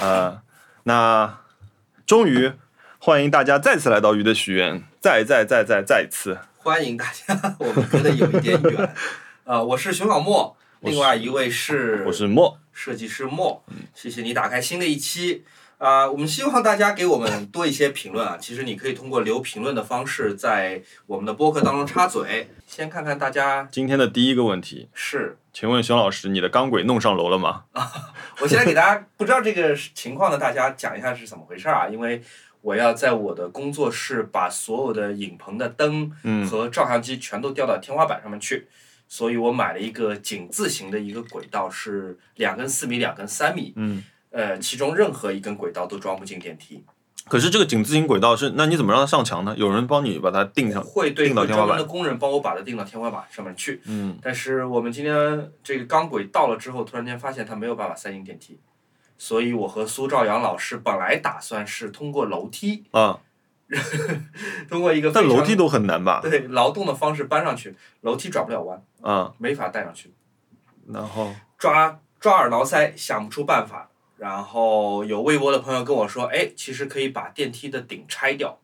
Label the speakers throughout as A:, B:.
A: 呃，那终于欢迎大家再次来到鱼的许愿，再再再再再一次，
B: 欢迎大家，我们隔得有一点 远。呃，我是熊小莫，
A: 我是
B: 另外一位是
A: 我是嗯莫，
B: 设计师莫，谢谢你打开新的一期。啊、我们希望大家给我们多一些评论啊。其实你可以通过留评论的方式，在我们的播客当中插嘴。先看看大家
A: 今天的第一个问题，
B: 是，
A: 请问熊老师，你的钢轨弄上楼了吗？
B: 我先给大家不知道这个情况的大家讲一下是怎么回事啊，因为我要在我的工作室把所有的影棚的灯
A: 嗯，
B: 和照相机全都吊到天花板上面去，所以我买了一个井字形的一个轨道，是两根四米、两根三米，
A: 嗯，
B: 呃，其中任何一根轨道都装不进电梯，
A: 可是这个井字形轨道是，那你怎么让它上墙呢？有人帮你把它哦定上，
B: 会对
A: 钉到
B: 会
A: 天花
B: 专
A: 板
B: 门的工人帮我把它钉到天花板上面去。
A: 嗯，
B: 但是我们今天这个钢轨到了之后，突然间发现它没有办法塞进电梯，所以我和苏兆阳老师本来打算是通过楼梯，
A: 啊，
B: 通过一个
A: 但
B: 非常
A: 楼梯都很难吧？
B: 对劳动的方式搬上去，楼梯转不了弯，
A: 啊，
B: 没法带上去。
A: 然后
B: 抓抓耳挠腮，想不出办法。然后有微博的朋友跟我说，哎，其实可以把电梯的顶拆掉，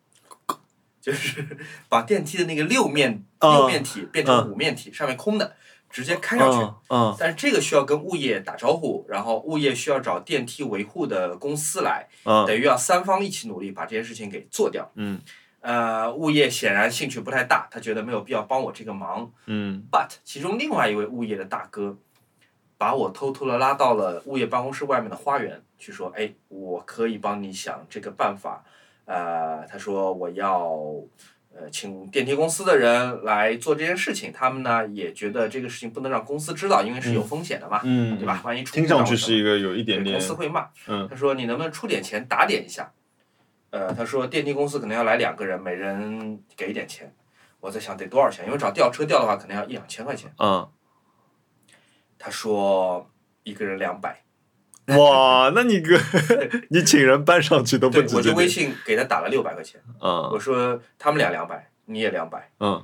B: 就是 把电梯的那个六面、
A: 嗯
B: 六面体变成五面体，上面空的，直接开上去。
A: 嗯嗯
B: 但是这个需要跟物业打招呼，然后物业需要找电梯维护的公司来，
A: 嗯
B: 等于要三方一起努力把这件事情给做掉。
A: 嗯
B: 呃，物业显然兴趣不太大，他觉得没有必要帮我这个忙，
A: 嗯
B: But 其中另外一位物业的大哥，把我偷偷的拉到了物业办公室外面的花园，去说：“哎，我可以帮你想这个办法。”呃，他说我要呃请电梯公司的人来做这件事情，他们呢也觉得这个事情不能让公司知道，因为是有风险的嘛，
A: 嗯，
B: 对吧？？万一出
A: 听上去
B: 一
A: 是一个有一点点
B: 公，司会骂。
A: 嗯
B: 他说你能不能出点钱打点一下？呃，他说电梯公司可能要来两个人，每人给一点钱。我在想得多少钱，因为找吊车吊的话，可能要一两千块钱。
A: 嗯，
B: 他说一个人两百，
A: 哇，那你个 你请人搬上去都不
B: 对
A: 止
B: 我
A: 这
B: 就微
A: 点，
B: 信给他打了六百块钱，
A: 嗯
B: 我说他们俩两百，你也两百，
A: 嗯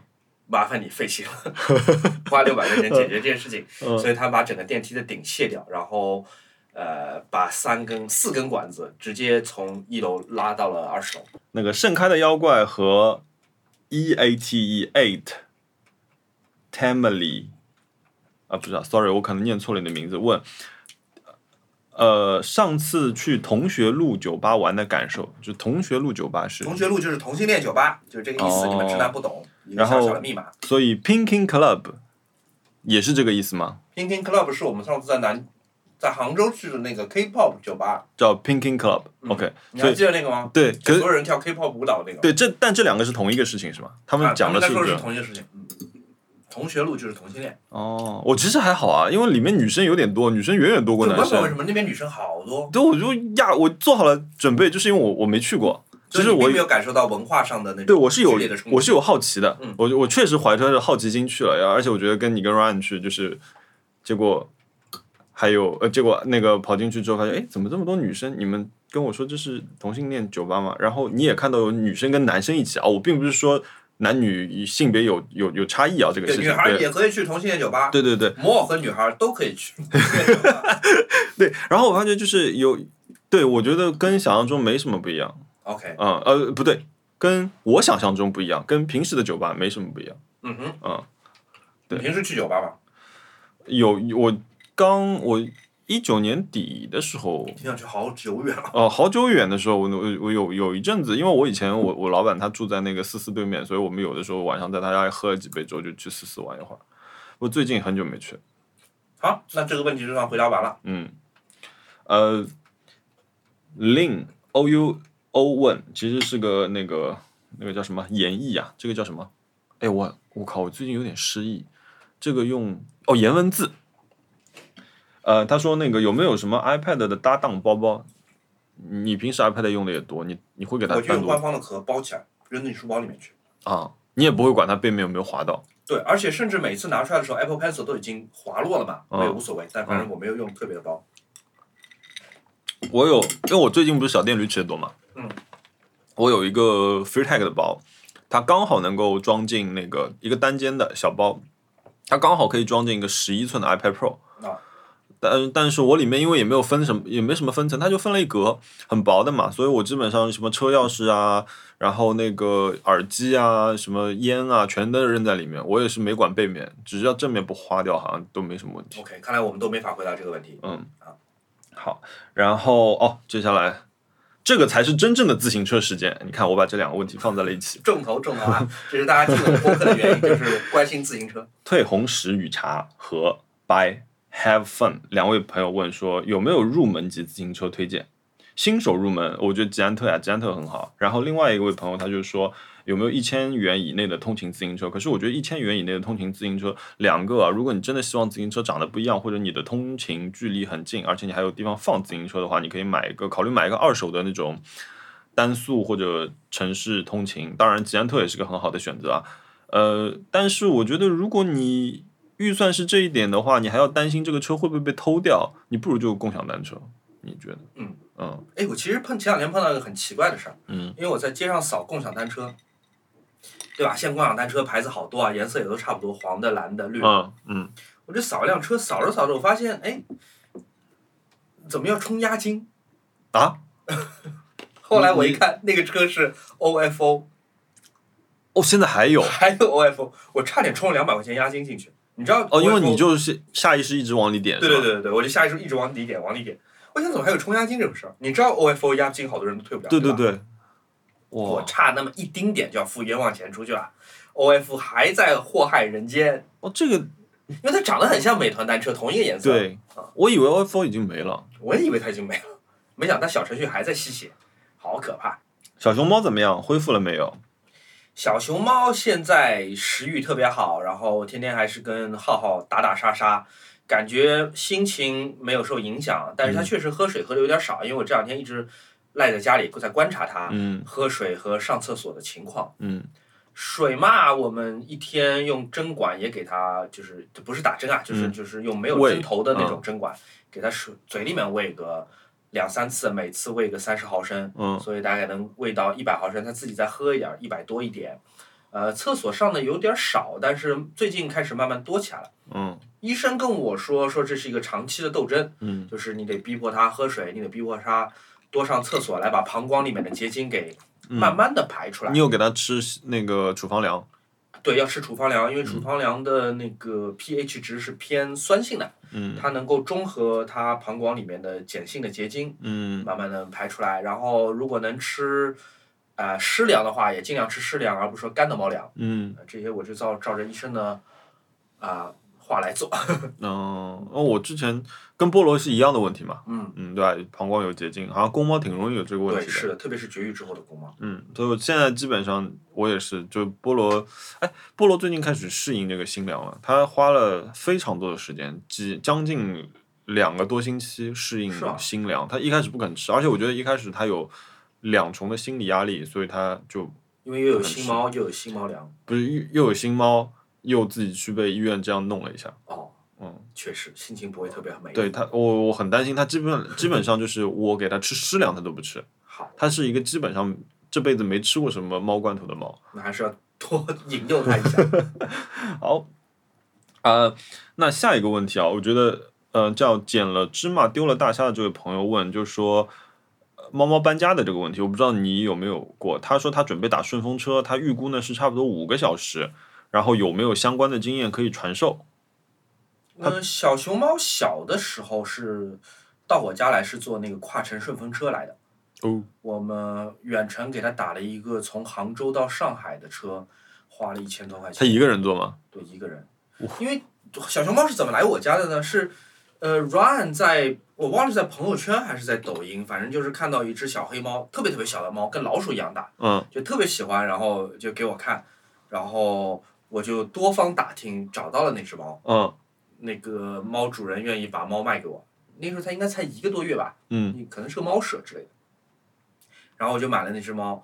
B: 麻烦你费心了， 花六百块钱解决这件事情，
A: 嗯
B: 所以他把整个电梯的顶卸掉，然后呃把三根四根管子直接从一楼拉到了二十楼，
A: 那个盛开的妖怪和 E A T E eight Tamily 啊，不是啊，sorry，我可能念错了你的名字。问，呃，上次去同学路酒吧玩的感受，就同学路酒吧是，
B: 同学录就是同性恋酒吧，就是这个意
A: 哦
B: 思，你们直男不懂，一个
A: 然后
B: 小小的密码。
A: 所以 Pinking Club 也是这个意思吗？
B: Pinkin Club 是我们上次在南在杭州去的那个 K-pop 酒吧，
A: 叫 Pinking Club，OK，、
B: 你
A: 所
B: 还
A: 以
B: 记得那个吗？
A: 对，
B: 就
A: 可
B: 所
A: 是
B: 有人跳 K-pop 舞蹈那个。
A: 对这，但这两个是同一个事情是吗？他
B: 啊
A: 们讲的
B: 他
A: 是
B: 们
A: 不
B: 在
A: 是
B: 说的是同一件事情。嗯，同学录就是同性恋，
A: 哦，我其实还好啊，因为里面女生有点多，女生远远多
B: 就
A: 过
B: 我也
A: 男
B: 不知道为
A: 生。
B: 什么那边女生好多。
A: 对，我就呀，我做好了准备，就是因为我我没去过，其实
B: 就是你
A: 我
B: 并没有感受到文化上的那种
A: 对我是有
B: 剧烈的冲
A: 我
B: 突。
A: 是有好奇的
B: 嗯，
A: 我我确实怀着好奇心去了，然后而且我觉得跟你跟 Ryan 去，就是结果还有呃，结果那个跑进去之后发现，哎，怎么这么多女生？你们跟我说这是同性恋酒吧吗？然后你也看到有女生跟男生一起啊，我并不是说男女性别有有有差异啊，这个
B: 对
A: 事情
B: 女孩
A: 对
B: 也可以去同性恋酒吧，
A: 对对对。
B: 摩尔和女孩都可以去 同性恋酒吧。
A: 对，然后我发觉就是有，对我觉得跟想象中没什么不一样，
B: OK，
A: 嗯呃不对，跟我想象中不一样，跟平时的酒吧没什么不一样。
B: 嗯哼，
A: 嗯，对
B: 你平时去酒吧吗？
A: 有我刚我一九年底的时候，
B: 听上去好久远了。
A: 呃好久远的时候，我我我有有一阵子，因为我以前我我老板他住在那个四四对面，所以我们有的时候晚上在他家喝了几杯之后就去四四玩一会儿。我最近很久没去，
B: 好，那这个问题就算回答完了。
A: 嗯，呃，Lin O U O 问，其实是个那个那个叫什么演绎啊？这个叫什么？哎，我我靠，我最近有点失忆。这个用哦颜文字。呃，他说那个有没有什么 iPad 的搭档包包？你平时 iPad 用的也多，你你会给它
B: 我就
A: 单
B: 用
A: 独
B: 官方的壳包起来，扔进书包里面去。
A: 啊？你也不会管它背面有没有划到？
B: 对，而且甚至每次拿出来的时候，Apple Pencil 都已经滑落了嘛，
A: 嗯
B: 我也无所谓。但反正我没有用特别的包。
A: 我有，因为我最近不是小电驴吃的多嘛，
B: 嗯，
A: 我有一个 FreeTag 的包，它刚好能够装进那个一个单肩的小包，它刚好可以装进一个十一寸的 iPad Pro，
B: 啊
A: 但但是我里面因为也没有分什么，也没什么分层，它就分了一格，很薄的嘛，所以我基本上什么车钥匙啊，然后那个耳机啊，什么烟啊，全都扔在里面。我也是没管背面，只要正面不花掉，好像都没什么问题。
B: OK，看来我们都没法回答这个问题。
A: 嗯，好，然后哦，接下来这个才是真正的自行车时间。你看，我把这两个问题放在了一起。
B: 重头重 头啊，这是大家听我们播客的原因，就是关心自行车。
A: 退红石与茶和 By Have Fun 两位朋友问说有没有入门级自行车推荐？新手入门，我觉得捷安特呀、捷安特很好。然后另外一位朋友他就说有没有一千元以内的通勤自行车？可是我觉得一千元以内的通勤自行车两个啊，如果你真的希望自行车长得不一样，或者你的通勤距离很近，而且你还有地方放自行车的话，你可以买一个，考虑买一个二手的那种单速或者城市通勤。当然，捷安特也是个很好的选择啊。呃，但是我觉得，如果你预算是这一点的话，你还要担心这个车会不会被偷掉，你不如就共享单车。你觉得？
B: 嗯
A: 嗯
B: 哎，我其实碰前两天碰到一个很奇怪的事儿，
A: 嗯，
B: 因为我在街上扫共享单车，对吧？现在共享单车牌子好多啊，颜色也都差不多，黄的、蓝的、绿的。
A: 嗯嗯，
B: 我这扫一辆车，扫着扫着，我发现，哎，怎么要充押金？
A: 啊
B: 后来我一看，那个车是 OFO，
A: 哦，现在还有
B: 还有 OFO，我差点充了两百块钱押金进去。你知道 OFO？
A: 哦，因为你就是下意识一直往里点，
B: 对对
A: 是吧
B: 对对对，我就下意识一直往里点，往里点。我想怎么还有充押金这种事儿？你知道 OFO 押金好多人都退不了，
A: 对
B: 对吧
A: 对对，
B: 我
A: 哇
B: 差那么一丁点就要付冤枉钱出去了。OF 还在祸害人间，
A: 哦，这个
B: 因为它长得很像美团单车，同一个颜色。，
A: 对，我以为 OFO 已经没了。
B: 我也以为它已经没了，没想到小程序还在吸血，好可怕。
A: 小熊猫怎么样？恢复了没有？
B: 小熊猫现在食欲特别好，然后天天还是跟浩浩打打杀杀，感觉心情没有受影响，但是它确实喝水喝的有点少，因为我这两天一直赖在家里在观察它
A: 嗯
B: 喝水和上厕所的情况。
A: 嗯
B: 水嘛，我们一天用针管也给它，就是这不是打针啊，就是、
A: 嗯
B: 就是用没有
A: 喂嗯
B: 针头的那种针管，给它水嘴里面喂个两三次，每次喂个三十毫升，
A: 嗯
B: 所以大概能喂到一百毫升，它自己再喝一点，一百多一点。呃，厕所上的有点少，但是最近开始慢慢多起来了。
A: 嗯
B: 医生跟我说，说这是一个长期的斗争，
A: 嗯，
B: 就是你得逼迫它喝水，你得逼迫它多上厕所，来把膀胱里面的结晶给
A: 嗯
B: 慢慢的排出来。
A: 你有给它吃那个处方粮？
B: 对，要吃处方粮，因为
A: 嗯
B: 处方粮的那个 pH 值是偏酸性的，
A: 嗯
B: 它能够中和它膀胱里面的碱性的结晶，
A: 嗯
B: 慢慢的排出来。然后如果能吃，呃湿粮的话，也尽量吃湿粮，而不是说干的猫粮。
A: 嗯
B: 呃这些我就照照着医生的啊、话来做。
A: 嗯，哦，我之前跟菠萝是一样的问题嘛。
B: 嗯，
A: 嗯，对吧，膀胱有结晶，好像公猫挺容易有这个问
B: 对，
A: 题的。
B: 是的，特别是绝育之后的公猫。
A: 嗯，所以我现在基本上我也是，就菠萝，哎，菠萝最近开始适应这个新粮了，他花了非常多的时间，几将近两个多星期适应
B: 是啊吗
A: 新粮。他一开始不肯吃，而且我觉得一开始他有两重的心理压力，所以他就
B: 因为又有
A: 很
B: 新
A: 是
B: 猫，又有新猫粮。
A: 不是又又有新猫，又自己去被医院这样弄了一下。
B: 哦，
A: 嗯，
B: 确实心情不会特别美。
A: 对，他，我我很担心他，基本基本上就是我给他吃湿粮，他都不吃。
B: 好，
A: 它是一个基本上这辈子没吃过什么猫罐头的猫。
B: 那还是要多 引诱它一下。
A: 好，呃，那下一个问题啊，我觉得呃叫捡了芝麻丢了大虾的这位朋友问，就说。呃猫猫搬家的这个问题，我不知道你有没有过。他说他准备打顺风车，他预估呢是差不多五个小时，然后有没有相关的经验可以传授？
B: 嗯，小熊猫小的时候是到我家来是坐那个跨城顺风车来的。
A: 哦，
B: 我们远程给它打了一个从杭州到上海的车，花了一千多块
A: 他
B: 钱，
A: 一个人做吗？
B: 对一个人。因为小熊猫是怎么来我家的呢？是，呃，Ryan 在我忘了是在朋友圈还是在抖音，反正就是看到一只小黑猫，特别特别小的猫，跟老鼠一样大，
A: 嗯
B: 就特别喜欢，然后就给我看，然后我就多方打听找到了那只猫。
A: 嗯
B: 那个猫主人愿意把猫卖给我。那时候它应该才一个多月吧，
A: 嗯
B: 你可能是个猫舍之类的。然后我就买了那只猫，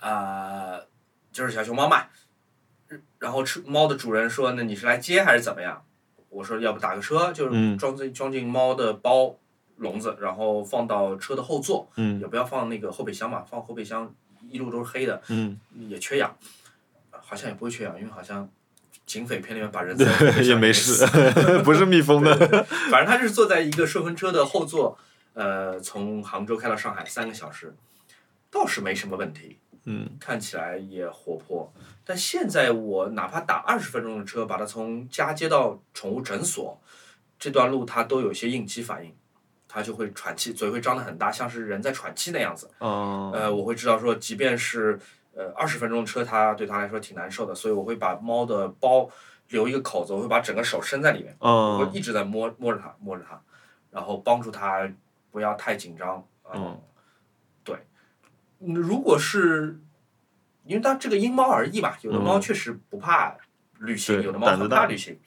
B: 呃，就是小熊猫嘛。然后吃猫的主人说：“那你是来接还是怎么样？”我说：“要不打个车，就是
A: 嗯
B: 装进装进猫的包笼子，然后放到车的后座，
A: 嗯
B: 也不要放那个后备箱嘛，放后备箱一路都是黑的，
A: 嗯
B: 也缺氧，好像也不会缺氧，因为好像警匪片里面把 人
A: 对，也没 事， 不是蜜蜂的。
B: 反正他就是坐在一个顺风车的后座，呃，从杭州开到上海三个小时，倒是没什么问题，
A: 嗯，
B: 看起来也活泼。但现在我哪怕打二十分钟的车，把它从家接到宠物诊所，这段路它都有一些应激反应，它就会喘气，嘴会张得很大，像是人在喘气那样子。
A: 哦，
B: 呃，我会知道说，即便是呃二十分钟车，它对它来说挺难受的，所以我会把猫的包留一个口子，我会把整个手伸在里面。我
A: 嗯，
B: 一直在摸摸着它，摸着它，然后帮助它不要太紧张。啊、
A: 嗯，
B: 对，嗯如果是因为它这个因猫而异嘛，有的猫
A: 嗯
B: 确实不怕旅行，
A: 对
B: 有的猫
A: 胆子
B: 很
A: 大
B: 怕旅行。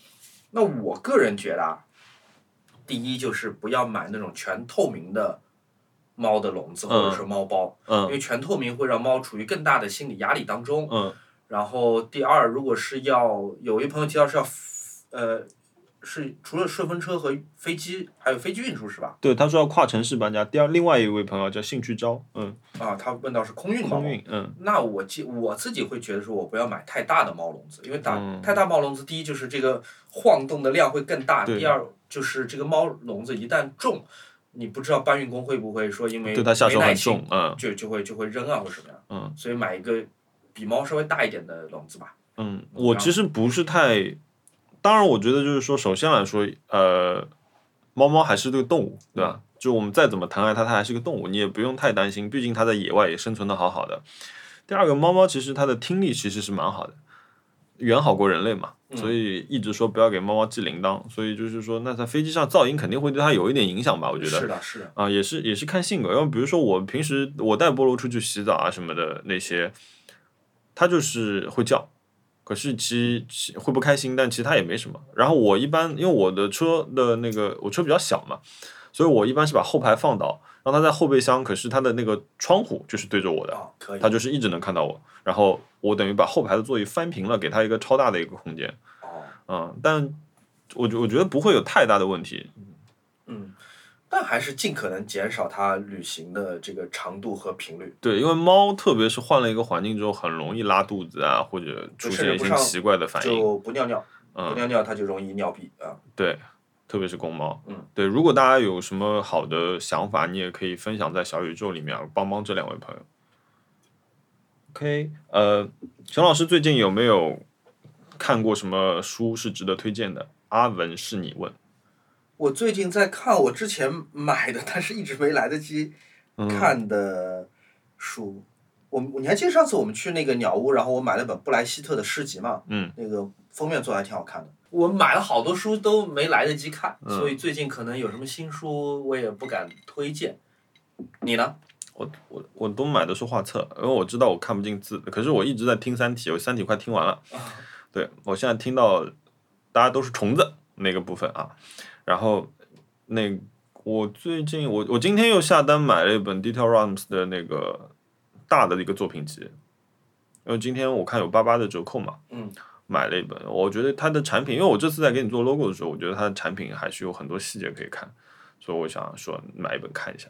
B: 那我个人觉得啊，第一就是不要买那种全透明的猫的笼子或者
A: 嗯
B: 是猫包，因
A: 嗯，
B: 为全透明会让猫处于更大的心理压力当中。
A: 嗯，
B: 然后第二，如果是要有一朋友提到是要，呃，是除了顺风车和飞机，还有飞机运输是吧？
A: 对，他说要跨城市搬家。第二，另外一位朋友叫兴趣招，嗯，
B: 啊，他问到是空运猫
A: 空
B: 笼。
A: 运，嗯，
B: 那我记我自己会觉得说，我不要买太大的猫笼子，因为大、
A: 嗯
B: 太大猫笼子，第一就是这个晃动的量会更大，
A: 对
B: 第二就是这个猫笼子一旦重，你不知道搬运工会不会说因为
A: 对他下
B: 没
A: 手
B: 耐
A: 很
B: 心
A: 重，嗯
B: 就就会就会扔啊或什么样，
A: 嗯
B: 所以买一个比猫稍微大一点的笼子吧。
A: 嗯，我其实不是太，当然，我觉得就是说，首先来说，呃，猫猫还是这个动物，对吧？就我们再怎么疼爱它，它还是个动物，你也不用太担心，毕竟它在野外也生存的好好的。第二个，猫猫其实它的听力其实是蛮好的，远好过人类嘛，所以一直说不要给猫猫系铃铛，所以就是说，那在飞机上噪音肯定会对它有一点影响吧，我觉得。
B: 是的，是的。
A: 啊、也是也是看性格。要比如说我平时我带菠萝出去洗澡啊什么的那些，它就是会叫，可是其其会不开心，但其实它也没什么。然后我一般因为我的车的那个我车比较小嘛，所以我一般是把后排放倒，让它在后备箱，可是它的那个窗户就是对着我的，
B: 啊，可以
A: 它就是一直能看到我。然后我等于把后排的座椅翻平了，给它一个超大的一个空间。
B: 哦，
A: 嗯，但我觉我觉得不会有太大的问题。
B: 嗯，但还是尽可能减少它旅行的这个长度和频率。
A: 对，因为猫特别是换了一个环境之后，很容易拉肚子啊，或者出
B: 甚至
A: 现一
B: 不
A: 些
B: 上
A: 奇怪的反应。
B: 就不尿尿，不
A: 嗯，
B: 尿尿它就容易尿闭啊。
A: 对，特别是公猫。
B: 嗯，
A: 对，如果大家有什么好的想法，你也可以分享在小宇宙里面，啊帮帮这两位朋友。OK，呃，陈老师最近有没有看过什么书是值得推荐的？阿文是你问，
B: 我最近在看我之前买的，但是一直没来得及
A: 嗯
B: 看的书。我们你还记得上次我们去那个鸟屋，然后我买了本布莱希特的诗集嘛？
A: 嗯，
B: 那个封面做的还挺好看的。我买了好多书都没来得及看，
A: 嗯
B: 所以最近可能有什么新书我也不敢推荐。你呢？
A: 我我我都买的是画册，因为我知道我看不进字，可是我一直在听《三体》，我《三体》快听完了。对，我现在听到大家都是虫子那个部分啊，然后那我最近我我今天又下单买了一本 Detail Rams 的那个大的一个作品集，因为今天我看有八八的折扣嘛，
B: 嗯，
A: 买了一本，我觉得它的产品，因为我这次在给你做 logo 的时候，我觉得它的产品还是有很多细节可以看，所以我想说买一本看一下。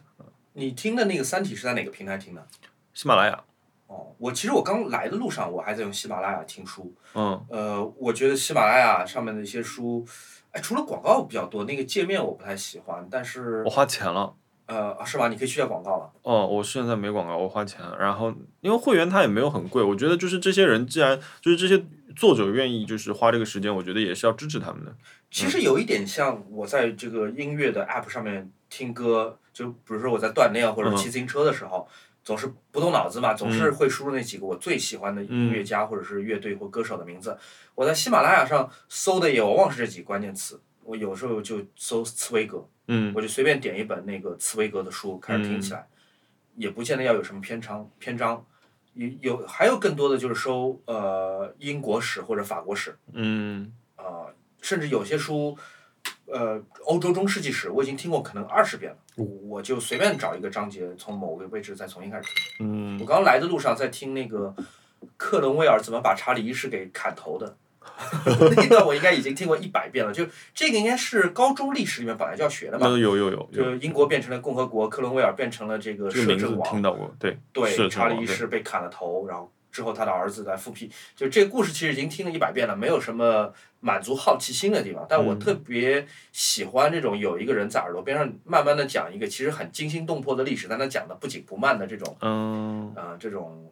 B: 你听的那个《三体》是在哪个平台听的？
A: 喜马拉雅，
B: 哦，我其实我刚来的路上，我还在用喜马拉雅听书。
A: 嗯
B: 呃，我觉得喜马拉雅上面的一些书，哎，除了广告比较多，那个界面我不太喜欢。但是
A: 我花钱了。
B: 呃，啊是吧？你可以去掉广告了。
A: 哦，我现在没广告，我花钱。然后因为会员它也没有很贵，我觉得就是这些人既然就是这些作者愿意就是花这个时间，我觉得也是要支持他们的。
B: 其实有一点像我在这个音乐的 app 上面听歌，就比如说我在锻炼啊或者
A: 嗯
B: 骑自行车的时候，总是不动脑子嘛，总是会输入那几个我最喜欢的音乐家或者是乐队或歌手的名字。我在喜马拉雅上搜的也往往是这几个关键词，我有时候就搜茨威格，
A: 嗯
B: 我就随便点一本那个茨威格的书开始听起来，也不见得要有什么篇章篇章。有有还有更多的就是搜呃英国史或者法国史，
A: 嗯
B: 呃，甚至有些书，呃，欧洲中世纪史我已经听过可能二十遍了，我我就随便找一个章节，从某个位置再重新开始听。
A: 嗯，
B: 我刚来的路上在听那个克伦威尔怎么把查理一世给砍头的，那段我应该已经听过一百遍了。就这个应该是高中历史里面本来就要学的嘛，
A: 那有有有有，
B: 就英国变成了共和国，克伦威尔变成了这个
A: 这
B: 摄
A: 个名
B: 政
A: 字
B: 王，
A: 听到过，对，摄
B: 对，
A: 政
B: 查理
A: 王
B: 一
A: 对
B: 世被砍了头，然后。之后他的儿子来复辟，就这个故事其实已经听了一百遍了，没有什么满足好奇心的地方。但
A: 嗯
B: 我特别喜欢这种有一个人在耳朵边上慢慢的讲一个其实很惊心动魄的历史，但他讲的不紧不慢的这种
A: 嗯，
B: 啊、呃这种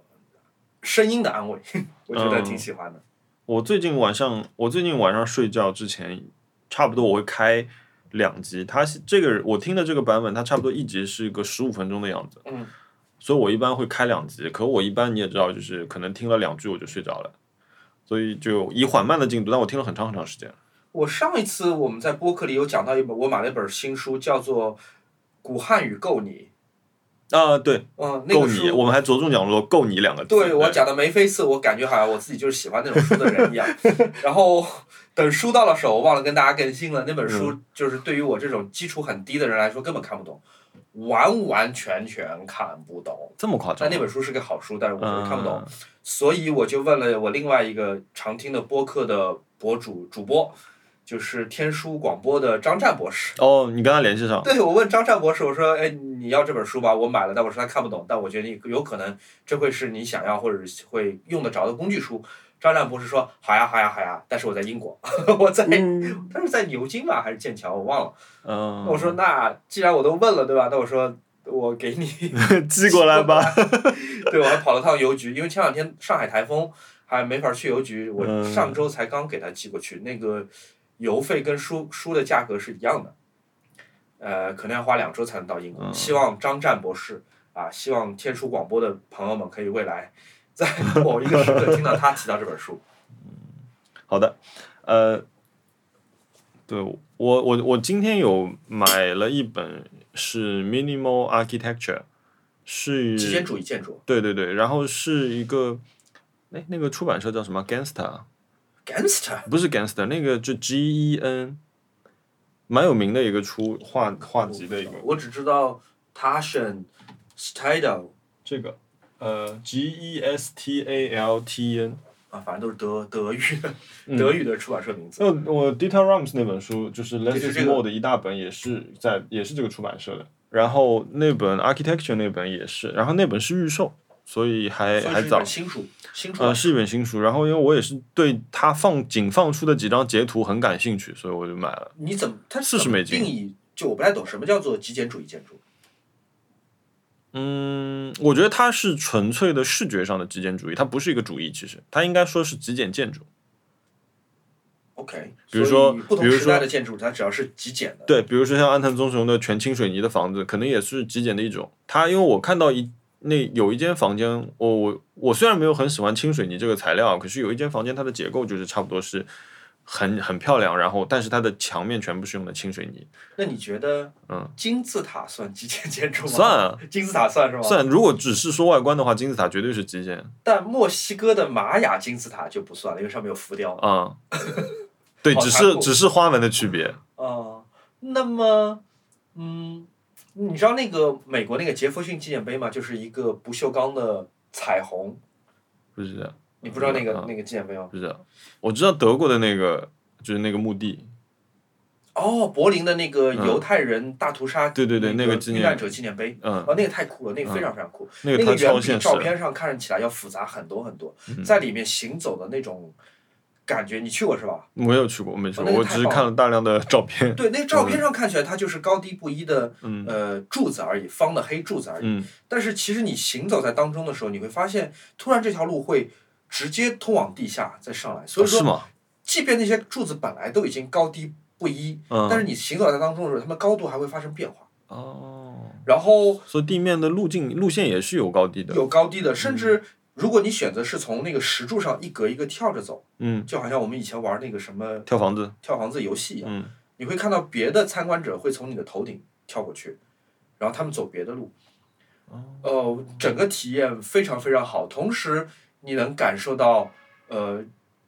B: 声音的安慰， 我觉得
A: 嗯
B: 挺喜欢的。
A: 我最近晚上，我最近晚上睡觉之前，差不多我会开两集。它是这个我听的这个版本，它差不多一集是个十五分钟的样子，
B: 嗯，
A: 所以我一般会开两集。可我一般你也知道，就是可能听了两句我就睡着了，所以就以缓慢的进度，但我听了很长很长时间。
B: 我上一次我们在播客里有讲到一本我买了一本新书，叫做《古汉语够你
A: 啊，对，》。
B: 嗯，那
A: 够
B: 个
A: 你，
B: 书
A: 我们还着重讲了“够你”两个字。
B: 对我讲的眉飞色舞，我感觉好像我自己就是喜欢那种书的人一样。 然后等书到了手，我忘了跟大家更新了。那本书就是对于我这种基础很低的人来说，根本看不懂，完完全全看不懂。
A: 这么夸张
B: 但，那本书是个好书，但是我就是看不懂，
A: 嗯。
B: 所以我就问了我另外一个常听的播客的博主主播，就是天书广播的张湛博士。
A: 哦，你跟他联系上，
B: 对，我问张湛博士，我说：“哎，你要这本书吧？我买了，但我说他看不懂，但我觉得你有可能这会是你想要或者是会用得着的工具书。”张湛博士说：“好呀，好呀，好呀！但是我在英国， 我在，
A: 嗯，
B: 但是在牛津吧，还是剑桥，我忘了。
A: 嗯
B: 那我说，那既然我都问了，对吧？那我说，我给你
A: 寄过来吧。
B: 对，我还跑了趟邮局，因为前两天上海台风还没法去邮局，我
A: 嗯
B: 上周才刚给他寄过去，那个邮费跟书书的价格是一样的，呃，可能要花两周才能到英国。
A: 嗯
B: 希望张湛博士啊，希望天书广播的朋友们可以未来 在某一个时刻听到他提到这本书。
A: 好的，呃，对我我我今天有买了一本是 Minimal Architecture，是
B: 极简主义建筑
A: 对对对，然后是一个，哎，那个出版社叫什么？Gangster，啊
B: ，Gangster，
A: 不是 Gangster，那个就 G E N，蛮有名的一个出画画集的一个
B: 我只知道 Tashan Stadel
A: 这个，呃，G E S T A L T E N。
B: 啊，反正都是德德语的
A: 嗯
B: 德语的出版社名字。
A: 那我 Dita Rams 那本书就是
B: 是
A: Leslie
B: 这
A: s
B: 个
A: Moore 的一大本，也是在也是这个出版社的。然后那本 Architecture 那本也是，然后那本是预售，所以还
B: 所
A: 哎
B: 以
A: 还
B: 是一
A: 早
B: 本。新书，新出版
A: 呃，是一本新书。然后因为我也是对他放仅放出的几张截图很感兴趣，所以我就买了。
B: 你怎么它
A: 40
B: 怎么
A: 美金
B: 定义？就我不太懂什么叫做极简主义建筑。
A: 嗯，我觉得它是纯粹的视觉上的极简主义，它不是一个主义，其实它应该说是极简建筑。
B: OK，
A: 比如说
B: 所以不同
A: 比如
B: 时代
A: 说
B: 的建筑，它只要是极简的，
A: 对，比如说像安藤忠雄的全清水泥的房子，可能也是极简的一种。它因为我看到一那有一间房间，我我我虽然没有很喜欢清水泥这个材料，啊可是有一间房间它的结构就是差不多是很很漂亮，然后但是它的墙面全部是用的清水泥，
B: 那你觉得，
A: 嗯，
B: 金字塔算极简建筑吗？
A: 算，啊
B: 金字塔算是吗？。
A: 算。如果只是说外观的话，金字塔绝对是极简
B: 但墨西哥的玛雅金字塔就不算了，因为上面有浮雕。
A: 啊。对，
B: 好
A: 只
B: 残
A: 是
B: 酷
A: 只是花纹的区别。
B: 呃，那么，嗯，你知道那个美国那个杰弗逊纪念碑吗？就是一个不锈钢的彩虹，
A: 不知道，
B: 你不知道那个
A: 嗯
B: 那个纪念碑吗？
A: 不知道。我知道德国的那个就是那个墓地，
B: 哦，柏林的那个
A: 嗯
B: 犹太人大屠杀，
A: 对对对
B: 那
A: 那个纪念
B: 遇难者纪念碑，
A: 嗯，
B: 哦，那个太酷了，那个非常非常酷，
A: 那个它
B: 个
A: 超
B: 远比
A: 现实嗯
B: 照。片上看起来要复杂很多很多，在里面行走的那种感觉，你去过是吧？
A: 没有去过，我没去
B: 哦
A: 过，
B: 那个
A: 我
B: 太
A: 只是
B: 棒
A: 看了大量 的照片。
B: 对，那个照
A: 嗯
B: 片上看起来它就是高低不一的呃柱子而已，方的黑柱子而已，
A: 嗯，
B: 但是其实你行走在当中的时候，你会发现突然这条路会直接通往地下再上来，所
A: 哦
B: 以
A: 是
B: 说，
A: 吗？
B: 即便那些柱子本来都已经高低不一，
A: 嗯，
B: 但是你行走在当中的时候，它们高度还会发生变化，
A: 哦，
B: 然后。
A: 所以地面的路径路线也是有高低的。
B: 有高低的，甚至如果你选择是从那个石柱上一格一个跳着走，
A: 嗯，
B: 就好像我们以前玩那个什么
A: 跳房子，
B: 跳房子游戏一样，
A: 嗯
B: 你会看到别的参观者会从你的头顶跳过去，然后他们走别的路，呃，整个体验非常非常好，同时你能感受到呃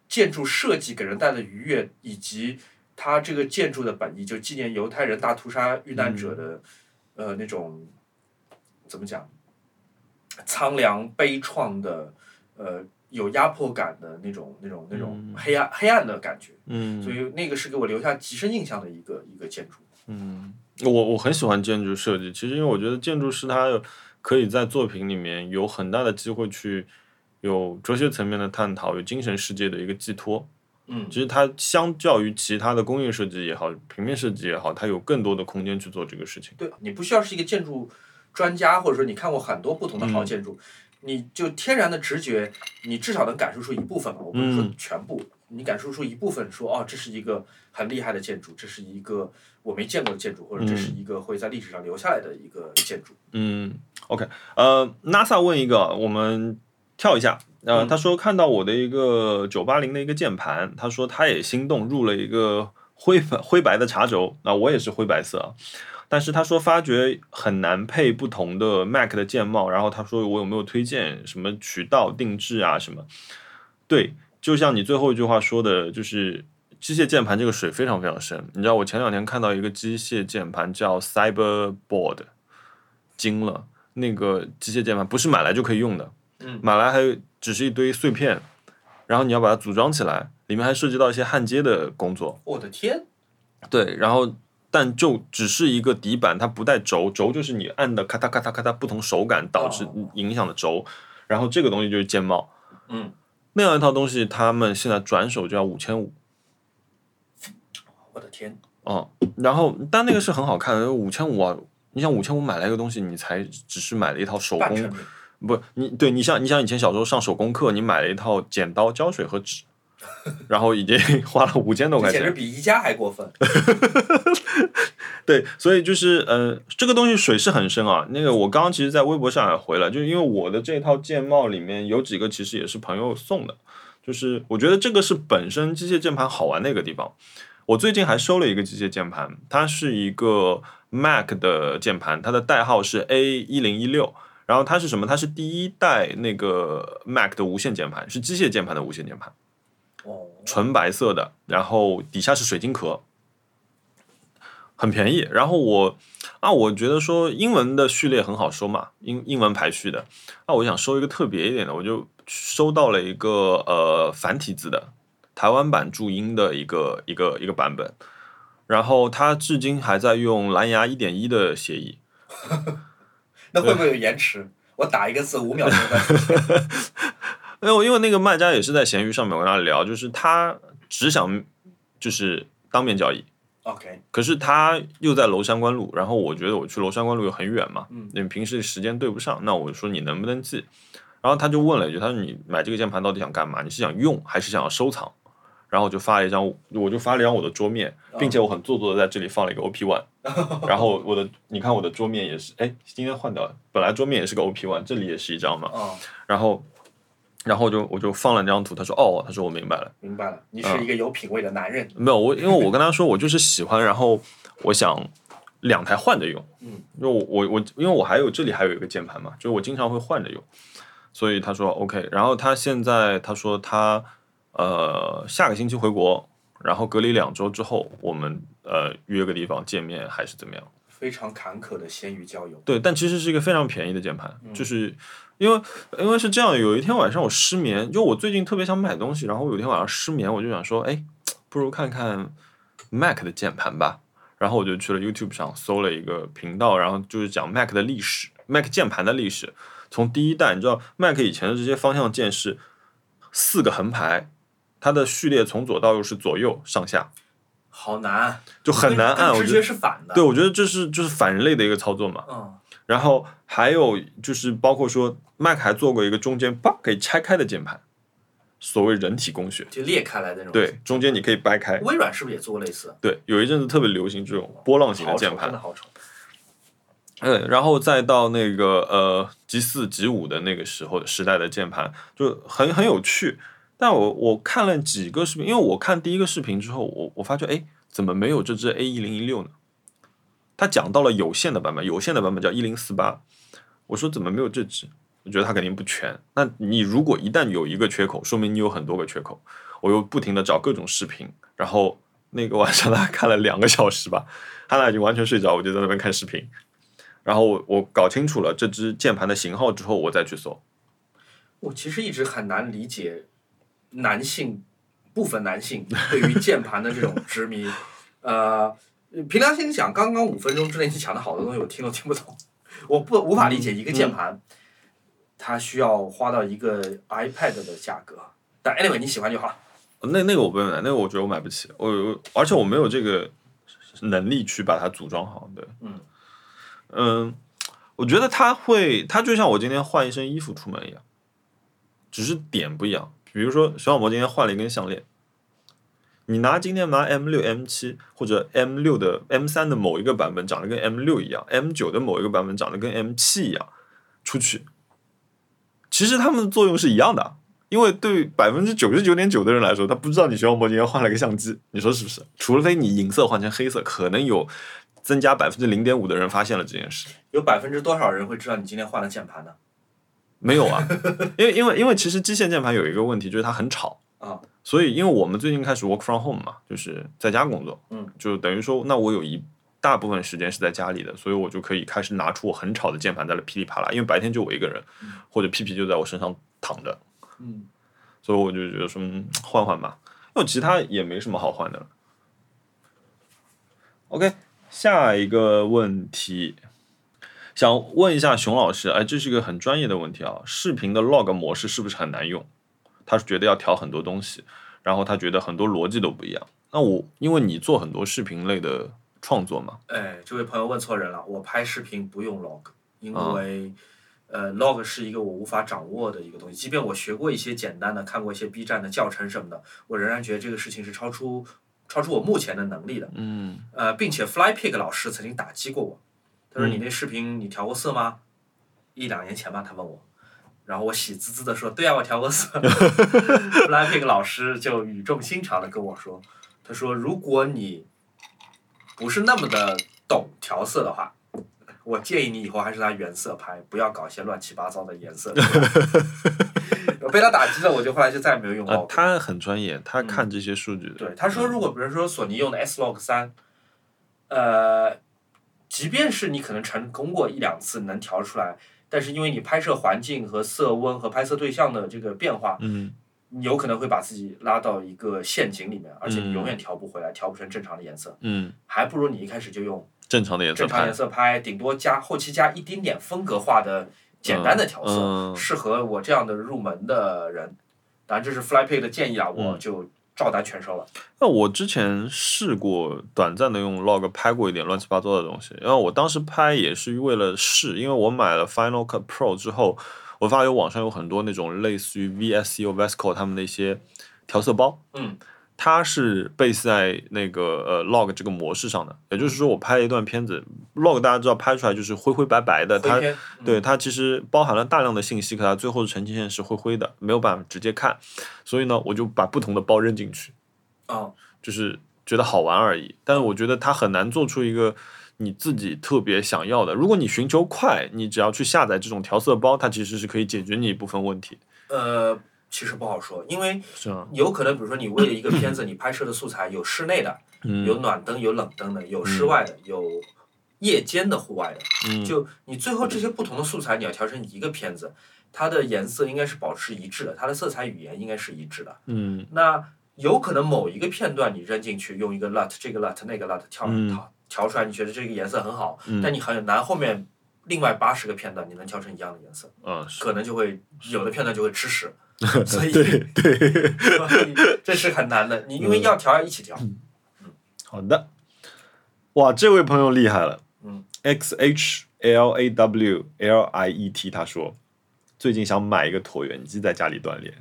B: 建筑设计给人带来的愉悦，以及它这个建筑的本意，就纪念犹太人大屠杀遇难者的、呃那种怎么讲苍凉悲怆的呃有压迫感的那种那种那种黑暗、黑暗的感觉。所
A: 嗯
B: 以那个是给我留下极深印象的一个一个建筑。
A: 嗯，我我很喜欢建筑设计，其实因为我觉得建筑师他可以在作品里面有很大的机会去有哲学层面的探讨，有精神世界的一个寄托。
B: 嗯
A: 其实它相较于其他的工业设计也好，平面设计也好，它有更多的空间去做这个事情。
B: 对你不需要是一个建筑专家，或者说你看过很多不同的好建
A: 嗯
B: 筑，你就天然的直觉，你至少能感受出一部分吧，我不是说
A: 嗯
B: 全部，你感受出一部分说，哦，这是一个很厉害的建筑，这是一个我没见过的建筑，或者这是一个会在历史上留下来的一个建筑。
A: 嗯，OK，呃，NASA 问一个，我们跳一下。呃，
B: 嗯
A: 他说看到我的一个九八零的一个键盘，他说他也心动，入了一个灰白灰白的茶轴。啊、我也是灰白色啊，但是他说发觉很难配不同的 Mac 的键帽，然后他说我有没有推荐什么渠道定制啊什么？对，就像你最后一句话说的，就是机械键盘这个水非常非常深。你知道我前两天看到一个机械键盘叫 Cyberboard，惊了，那个机械键盘不是买来就可以用的，
B: 嗯
A: 买来还有只是一堆碎片，然后你要把它组装起来，里面还涉及到一些焊接的工作。
B: 我的天，
A: 对，然后但就只是一个底板，它不带轴，轴就是你按的咔嗒咔嗒咔嗒不同手感导致
B: 哦
A: 影响的轴，然后这个东西就是键帽，
B: 嗯，
A: 那样一套东西，他们现在转手就要五千五。
B: 我的天，
A: 哦，然后但那个是很好看的，五千五啊！你想五千五买来一个东西，你才只是买了一套手
B: 半
A: 工
B: 成品，
A: 不，你对你像你想以前小时候上手工课，你买了一套剪刀、胶水和纸，然后已经花了五千多块
B: 这简直
A: 钱。
B: 比宜家还过分。
A: 对，所以就是呃，这个东西水是很深啊。那个我刚刚其实，在微博上也回了，就是因为我的这套键帽里面有几个其实也是朋友送的，就是我觉得这个是本身机械键盘好玩的一个地方。我最近还收了一个机械键盘，它是一个 Mac 的键盘，它的代号是 A 一零一六。然后它是什么？它是第一代那个 Mac 的无线键盘，是机械键盘的无线键盘，
B: 哦，
A: 纯白色的，然后底下是水晶壳，很便宜。然后我啊，我觉得说英文的序列很好收嘛，英英文排序的。啊，我想收一个特别一点的，我就收到了一个呃繁体字的台湾版注音的一个一个一个版本，然后它至今还在用蓝牙一点一的协议，
B: 那会不会有延迟？我打一个字五 秒钟再说。
A: 因为因为那个卖家也是在闲鱼上面，我跟他聊，就是他只想就是当面交易，
B: OK，
A: 可是他又在娄山关路，然后我觉得我去娄山关路又很远嘛，
B: 嗯，
A: 你平时时间对不上，那我说你能不能寄？然后他就问了一句，他说你买这个键盘到底想干嘛？你是想用还是想要收藏？然后我就发了一张，我就发了一张我的桌面，并且我很做作的在这里放了一个 OP One，然后我的你看我的桌面也是，哎，今天换掉了，本来桌面也是个 OP One，这里也是一张嘛，
B: 哦，
A: 然后，然后我就我就放了那张图，他说哦，他说我明白了，
B: 明白了，你
A: 嗯
B: 是一个有品位的男人。
A: 没有我，因为我跟他说我就是喜欢，然后我想两台换着用，
B: 嗯，
A: 因为我我我因为我还有这里还有一个键盘嘛，就是我经常会换着用，所以他说 OK，然后他现在他说他呃下个星期回国，然后隔离两周之后，我们呃约个地方见面还是怎么样？
B: 非常坎坷的咸鱼交友。
A: 对，但其实是一个非常便宜的键盘，
B: 嗯
A: 就是因为因为是这样，有一天晚上我失眠，就我最近特别想买东西，然后我有一天晚上失眠，我就想说，哎，不如看看 Mac 的键盘吧。然后我就去了 YouTube 上搜了一个频道，然后就是讲 Mac 的历史，Mac 键盘的历史，从第一代，你知道 Mac 以前的这些方向键是四个横排，它的序列从左到右是左右上下，
B: 好难，啊
A: 就很难按。
B: 跟
A: 我
B: 直
A: 觉得
B: 觉，是反的。
A: 对，，我觉得这是就是反人类的一个操作嘛。
B: 嗯，
A: 然后还有就是包括说，Mac 还做过一个中间叭可以拆开的键盘，所谓人体工学，
B: 就裂开来的那种。，
A: 对，中间你可以掰开，
B: 微软是不是也做过类似？
A: 对，有一阵子特别流行这种波浪形的
B: 好丑，
A: 键
B: 真的
A: 盘，
B: 好丑。
A: 嗯，然后再到那个呃 G 四 G 五的那个时候时代的键盘，就很很有趣。但我我看了几个视频，因为我看第一个视频之后，我我发觉哎，怎么没有这只 A 一零一六呢？他讲到了有线的版本，有线的版本叫一零四八。我说怎么没有这只？我觉得它肯定不全。那你如果一旦有一个缺口，说明你有很多个缺口。我又不停的找各种视频，然后那个晚上他看了两个小时吧，他俩已经完全睡着，我就在那边看视频。然后我我搞清楚了这只键盘的型号之后，我再去搜。
B: 我其实一直很难理解男性部分男 性对于键盘的这种执迷。呃，凭良心讲，刚刚
A: 嗯
B: 五分钟之内你讲的好多东西我听都听不懂，我不无法理解一个键盘。它它需要花到一个 iPad 的价格。但 anyway，你喜欢就好。
A: 那那个我不用买，那个我觉得我买不起，我我而且我没有这个能力去把它组装好。对，
B: 嗯
A: 嗯我觉得它会，它就像我今天换一身衣服出门一样，只是点不一样。比如说，小小魔今天换了一根项链，你拿今天拿 M 六、M 七或者 M 六的 M 三的某一个版本长得跟 M 六一样，M 九的某一个版本长得跟 M 七一样出去，其实它们的作用是一样的。啊因为对百分之九十九点九的人来说，他不知道你熊猫魔今天换了个相机，你说是不是？除非你银色换成黑色，可能有增加百分之零点五的人发现了这件事。
B: 有百分之多少人会知道你今天换了键盘呢？
A: 没有啊，因为因为因为其实机械键盘有一个问题，就是它很吵
B: 啊。
A: 所以因为我们最近开始 work from home 嘛，就是在家工作，
B: 嗯，
A: 就等于说，那我有一大部分时间是在家里的，所以我就可以开始拿出我很吵的键盘在那噼里啪啦，因为白天就我一个人，或者屁屁就在我身上躺着。
B: 嗯，
A: 所以我就觉得说嗯换换吧，因为其他也没什么好换的了。OK，下一个问题，想问一下熊老师，哎，这是一个很专业的问题啊，视频的 log 模式是不是很难用？他是觉得要调很多东西，然后他觉得很多逻辑都不一样。那我因为你做很多视频类的创作嘛，
B: 哎，这位朋友问错人了，我拍视频不用 log，因
A: 啊
B: 为、呃 log 是一个我无法掌握的一个东西，即便我学过一些简单的，看过一些 B 站的教程什么的，我仍然觉得这个事情是超出超出我目前的能力的。
A: 嗯，
B: 呃，并且 Flypig 老师曾经打击过我，他说你那视频你调过色吗？一两年前吧，他问我，然后我喜滋滋的说，对啊，我调过色。Flypig 老师就语重心长的跟我说，他说如果你不是那么的懂调色的话，我建议你以后还是拿原色拍，不要搞一些乱七八糟的颜色。 我被他打击了，我就后来就再也没有用
A: 啊，
B: 过。
A: 他很专业，他看这些数据的，
B: 嗯对，他说，如果比如说索尼用的 S Log 三，呃，即便是你可能成功过一两次能调出来，但是因为你拍摄环境和色温和拍摄对象的这个变化，
A: 嗯，
B: 你有可能会把自己拉到一个陷阱里面，而且你永远调不回来，调不成正常的颜色，
A: 嗯，
B: 还不如你一开始就用
A: 正常的颜色
B: 正常
A: 拍嗯
B: 颜，色拍，顶多加后期加一丁点风格化的简单的调色，
A: 嗯嗯
B: 适合我这样的入门的人。当然，这是 Flypig 的建议啊，
A: 嗯
B: 我就照单全收了。
A: 那我之前试过短暂的用 log 拍过一点乱七八糟的东西，然后我当时拍也是为了试，因为我买了 Final Cut Pro 之后，我发现有网上有很多那种类似于 VSCO、VSCO 他们的一些调色包，
B: 嗯，
A: 它是 base 在那个呃 log 这个模式上的，也就是说我拍一段片子，log 大家知道拍出来就是灰灰白白的，它
B: 回片嗯
A: 对它其实包含了大量的信息，可它最后的呈现是灰灰的，没有办法直接看，所以呢，我就把不同的包扔进去。
B: 哦，
A: 就是觉得好玩而已。但是我觉得它很难做出一个你自己特别想要的。如果你寻求快，你只要去下载这种调色包，它其实是可以解决你一部分问题。
B: 呃，其实不好说，因为
A: 是啊，
B: 有可能，比如说你为了一个片子，你拍摄的素材有室内的，
A: 嗯
B: 有暖灯，有冷灯的，有室外的，有夜间的户外的，
A: 嗯
B: 就你最后这些不同的素材，你要调成一个片子，它的颜色应该是保持一致的，它的色彩语言应该是一致的。
A: 嗯
B: 那有可能某一个片段你扔进去，用一个 LUT 这个 LUT 那个 LUT 调
A: 嗯
B: 调调出来，你觉得这个颜色很好，
A: 嗯
B: 但你很难后面另外八十个片段你能调成一样的颜色。
A: 啊，是
B: 可能就会有的片段就会 吃屎，所以
A: 对对，嗯
B: 所以 这是很难的。你因为要调要一起调，
A: 好的。哇，这位朋友厉害了，
B: 嗯
A: ，X H L A W L I E T，他说最近想买一个椭圆机在家里锻炼，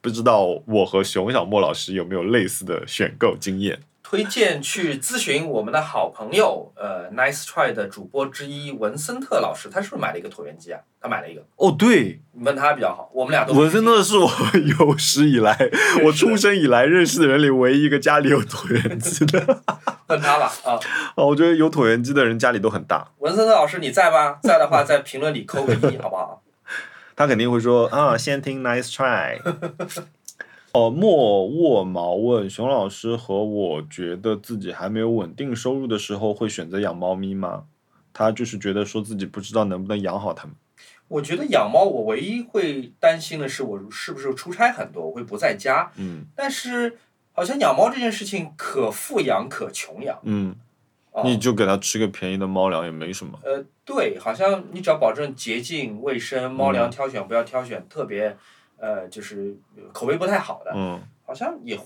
A: 不知道我和熊小莫老师有没有类似的选购经验？
B: 推荐去咨询我们的好朋友，呃，Nice Try 的主播之一文森特老师，他是不是买了一个椭圆机啊？他买了一个，
A: 哦，对，
B: 你问他比较好。我们俩都
A: 文森特是我 有史以来， 我出生以来认识的人里唯一一个家里有椭圆机的。
B: 问他吧啊、
A: 啊，我觉得有椭圆机的人家里都很大，
B: 文森特老师你在吗？在的话，在评论里扣个一，好不好？
A: 他肯定会说啊，先听 Nice Try。哦，莫卧毛问熊老师和我觉得自己还没有稳定收入的时候，会选择养猫咪吗？他就是觉得说自己不知道能不能养好它们。
B: 我觉得养猫，我唯一会担心的是我是不是出差很多，我会不在家。
A: 嗯
B: 但是好像养猫这件事情可富养可穷养。
A: 嗯
B: 哦
A: 你就给它吃个便宜的猫粮也没什么。
B: 呃，对，好像你只要保证洁净卫生，猫
A: 嗯
B: 粮挑选不要挑选特别，呃，就是口味不太好的，
A: 嗯，
B: 好像也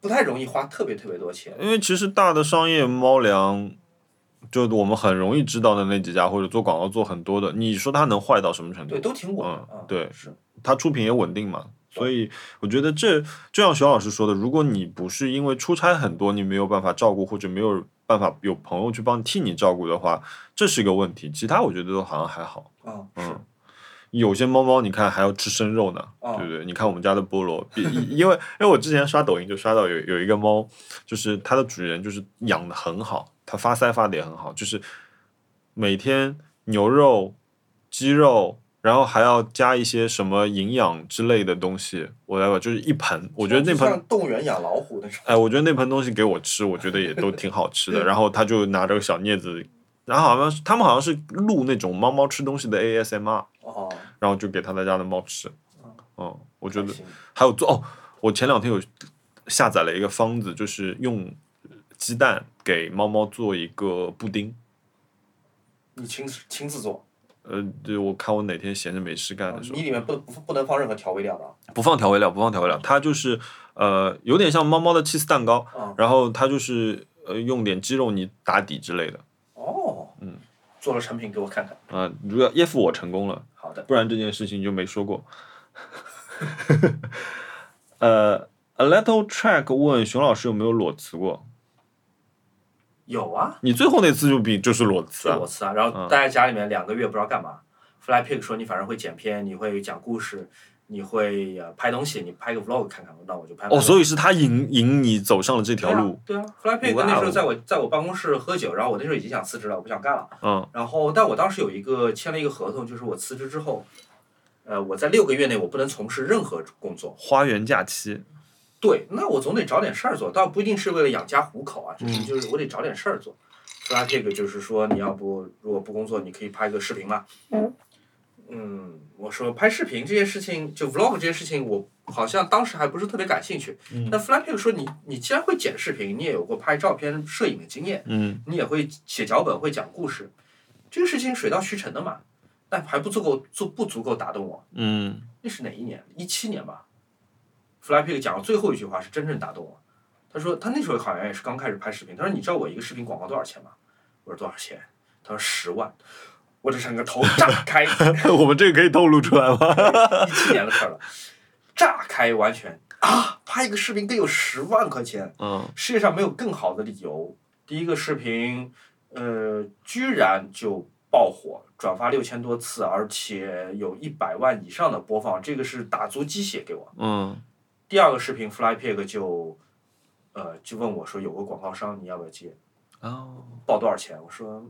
B: 不太容易花特别特别多钱。
A: 因为其实大的商业猫粮，就我们很容易知道的那几家，或者做广告做很多的，你说它能坏到什么程度
B: 对，？都挺稳的
A: 嗯
B: 啊。
A: 对
B: 是，
A: 它出品也稳定嘛。所以我觉得这就像徐老师说的，如果你不是因为出差很多，你没有办法照顾，或者没有办法有朋友去帮替你照顾的话，这是一个问题。其他我觉得都好像还好。
B: 嗯，是
A: 嗯，有些猫猫你看还要吃生肉呢，
B: 哦
A: 对不对？你看我们家的菠萝，因因为因为我之前刷抖音就刷到有有一个猫，就是它的主人就是养的很好，它发腮发的也很好，就是每天牛肉、鸡肉，然后还要加一些什么营养之类的东西，我来吧，就是一盆，我觉得那
B: 就
A: 盆
B: 像动物园养老虎那种。
A: 哎，我觉得那盆东西给我吃，我觉得也都挺好吃 的。然后他就拿着个小镊子，然后好像是他们好像是录那种猫猫吃东西的 ASMR，
B: 哦，
A: 然后就给他在家的猫吃。嗯，我觉得
B: 还行
A: 还有做哦，我前两天有下载了一个方子，就是用鸡蛋给猫猫做一个布丁。
B: 你亲自亲自做，啊
A: 呃，对，我看我哪天闲着没事干的时候，
B: 你里面不不不能放任何调味料的啊。
A: 不放调味料，不放调味料，它就是呃，有点像猫猫的 cheese 蛋糕，
B: 嗯
A: 然后它就是呃用点鸡肉泥打底之类的。
B: 哦，嗯，做了成品给我看看。
A: 啊、如果耶夫我成功了，
B: 好的，
A: 不然这件事情就没说过。 呃，A Little Track 问熊老师有没有裸辞过？
B: 有啊，
A: 你最后那次就比就是裸辞啊
B: 裸？辞啊，然后待在家里面两个月不知道干嘛。Fly Pig 说你反正会剪片，你会讲故事，你会呃拍东西，你拍个 vlog 看看，那我就拍 vlog。
A: 哦，所以是他引引你走上了这条路。
B: 啊对啊对啊，Fly Pig
A: 哇哦
B: 那时候在我在我办公室喝酒，然后我那时候已经想辞职了，我不想干了。
A: 嗯
B: 然后，但我当时有一个签了一个合同，就是我辞职之后，呃，我在六个月内我不能从事任何工作。
A: 花园假期，
B: 对，那我总得找点事儿做，倒不一定是为了养家糊口啊，只是就是我得找点事儿做。所以他这个就是说，你要不如果不工作，你可以拍个视频嘛。嗯，我说拍视频这件事情，就 vlog 这件事情，我好像当时还不是特别感兴趣。那 Flappy 说你你既然会剪视频，你也有过拍照片、摄影的经验，
A: 嗯，
B: 你也会写脚本、会讲故事，这个事情水到渠成的嘛。但还不足够，足不足够打动我？
A: 嗯，
B: 那是哪一年？一七年吧。Flypig 讲的最后一句话是真正打动我。他说他那时候好像也是刚开始拍视频。他说你知道我一个视频广告多少钱吗？我说多少钱？他说十万。我这整个头炸开，一
A: 我们这个可以透露出来吗？
B: 七年的事儿了，炸开完全啊！拍一个视频得有十万块钱，
A: 嗯
B: 世界上没有更好的理由。第一个视频，呃，居然就爆火，转发六千多次，而且有一百万以上的播放，这个是打足鸡血给我。
A: 嗯
B: 第二个视频，Fly Pig 就，呃，就问我说有个广告商你要不要接，
A: 哦，
B: 报多少钱？我说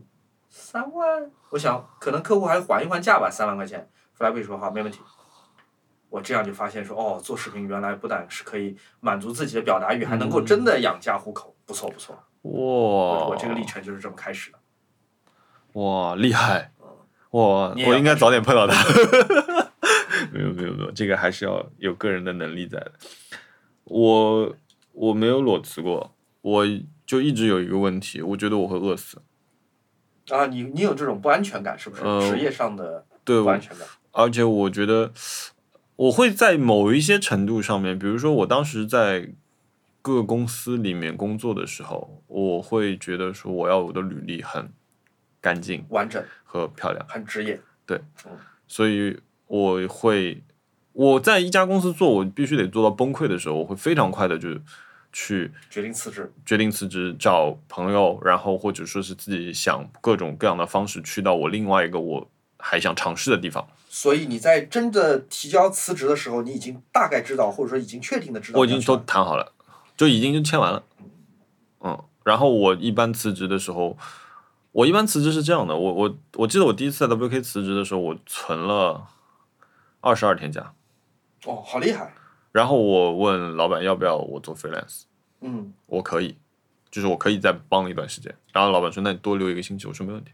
B: 三万，我想可能客户还缓一缓价吧，三万块钱。Fly Pig 说好，没问题。我这样就发现说，哦，做视频原来不但是可以满足自己的表达欲，还能够真的养家糊口，不错不错。我我这个历
A: 哇
B: 程就是这么开始的。
A: 哇厉害！哇，
B: 你也要
A: 我应该早点碰到他。 没有没有没有，这个还是要有个人的能力在的。我我没有裸辞过，我就一直有一个问题，我觉得我会饿死。
B: 啊，你你有这种不安全感是不是？
A: 呃
B: 职业上的
A: 对，
B: 不
A: 我
B: 安全感。
A: 而且我觉得我会在某一些程度上面，比如说我当时在各个公司里面工作的时候，我会觉得说我要我的履历很干净
B: 完整，
A: 和漂亮，
B: 很职业。嗯
A: 所以我会我在一家公司做，我必须得做到崩溃的时候，我会非常快的就去
B: 决定辞职，
A: 决定辞职，找朋友，然后或者说是自己想各种各样的方式去到我另外一个我还想尝试的地方。
B: 所以你在真的提交辞职的时候，你已经大概知道，或者说已经确定的知道
A: 我
B: 要
A: 已
B: 去哪。
A: 经都谈好了，就已经就签完了。嗯，然后我一般辞职的时候，我一般辞职是这样的，我我我记得我第一次在 WK 辞职的时候，我存了二十二天假，
B: 哦，好厉害。
A: 然后我问老板要不要我做 freelance，
B: 嗯，
A: 我可以，就是我可以再帮一段时间。然后老板说那你多留一个星期，我说没问题。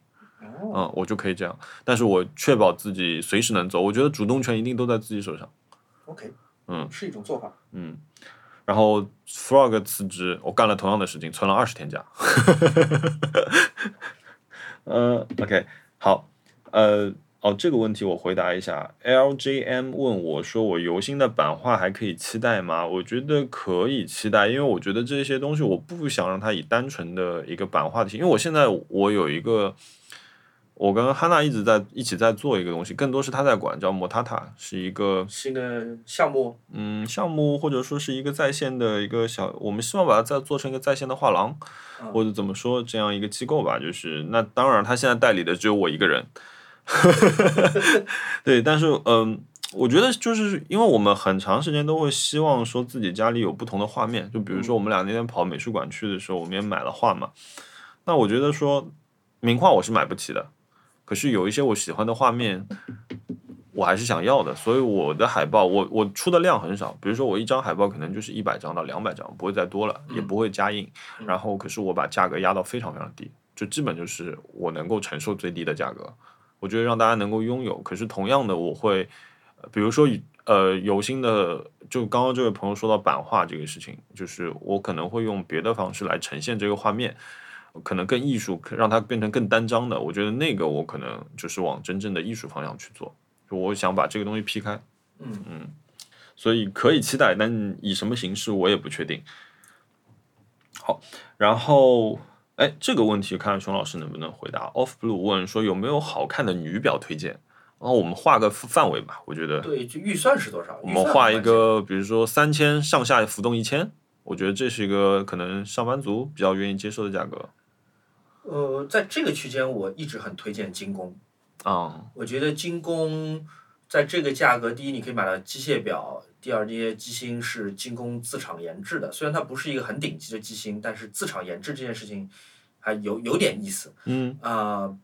B: 哦，
A: 嗯，我就可以这样，但是我确保自己随时能走，我觉得主动权一定都在自己手上。
B: OK，
A: 嗯，
B: 是一种做法。
A: 嗯，然后 Frog 辞职，我干了同样的事情，存了二十天假。 嗯，OK，好，呃，哦，这个问题我回答一下。LJM 问我说，我游心的版画还可以期待吗？我觉得可以期待，因为我觉得这些东西我不想让它以单纯的一个版画的形，因为我现在我有一个。我跟哈娜一直在一起在做一个东西，更多是她在管，叫莫塔塔，是一个
B: 是一个项目，
A: 嗯项目或者说是一个在线的一个小，我们希望把它再做成一个在线的画廊，
B: 嗯
A: 或者怎么说这样一个机构吧。就是那当然，他现在代理的只有我一个人， 对，但是嗯。我觉得就是因为我们很长时间都会希望说自己家里有不同的画面，就比如说我们俩那天跑美术馆去的时候，我们也买了画嘛。那我觉得说名画我是买不起的，可是有一些我喜欢的画面，我还是想要的，所以我的海报，我我出的量很少，比如说我一张海报可能就是一百张到两百张，不会再多了，也不会加印。然后可是我把价格压到非常非常低，就基本就是我能够承受最低的价格，我觉得让大家能够拥有。可是同样的，我会，呃比如说呃，有心的，就刚刚这位朋友说到版画这个事情，就是我可能会用别的方式来呈现这个画面。可能更艺术，让它变成更单张的。我觉得那个我可能就是往真正的艺术方向去做，就我想把这个东西劈开。
B: 嗯
A: 嗯，所以可以期待，但以什么形式我也不确定。好，然后哎，这个问题看看熊老师能不能回答。Off Blue 问说有没有好看的女表推荐？然后我们画个范围吧，我觉得
B: 对，就预算是多少？
A: 我
B: 预
A: 们
B: 算
A: 画
B: 很
A: 一
B: 关键，
A: 个，比如说三千上下浮动一千，我觉得这是一个可能上班族比较愿意接受的价格
B: 呃，在这个区间，我一直很推荐精工。
A: 啊、
B: 我觉得精工在这个价格，第一你可以买到机械表，第二这些机芯是精工自厂研制的，虽然它不是一个很顶级的机芯，但是自厂研制这件事情还有有点意思。
A: 嗯
B: 啊、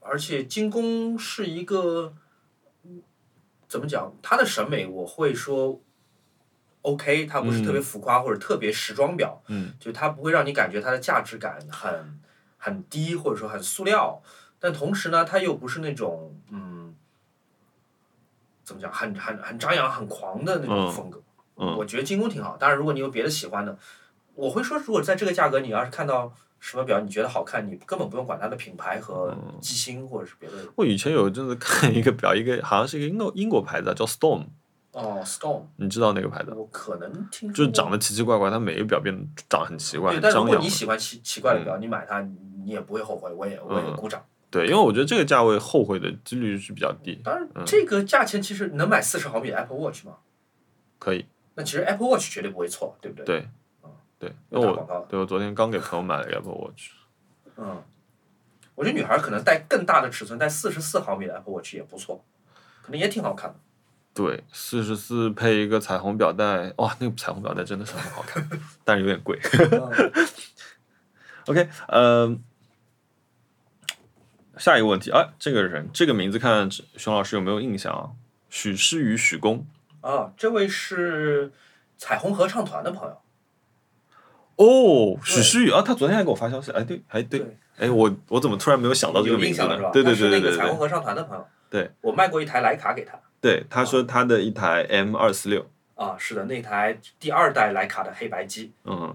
B: 而且精工是一个，嗯怎么讲？他的审美我会说，OK，它不是特别浮夸或者特别时装表，
A: 嗯，
B: 就它不会让你感觉它的价值感很很低，或者说很塑料，但同时呢，它又不是那种嗯，怎么讲，很很很张扬、很狂的那种
A: 嗯
B: 风格。
A: 嗯
B: 我觉得精工挺好。当然，如果你有别的喜欢的，我会说，如果在这个价格，你要是看到什么表你觉得好看，你根本不用管它的品牌和
A: 嗯
B: 机芯或者是别的。
A: 我以前有一阵子 看一个表，一个好像是一个英国英国牌子啊叫 Storm，
B: 哦，Storm，
A: 你知道那个牌子？
B: 我可能听
A: 就
B: 说
A: 是
B: 过
A: 长得奇奇怪怪，它每个表变得长得很奇怪，
B: 对，
A: 很
B: 但如
A: 张
B: 果
A: 扬
B: 你。喜欢奇奇怪的表，你买它，你也不会后悔，我也我也
A: 嗯
B: 鼓掌。
A: 对，因为我觉得这个价位后悔的几率是比较低，
B: 当然，这个价钱其实能买四十毫米的 Apple Watch 吗？
A: 可以。
B: 那其实 Apple Watch 绝对不会错，对不对？
A: 对，对，因
B: 打
A: 为
B: 广告
A: 我对我昨天刚给朋友买了一个 Apple Watch，
B: 嗯，我觉得女孩可能戴更大的尺寸，戴四十四毫米的 Apple Watch 也不错，可能也挺好看的。
A: 对，四十四配一个彩虹表带，哇，那个彩虹表带真的是很好看，但是有点贵。
B: 嗯
A: OK，呃，下一个问题，哎，这个人这个名字看熊老师有没有印象啊？许诗雨，许公，
B: 啊，这位是彩虹合唱团的朋友，
A: 哦，许诗雨啊，他昨天还给我发消息，哎，对，哎，对
B: 对，
A: 哎，我我怎么突然没有想到这个
B: 有
A: 名
B: 印
A: 字
B: 象
A: 呢
B: 是吧？？
A: 对对
B: 他
A: 对
B: 是
A: 对
B: 那个
A: 对
B: 彩虹
A: 对，
B: 合唱团的朋友。
A: 对，
B: 我卖过一台徕卡给他
A: 对，他说他的一台 M 二四六，
B: 啊，是的，那台第二代徕卡的黑白机，
A: 嗯，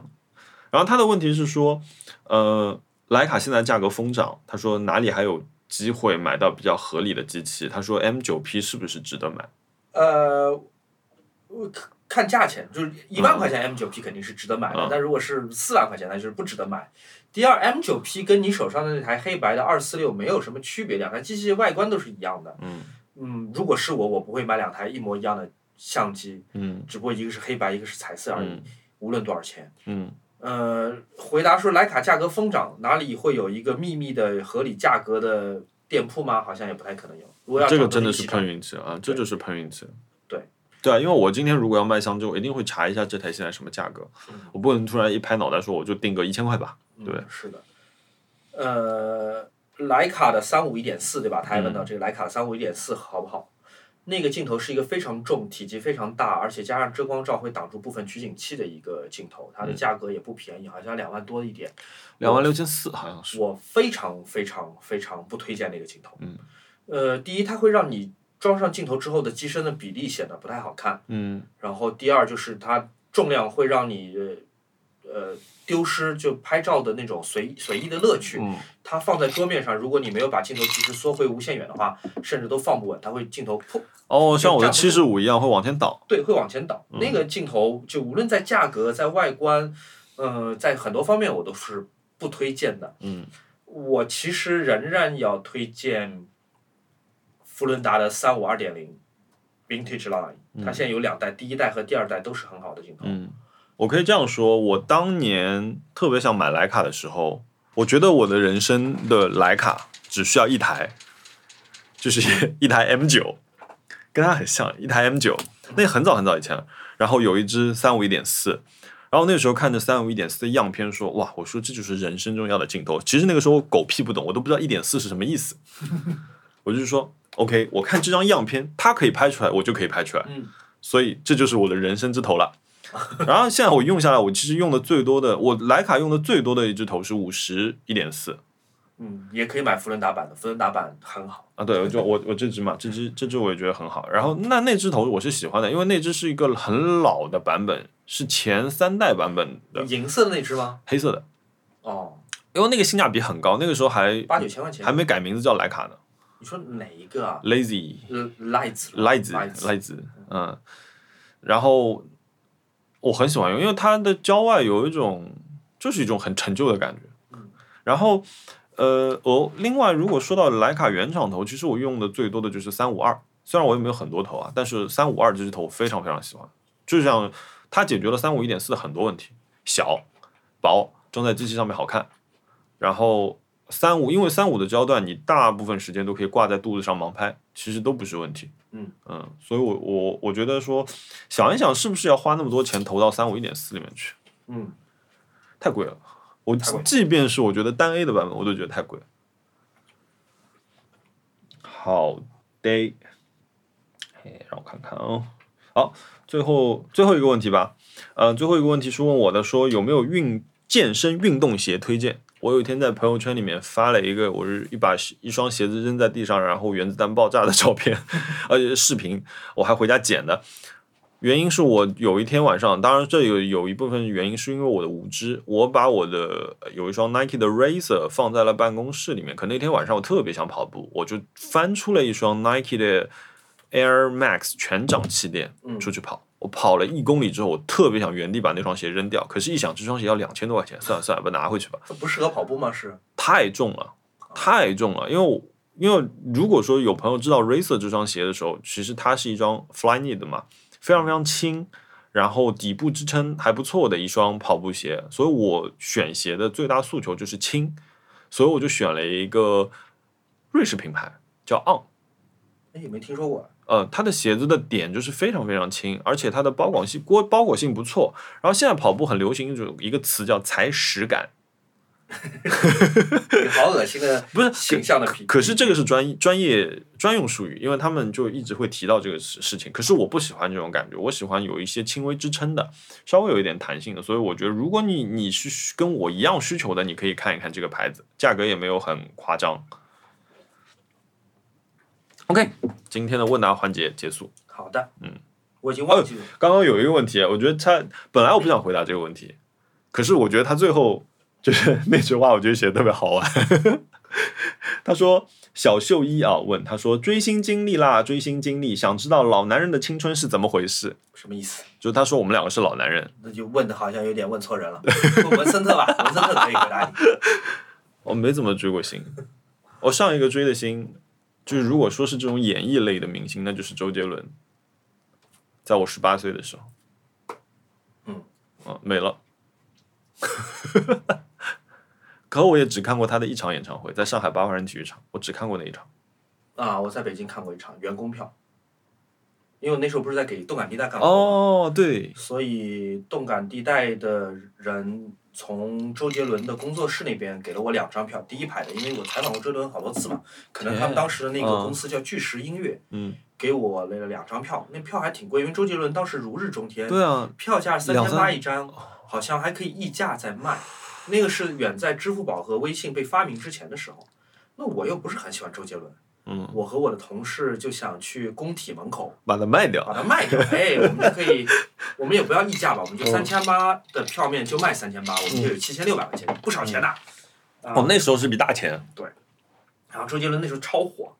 A: 然后他的问题是说，呃，徕卡现在价格疯涨，他说哪里还有机会买到比较合理的机器？他说 M 九 P 是不是值得买？
B: 呃，我看看价钱，就是一万块钱 M 九 P 肯定是值得买的，
A: 嗯
B: 但如果是四万块钱，那就是不值得买。第二，M 九 P 跟你手上的那台黑白的二四六没有什么区别，两台机器外观都是一样的。
A: 嗯
B: 嗯，如果是我，我不会买两台一模一样的相机，
A: 嗯
B: 只不过一个是黑白，一个是彩色而已，
A: 嗯
B: 无论多少钱。
A: 嗯
B: 呃，回答说徕卡价格疯涨，哪里会有一个秘密的合理价格的店铺吗？好像也不太可能有。如果要
A: 这个
B: 找
A: 真的
B: 一起
A: 是
B: 找
A: 碰运气啊，这就是碰运气。
B: 对。
A: 对啊，因为我今天如果要卖香蕉，我一定会查一下这台现在什么价格
B: 嗯，
A: 我不能突然一拍脑袋说我就定个一千块吧。对
B: 嗯，是的。呃，徕卡的三五一点四对吧？他还
A: 嗯
B: 问到这个徕卡的三五一点四好不好？那个镜头是一个非常重、体积非常大，而且加上遮光罩会挡住部分取景器的一个镜头，
A: 嗯
B: 它的价格也不便宜，好像两万多一点。
A: 两万六千四好像是，
B: 我非常非常非常不推荐那个镜头。
A: 嗯，
B: 呃，第一，它会让你装上镜头之后的机身的比例显得不太好看，
A: 嗯
B: 然后第二就是它重量会让你呃丢失就拍照的那种随随意的乐趣。
A: 嗯
B: 它放在桌面上，如果你没有把镜头及时缩回无限远的话，甚至都放不稳，它会镜头砰，
A: 哦，像我的
B: 就
A: 七
B: 站不
A: 十五一样会往前倒。
B: 对，会往前倒。
A: 嗯
B: 那个镜头就无论在价格、在外观，呃，在很多方面我都是不推荐的。
A: 嗯，
B: 我其实仍然要推荐福伦达的三五二点零 Vintage Line，它现在有两代，第一代和第二代都是很好的镜头。
A: 嗯，我可以这样说，我当年特别想买徕卡的时候，我觉得我的人生的徕卡只需要一台，就是 一台 M 九，跟它很像，一台 M 九，那很早很早以前了。然后有一支三五一点四，然后那时候看着三五一点四的样片说，哇，我说这就是人生中要的镜头。其实那个时候我狗屁不懂，我都不知道一点四是什么意思， 我就是说。OK，我看这张样片，它可以拍出来，我就可以拍出来。
B: 嗯
A: 所以这就是我的人生之头了。然后现在我用下来，我其实用的最多的，我徕卡用的最多的一支头是五十一点四
B: 嗯，也可以买福伦达版的，福伦达版很好。
A: 啊，对，我就我我这支嘛，这支这支我也觉得很好。然后那那支头我是喜欢的，因为那支是一个很老的版本，是前三代版本的
B: 银色的那只吗？
A: 黑色的，
B: 哦，
A: 因为那个性价比很高，那个时候还
B: 八九千块钱
A: 还。没改名字叫徕卡呢
B: 你说哪一个啊？
A: ，Lazy
B: 呃，lights
A: 赖子赖子，嗯，然后我很喜欢用，因为它的郊外有一种就是一种很陈旧的感觉。然后呃，我另外如果说到徕卡原厂头，其实我用的最多的就是三五二，虽然我也没有很多头啊，但是三五二这只头我非常非常喜欢，就像它解决了三五一点四的很多问题，小、薄，装在机器上面好看，然后。三五，因为三五的焦段，你大部分时间都可以挂在肚子上盲拍，其实都不是问题。嗯，所以我我我觉得说，想一想是不是要花那么多钱投到三五一点四里面去，
B: 嗯，
A: 太贵了。我
B: 太贵了
A: 即便是我觉得单 A 的版本，我都觉得太贵。好的，哎，让我看看哦。好，最后最后一个问题吧。呃，最后一个问题是问我的，说有没有运健身运动鞋推荐？我有一天在朋友圈里面发了一个，我是一把一双鞋子扔在地上，然后原子弹爆炸的照片， 而且是视频，我还回家剪的。原因是我有一天晚上，当然这有有一部分原因是因为我的无知，我把我的呃有一双 Nike 的 Razer 放在了办公室里面。可那天晚上我特别想跑步，我就翻出了一双 Nike 的 Air Max 全掌气垫
B: 嗯
A: 出去跑。我跑了一公里之后，我特别想原地把那双鞋扔掉，可是，一想这双鞋要两千多块钱，算了算了，把它拿回去吧。
B: 它不适合跑步吗？是，
A: 太重了，太重了。因为我因为如果说有朋友知道 Racer 这双鞋的时候，其实它是一双 Flyknit 的嘛，非常非常轻，然后底部支撑还不错的一双跑步鞋。所以我选鞋的最大诉求就是轻，所以我就选了一个瑞士品牌叫 On。
B: 哎，也没听说过。
A: 呃，它的鞋子的点就是非常非常轻，而且它的包裹性包包裹性不错。然后现在跑步很流行一种一个词叫踩屎感，
B: 你好恶心的
A: 不是
B: 形象的皮。
A: 可是这个是专业专业专用术语，因为他们就一直会提到这个事事情。可是我不喜欢这种感觉，我喜欢有一些轻微支撑的，稍微有一点弹性的。所以我觉得，如果你你是需跟我一样需求的，你可以看一看这个牌子，价格也没有很夸张。OK，今天的问答环节结束。
B: 好的，
A: 嗯，
B: 我已经忘记了。
A: 刚刚有一个问题，我觉得他本来我不想回答这个问题，可是我觉得他最后就是 那句话，我觉得写的特别好玩。 他说：“小秀一啊，问他说追星经历啦，追星经历，想知道老男人的青春是怎么回事？
B: 什么意思？
A: 就是他说我们两个是老男人，
B: 那就问的好像有点问错 人了。问文森特吧，文森特可以回答你。
A: 我没怎么追过星，我上一个追的星，就是如果说是这种演艺类的明星，那就是周杰伦，在我十八岁的时候，
B: 嗯，
A: 啊，没了。可我也只看过他的一场演唱会，在上海八万人体育场，我只看过那一场。
B: 啊，我在北京看过一场员工票，因为我那时候不是在给动感地带干活吗，
A: 哦，对，
B: 所以动感地带的人从周杰伦的工作室那边给了我两张票，第一排的，因为我采访过周杰伦好多次嘛，可能他们当时的那个
A: 嗯
B: 公司叫巨石音乐，
A: 嗯，
B: 给我了两张票，那票还挺贵，因为周杰伦当时如日中天，
A: 对啊，
B: 票价三
A: 两
B: 千
A: 三
B: 八一张，好像还可以溢价在卖。那个是远在支付宝和微信被发明之前的时候。那我又不是很喜欢周杰伦，嗯，我和我的同事就想去工体门口
A: 把它卖掉。
B: 把它卖掉，哎，我们就可以，我们也不要溢价吧，我们就三千八的票面就卖三千八，我们就有七千六百块钱，不少钱的。啊
A: 哦，那时候是笔大钱，
B: 然后周杰伦那时候超火，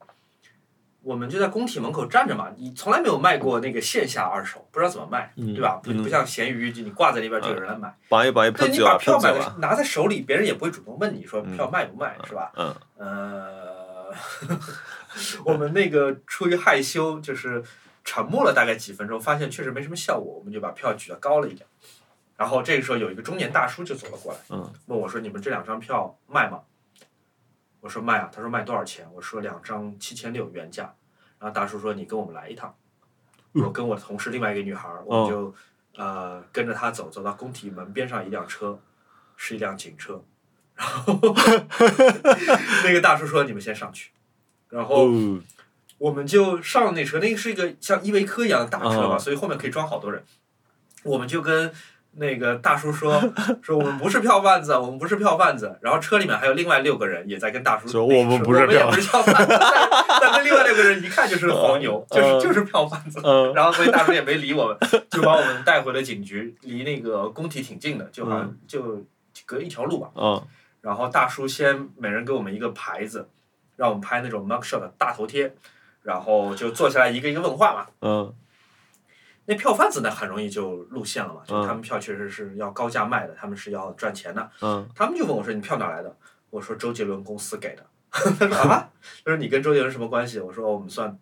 B: 我们就在工体门口站着嘛，你从来没有卖过那个线下二手，不知道怎么卖，
A: 嗯
B: 对吧？不
A: 嗯
B: 不像闲鱼，就你挂在那边就有人来买，
A: 把一把一票
B: 对你
A: 子
B: 把
A: 啊，票
B: 票
A: 子
B: 买
A: 啊
B: 了，拿在手里，别人也不会主动问你说票卖不卖，是吧？
A: 嗯，
B: 呃， 我们那个出于害羞，就是沉默了大概几分钟，发现确实没什么效果，我们就把票举得高了一点。然后这个时候有一个中年大叔就走了过来，
A: 嗯，
B: 问我说：“你们这两张票卖吗？”我说：“卖啊。”他说：“卖多少钱？”我说：“两张七千六原价。”然后大叔说：“你跟我们来一趟。”我跟我同事另外一个女孩儿，我们就、呃跟着她走，走到工体门边上一辆车，是一辆警车。然 后那个大叔说：“你们先上去。”然后
A: 哦，
B: 我们就上了那车，那个是一个像依维柯一样的大车嘛，
A: 嗯
B: 所以后面可以装好多人。我们就跟那个大叔说说我们不是票贩子，我们不是票贩子。然后车里面还有另外六个人也在跟大叔
A: 说
B: 那个
A: 我们
B: 说
A: 不是
B: 我们也
A: 票
B: 不是票贩子，但但跟另外六个人一看就是黄牛，
A: 嗯
B: 就是
A: 嗯
B: 就是票贩子。
A: 嗯，
B: 然后所以大叔也没理我们，就把我们带回了警局，离那个工体挺近的，就好像就隔一条路吧。
A: 嗯，
B: 然后大叔先每人给我们一个牌子，让我们拍那种 mug shot 的大头贴，然后就坐下来一个一个问话嘛。
A: 嗯，
B: 那票贩子呢，很容易就露馅了嘛，就
A: 嗯
B: 他们票确实是要高价卖的，他们是要赚钱的。
A: 嗯，
B: 他们就问我说：“你票哪来的？”我说：“周杰伦公司给的。” 他说：“啊，他说你跟周杰伦什么关系？”我说：“我们算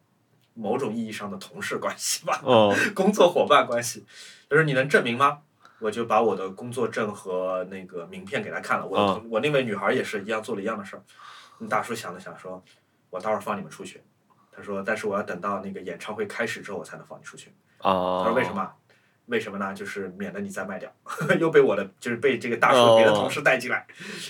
B: 某种意义上的同事关系吧。”
A: 哦，
B: 工作伙伴关系。他说你能证明吗？我就把我的工作证和那个名片给他看了。我、
A: 啊
B: 我那位女孩也是一样做了一样的事儿。那大叔想了想说，我待会儿放你们出去。他说，但是我要等到那个演唱会开始之后，我才能放你出去。他
A: 啊，
B: 说为什？么？为什么呢？就是免得你再卖掉， 又被我的就是被这个大
A: 哦
B: 叔别的同事带进来，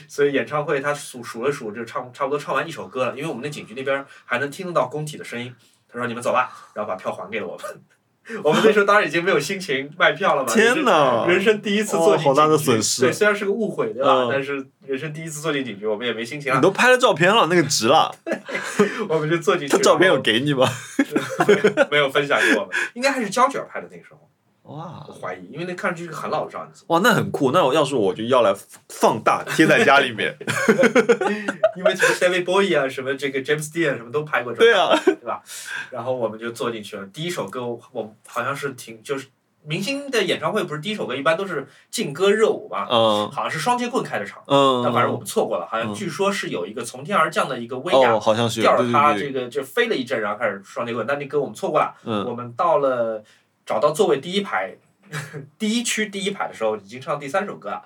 B: 所以演唱会他数数了数，就唱差不多唱完一首歌了，因为我们那景区那边还能听得到工体的声音。他说你们走吧，然后把票还给了我们。 我们那时候当然已经没有心情卖票了嘛，
A: 天哪
B: 哪！！人生第一次坐进
A: 哦好大的
B: 警局
A: 损失
B: 对，虽然是个误会，对吧？
A: 嗯
B: 但是人生第一次坐进警局，我们也没心情
A: 你
B: 了，
A: 都拍了照片了，那个值了。
B: 我们就坐进
A: 嗯
B: 去。
A: 他照片
B: 然
A: 有
B: 后
A: 给你吗？
B: 没有分享给我们？应该还是胶卷拍的那个时候，
A: 哇
B: 我怀疑，因为那看上去是个很老的照相机。
A: 哇，那很酷。那我要是我就要来放大贴在家里面。
B: 因为什么 David Bowie 啊，什么这个 James Dean 啊什么都拍过这
A: 对
B: 种，
A: 啊，
B: 对吧？然后我们就坐进去了。第一首歌我我好像是挺就是明星的演唱会，不是第一首歌一般都是劲歌热舞嘛，
A: 嗯
B: 好像是双截棍开的场，
A: 嗯，
B: 但反正我们错过了，好像
A: 嗯
B: 据说是有一个从天而降的一个威亚。
A: 哦，好像是有
B: 吊
A: 对
B: 着他
A: 对
B: 这
A: 对，
B: 个就飞了一阵，然后开始双截棍。那那歌我们错过了，
A: 嗯
B: 我们到了找到座位第一排， 第一区第一排的时候，已经唱第三首歌了。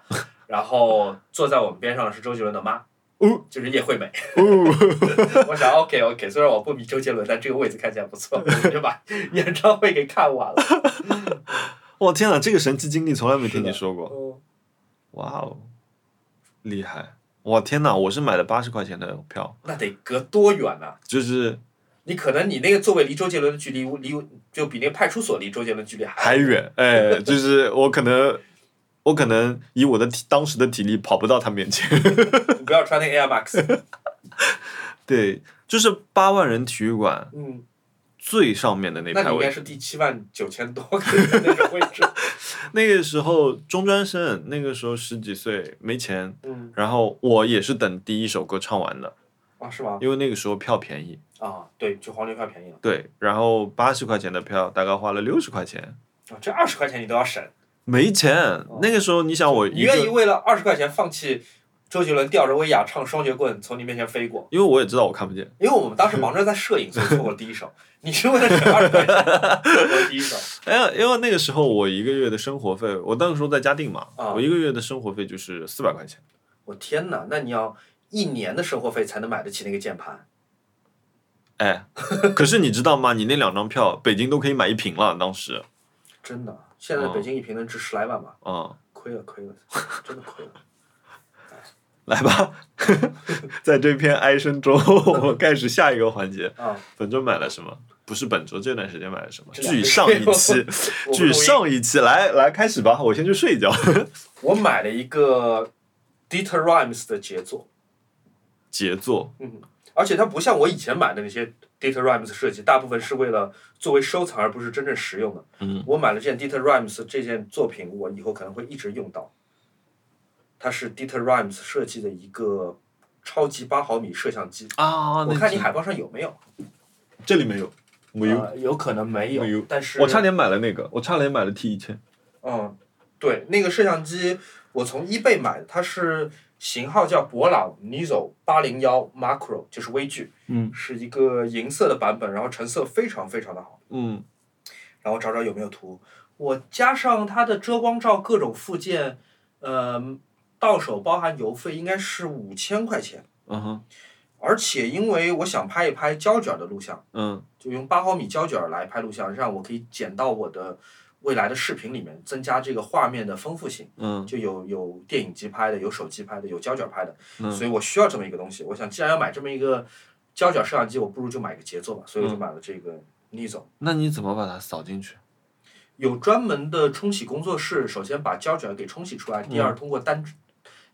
B: 然后坐在我们边上的是周杰伦的妈，
A: 哦
B: 就是叶惠美。
A: 哦，
B: 我想 OK OK，虽然我不比周杰伦，但这个位置看起来不错，我就把演唱会给看完了。
A: 哇天哪，这个神奇经历从来没听你说过。
B: 嗯
A: 哇哦，厉害！哇天哪，我是买了八十块钱的票，
B: 那得隔多远呢、
A: 就是
B: 你可能你那个座位离周杰伦的距离，离就比那个派出所离周杰伦距离还
A: 还远，哎，就是我可能。我可能以我的体当时的体力跑不到他面前。
B: 你不要穿那个 Air Max。
A: 对，就是八万人体育馆
B: 嗯，
A: 最上面的那
B: 那
A: 排
B: 你应该
A: 位。
B: 是第七万九千多个那种位置。
A: 那个时候中专生，那个时候十几岁，没钱。
B: 嗯，
A: 然后我也是等第一首歌唱完的，
B: 啊，是吗？
A: 因为那个时候票便宜。
B: 啊，对，就黄牛票便宜了。
A: 对，然后八十块钱的票大概花了六十块钱，
B: 啊，这二十块钱你都要省，
A: 没钱。那个时候你想我
B: 你
A: 哦一个
B: 愿意为了二十块钱放弃周杰伦吊着威亚唱双截棍从你面前飞过？
A: 因为我也知道我看不见。
B: 因为我们当时忙着在摄影，所以错过了第一首。你是为了省二十 块钱错过了第一首？
A: 哎呀，因为那个时候我一个月的生活费，我那个时候在嘉定嘛，
B: 啊
A: 我一个月的生活费就是四百块钱。
B: 我天哪，那你要一年的生活费才能买得起那个键盘。
A: 哎，可是你知道吗？你那两张票，北京都可以买一瓶了，当时
B: 真的，现
A: 哦
B: 在北京一平能值十来万吧？
A: 啊、
B: 亏了，亏了，真的亏了。
A: 来吧，在这篇哀声中， 我们开始下一个环节。
B: 啊，
A: 本周买了什么？不是本周这段时间买了什么？
B: 这两个
A: 据上一期，
B: 我不
A: 据
B: 同意
A: 上一期，来来开始吧，我先去睡一觉。
B: 我买了一个 Dieter Rhymes 的杰作，
A: 杰作，
B: 嗯，而且它不像我以前买的那些 Data Rhymes 设计，大部分是为了作为收藏，而不是真正实用的。
A: 嗯，
B: 我买了这件 Data Rhymes 这件作品，我以后可能会一直用到。它是 Data Rhymes 设计的一个超级八毫米摄像机，
A: 啊，
B: 我看你海报上有没有？
A: 这里没有，没有，
B: 呃有可能没
A: 没有
B: 但是
A: 我差点买了那个，我差点买了 T 一千，
B: 嗯，对，那个摄像机我从 eBay 买的，它是型号叫博朗 Nizo 八零幺 Macro，就是微距，
A: 嗯
B: 是一个银色的版本，然后成色非常非常的好。
A: 嗯，
B: 然后找找有没有图，我加上它的遮光罩各种附件，呃，到手包含邮费应该是五千块钱。
A: 嗯哼，
B: 而且因为我想拍一拍胶卷的录像，
A: 嗯
B: 就用八毫米胶卷来拍录像，让我可以剪到我的未来的视频里面，增加这个画面的丰富性。
A: 嗯
B: 就有有电影机拍的，有手机拍的，有胶卷拍的，
A: 嗯
B: 所以我需要这么一个东西。我想，既然要买这么一个胶卷摄像机，我不如就买个节奏吧，所以我就买了这个 Nizo。
A: 那你怎么把它扫进去？
B: 有专门的冲洗工作室，首先把胶卷给冲洗出来，第二通过单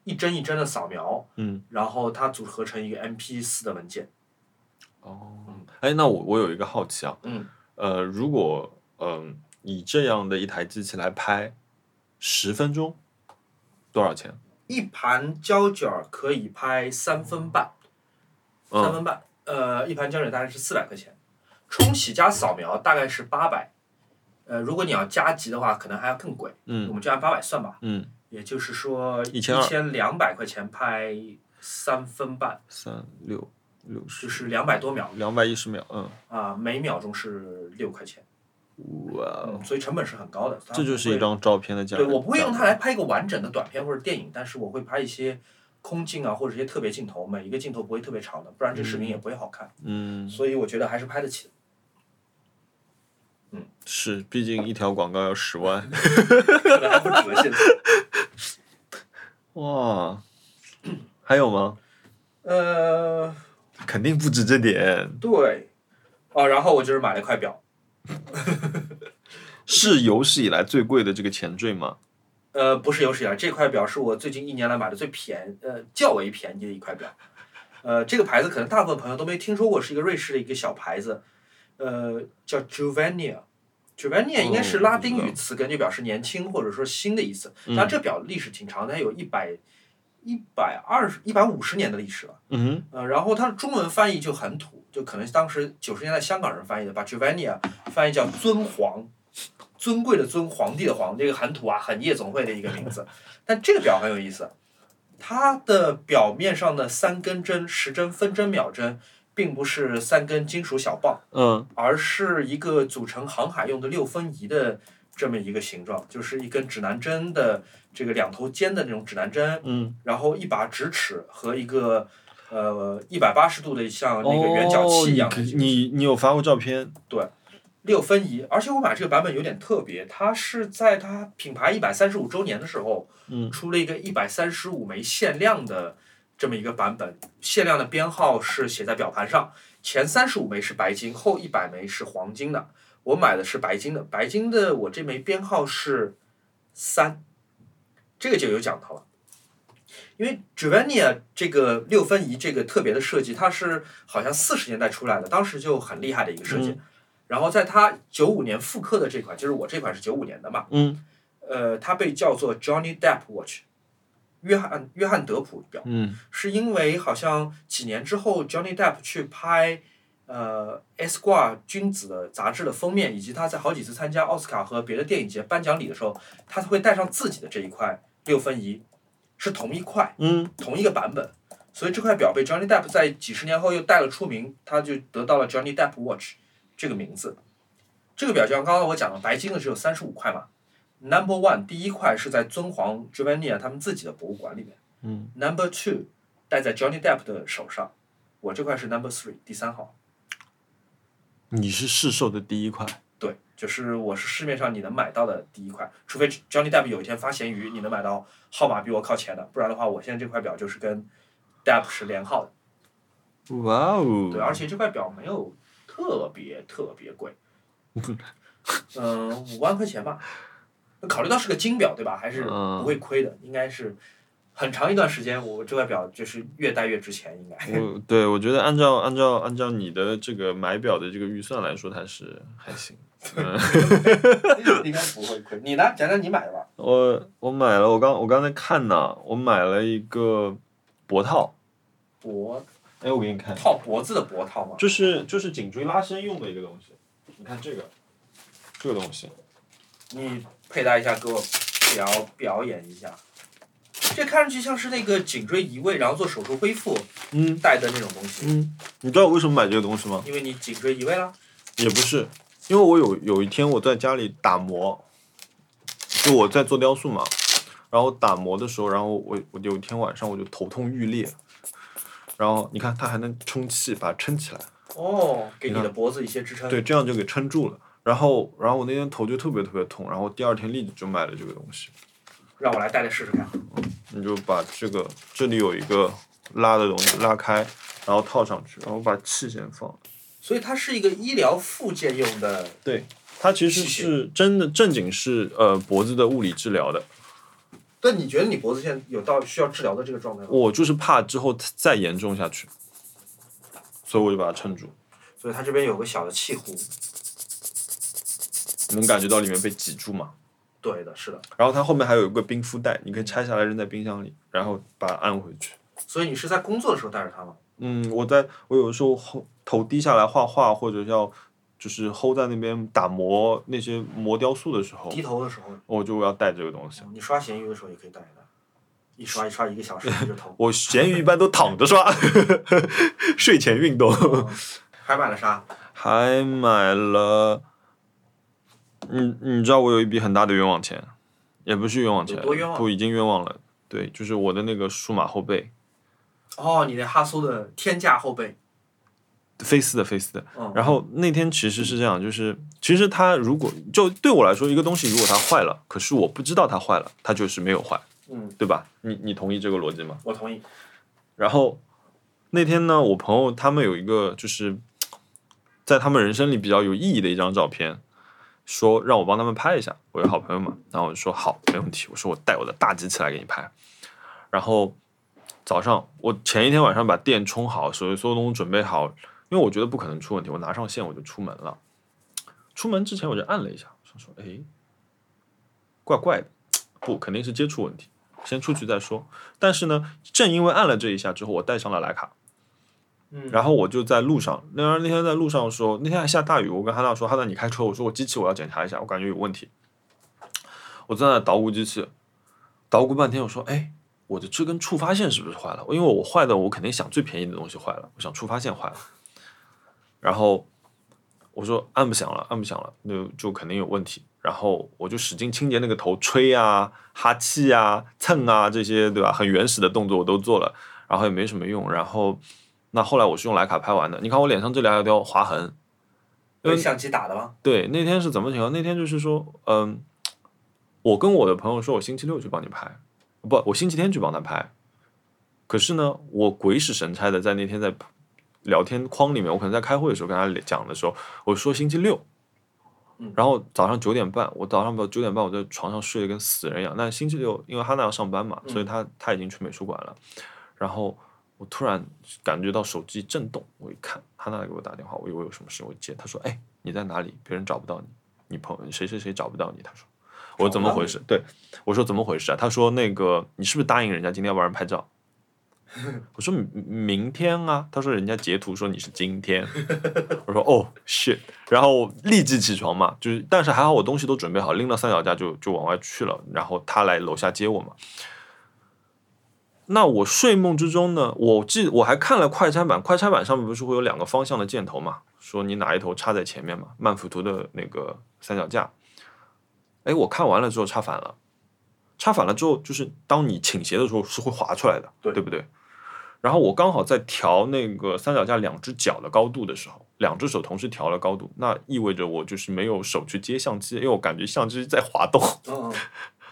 B: 一帧一帧的扫描，
A: 嗯，
B: 然后它组合成一个 MP 四的文件。
A: 哦
B: 嗯，
A: 哎，那我我有一个好奇啊，
B: 嗯，
A: 呃，如果嗯、以这样的一台机器来拍十分钟，多少钱？
B: 一盘胶卷可以拍三分半，三
A: 嗯
B: 分半，呃，一盘胶卷大概是四百块钱，冲洗加扫描大概是八百，呃，如果你要加急的话，可能还要更贵。我
A: 嗯
B: 们就按八百算吧，
A: 嗯，
B: 也就是说一
A: 1200
B: 千两百块钱拍三分半，
A: 三六六
B: 就
A: 十
B: 是两百多秒
A: 两百一十秒，嗯，
B: 啊、每秒钟是六块钱、
A: 哇哦，
B: 嗯，所以成本是很高的。它
A: 这就是一
B: 不会
A: 张照片的价格。
B: 对，我不会用它
A: 价格
B: 来拍一个完整的短片或者电影，但是我会拍一些空镜啊，或者一些特别镜头，每一个镜头不会特别长的，不然这视频也不会好看。
A: 嗯，
B: 所以我觉得还是拍得起的。
A: 是，毕竟一条广告要十万。
B: 可能还不止现在。
A: 哇，还有吗？
B: 呃，
A: 肯定不止这点，
B: 对，哦，然后我就是买了一块表，
A: 是有史以来最贵的这个前缀吗？
B: 呃，不是有史以来这块表是我最近一年来买的最便，呃，较为便宜的一块表。呃，这个牌子可能大部分朋友都没听说过，是一个瑞士的一个小牌子，呃，叫 Juvenia。Juvenia 应该是拉丁语词根，就表示年轻或者说新的意思。但这表历史挺长的，它有一百一百二十一百五十年的历史了。
A: 嗯
B: 呃，然后它的中文翻译就很土，就可能当时九十年代香港人翻译的，把 Giovanni 翻译叫尊皇，尊贵的尊，皇帝的皇，这个很土啊，很夜总会的一个名字。但这个表很有意思，它的表面上的三根针、时针、分针、秒针，并不是三根金属小棒，
A: 嗯
B: 而是一个组成航海用的六分仪的这么一个形状，就是一根指南针的这个两头尖的那种指南针。
A: 嗯，
B: 然后一把直尺和一个呃一百八十度的像那个圆角器一样
A: 哦
B: 的
A: 你
B: 这个、
A: 你你有发过照片？
B: 六分仪，而且我买这个版本有点特别，它是在它品牌一百三十五周年的时候，
A: 嗯
B: 出了一个一百三十五枚限量的这么一个版本，限量的编号是写在表盘上，前三十五枚是白金，后一百枚是黄金的。我买的是白金的，白金的我这枚编号是三，这个就有讲到了。因为 Giovanni 这个六分仪这个特别的设计，它是好像四十年代出来的，当时就很厉害的一个设计。然后在它九五年复刻的这款，就是我这款是九五年的嘛，
A: 嗯
B: 呃，它被叫做 Johnny Depp Watch，约翰约翰德普表，
A: 嗯
B: 是因为好像几年之后 Johnny Depp 去拍呃《Esquire》君子的杂志的封面，以及他在好几次参加奥斯卡和别的电影节颁奖礼的时候，他会带上自己的这一块六分仪，是同一块。
A: 嗯，
B: 同一个版本，所以这块表被 Johnny Depp 在几十年后又带了出名，他就得到了 Johnny Depp Watch 这个名字。这个表就像刚刚我讲的，白金的只有三十五块嘛，Number One 第一块是在尊皇 Giovanni 他们自己的博物馆里面，
A: 嗯
B: ，Number Two 戴在 Johnny Depp 的手上，我这块是 Number Three 第三号，
A: 你是试售的第一块，
B: 对，就是我是市面上你能买到的第一块，除非 Johnny Depp 有一天发咸鱼，你能买到号码比我靠前的，不然的话，我现在这块表就是跟 Depp 是连号的。
A: 哇哦！
B: 对，而且这块表没有特别特别 贵，嗯、五万块钱吧。考虑到是个金表，对吧？还是
A: 嗯
B: 不会亏的，应该是很长一段时间，我这块表就是越戴越值钱，应该。
A: 我对我觉得按照按照按照你的这个买表的这个预算来说，它是还行。
B: 应该不会亏。你呢？讲讲你买的吧。
A: 我我买了，我刚我刚才看呢，我买了一个脖套。
B: 脖
A: 哎，我给你看，
B: 套脖子的脖套嘛，
A: 就是就是颈椎拉伸用的一个东西。你看这个，这个东西，
B: 你佩戴一下，给我表表演一下。这看上去像是那个颈椎移位，然后做手术恢复
A: 嗯
B: 戴的那种东西，
A: 嗯，你知道我为什么买这个东西吗？
B: 因为你颈椎移位了。
A: 也不是，因为我有有一天我在家里打磨，就我在做雕塑嘛，然后打磨的时候，然后我我有一天晚上我就头痛欲裂，然后你看它还能充气，把它撑起来，
B: 哦，给你
A: 你
B: 的脖子一些支撑。
A: 对，这样就给撑住了。然后，然后我那天头就特别特别痛，然后第二天立即就买了这个东西。
B: 让我来戴戴试试看。
A: 你就把这个这里有一个拉的东西拉开，然后套上去，然后把气先放。
B: 所以它是一个医疗附件用的，
A: 对，它其实
B: 器械
A: 是真的正经是呃脖子的物理治疗的。
B: 但你觉得你脖子现在有到需要治疗的这个状态吗？
A: 我就是怕之后再严重下去，所以我就把它撑住。
B: 所以它这边有个小的气壶，
A: 你能感觉到里面被挤住嘛？
B: 对的，是的。
A: 然后它后面还有一个冰敷袋，你可以拆下来扔在冰箱里，然后把它按回去。
B: 所以你是在工作的时候戴着它吗？
A: 嗯，我在我有的时候后头低下来画画，或者要就是齁在那边打磨那些磨雕塑的时候，
B: 低头的时候，
A: 我就要带这个东西。
B: 你刷闲鱼的时候也可以戴着它，一刷一刷一个小时你就头。
A: 我闲鱼一般都躺着刷， 睡前运动。
B: 还买了啥？
A: 还买了，你你知道我有一笔很大的冤枉钱，也不是冤枉钱
B: 有，多冤枉
A: 不已经冤枉了。对，就是我的那个数码后背，
B: 哦，你那哈苏的天价后背，
A: 飞思的飞思的。
B: 嗯，
A: 然后那天其实是这样，就是其实它如果就对我来说，一个东西如果它坏了，可是我不知道它坏了，它就是没有坏，
B: 嗯，
A: 对吧？你你同意这个逻辑吗？
B: 我同意。
A: 然后那天呢，我朋友他们有一个就是在他们人生里比较有意义的一张照片，说让我帮他们拍一下。我有好朋友嘛，然后我就说好，没问题。我说我带我的大机器来给你拍。然后早上我前一天晚上把电充好，所有所有东西准备好，因为我觉得不可能出问题，我拿上线我就出门了。出门之前我就按了一下，想说哎，怪怪的，不肯定是接触问题，先出去再说。但是呢，正因为按了这一下之后，我带上了徕卡，
B: 嗯，
A: 然后我就在路上，那那天在路上的时候，那天还下大雨，我跟哈娜说，哈娜你开车，我说我机器我要检查一下，我感觉有问题。我在那捣鼓机器，捣鼓半天，我说，哎，我的这根触发线是不是坏了？因为我坏的，我肯定想最便宜的东西坏了，我想触发线坏了。然后我说按不响了，按不响了，那就肯定有问题。然后我就使劲清洁那个头，吹啊、哈气啊、蹭啊这些，对吧？很原始的动作我都做了，然后也没什么用。然后那后来我是用徕卡拍完的，你看我脸上这里还有条划痕。
B: 被相机打的吗？
A: 对，那天是怎么情况？那天就是说，嗯，我跟我的朋友说，我星期六去帮你拍，不，我星期天去帮他拍。可是呢，我鬼使神差的在那天在聊天框里面，我可能在开会的时候跟他讲的时候，我说星期六
B: 嗯，
A: 然后早上九点半，我早上不九点半我在床上睡得跟死人一样。但星期六因为哈娜要上班嘛，所以她她已经去美术馆了。然后我突然感觉到手机震动，我一看哈娜给我打电话，我以为有什么事，我接，她说：“哎，你在哪里？别人找不到你，你朋友谁谁谁找不到你。”她说：“我说怎么回事？”对，我说：“怎么回事啊？”她说：“那个你是不是答应人家今天要帮人拍照？” 我说明明天啊，她说人家截图说你是今天， 我说哦 shit，然后立即起床嘛，就是但是还好我东西都准备好，拎到三脚架就就往外去了，然后他来楼下接我嘛。那我睡梦之中呢，我记我还看了快拆板，快拆板上面不是会有两个方向的箭头嘛，说你哪一头插在前面嘛，曼幅图的那个三脚架。哎，我看完了之后插反了，插反了之后就是当你倾斜的时候是会滑出来的，
B: 对
A: 不对？然后我刚好在调那个三脚架两只脚的高度的时候，两只手同时调了高度，那意味着我就是没有手去接相机，因为我感觉相机在滑动。
B: 嗯嗯，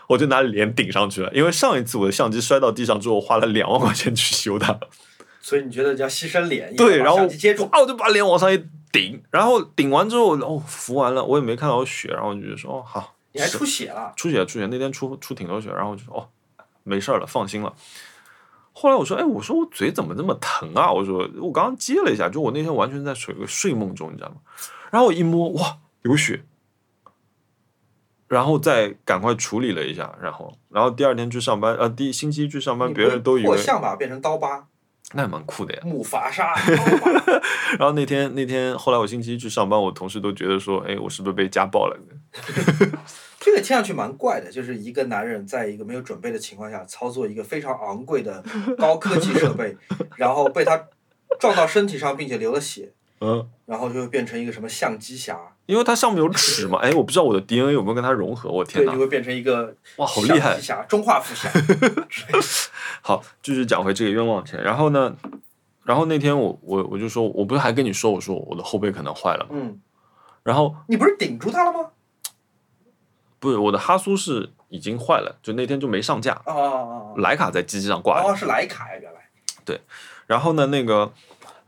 A: 我就拿脸顶上去了，因为上一次我的相机摔到地上之后，我花了两万块钱去修它。
B: 所以你觉得要牺牲脸，
A: 对，
B: 也要把
A: 然后
B: 相机接住，
A: 啊，我就把脸往上一顶，然后顶完之后，然后扶完了，我也没看到有血，然后我就觉得说哦好，
B: 你还出血了，
A: 出血出血，那天出出挺多血，然后我就说哦没事儿了，放心了。后来我说，哎，我说我嘴怎么这么疼啊？我说我刚刚接了一下，就我那天完全在睡睡梦中，你知道吗？然后我一摸，哇，有血。然后再赶快处理了一下，然后，然后第二天去上班，呃，第星期一去上班，别人都以
B: 破
A: 为
B: 相把变成刀疤，
A: 那还蛮酷的呀。
B: 木 法沙，刀疤
A: 然后那天那天后来我星期一去上班，我同事都觉得说，哎，我是不是被家暴了？
B: 这个听上去蛮怪的，就是一个男人在一个没有准备的情况下操作一个非常昂贵的高科技设 备，然后被他撞到身体上，并且流了血，
A: 嗯，
B: 然后就会变成一个什么相机侠，
A: 因为它上面有齿嘛，哎，我不知道我的 DNA 有没有跟它融合，我天
B: 对，
A: 哪
B: 就，会变成一个
A: 哇，好厉
B: 相
A: 害
B: 机！侠，中化 富侠，
A: 好，继续讲回这个冤枉钱。然后呢，然后那天我我我就说，我不是还跟你说，我说我的后背可能坏了嘛。
B: 嗯，
A: 然后
B: 你不是顶住他了吗？
A: 不是我的哈苏是已经坏了，就那天就没上架，
B: 哦哦哦
A: 徕卡在机器上挂
B: 哦，
A: 着。
B: 哦是徕卡呀，原来，
A: 然后呢，那个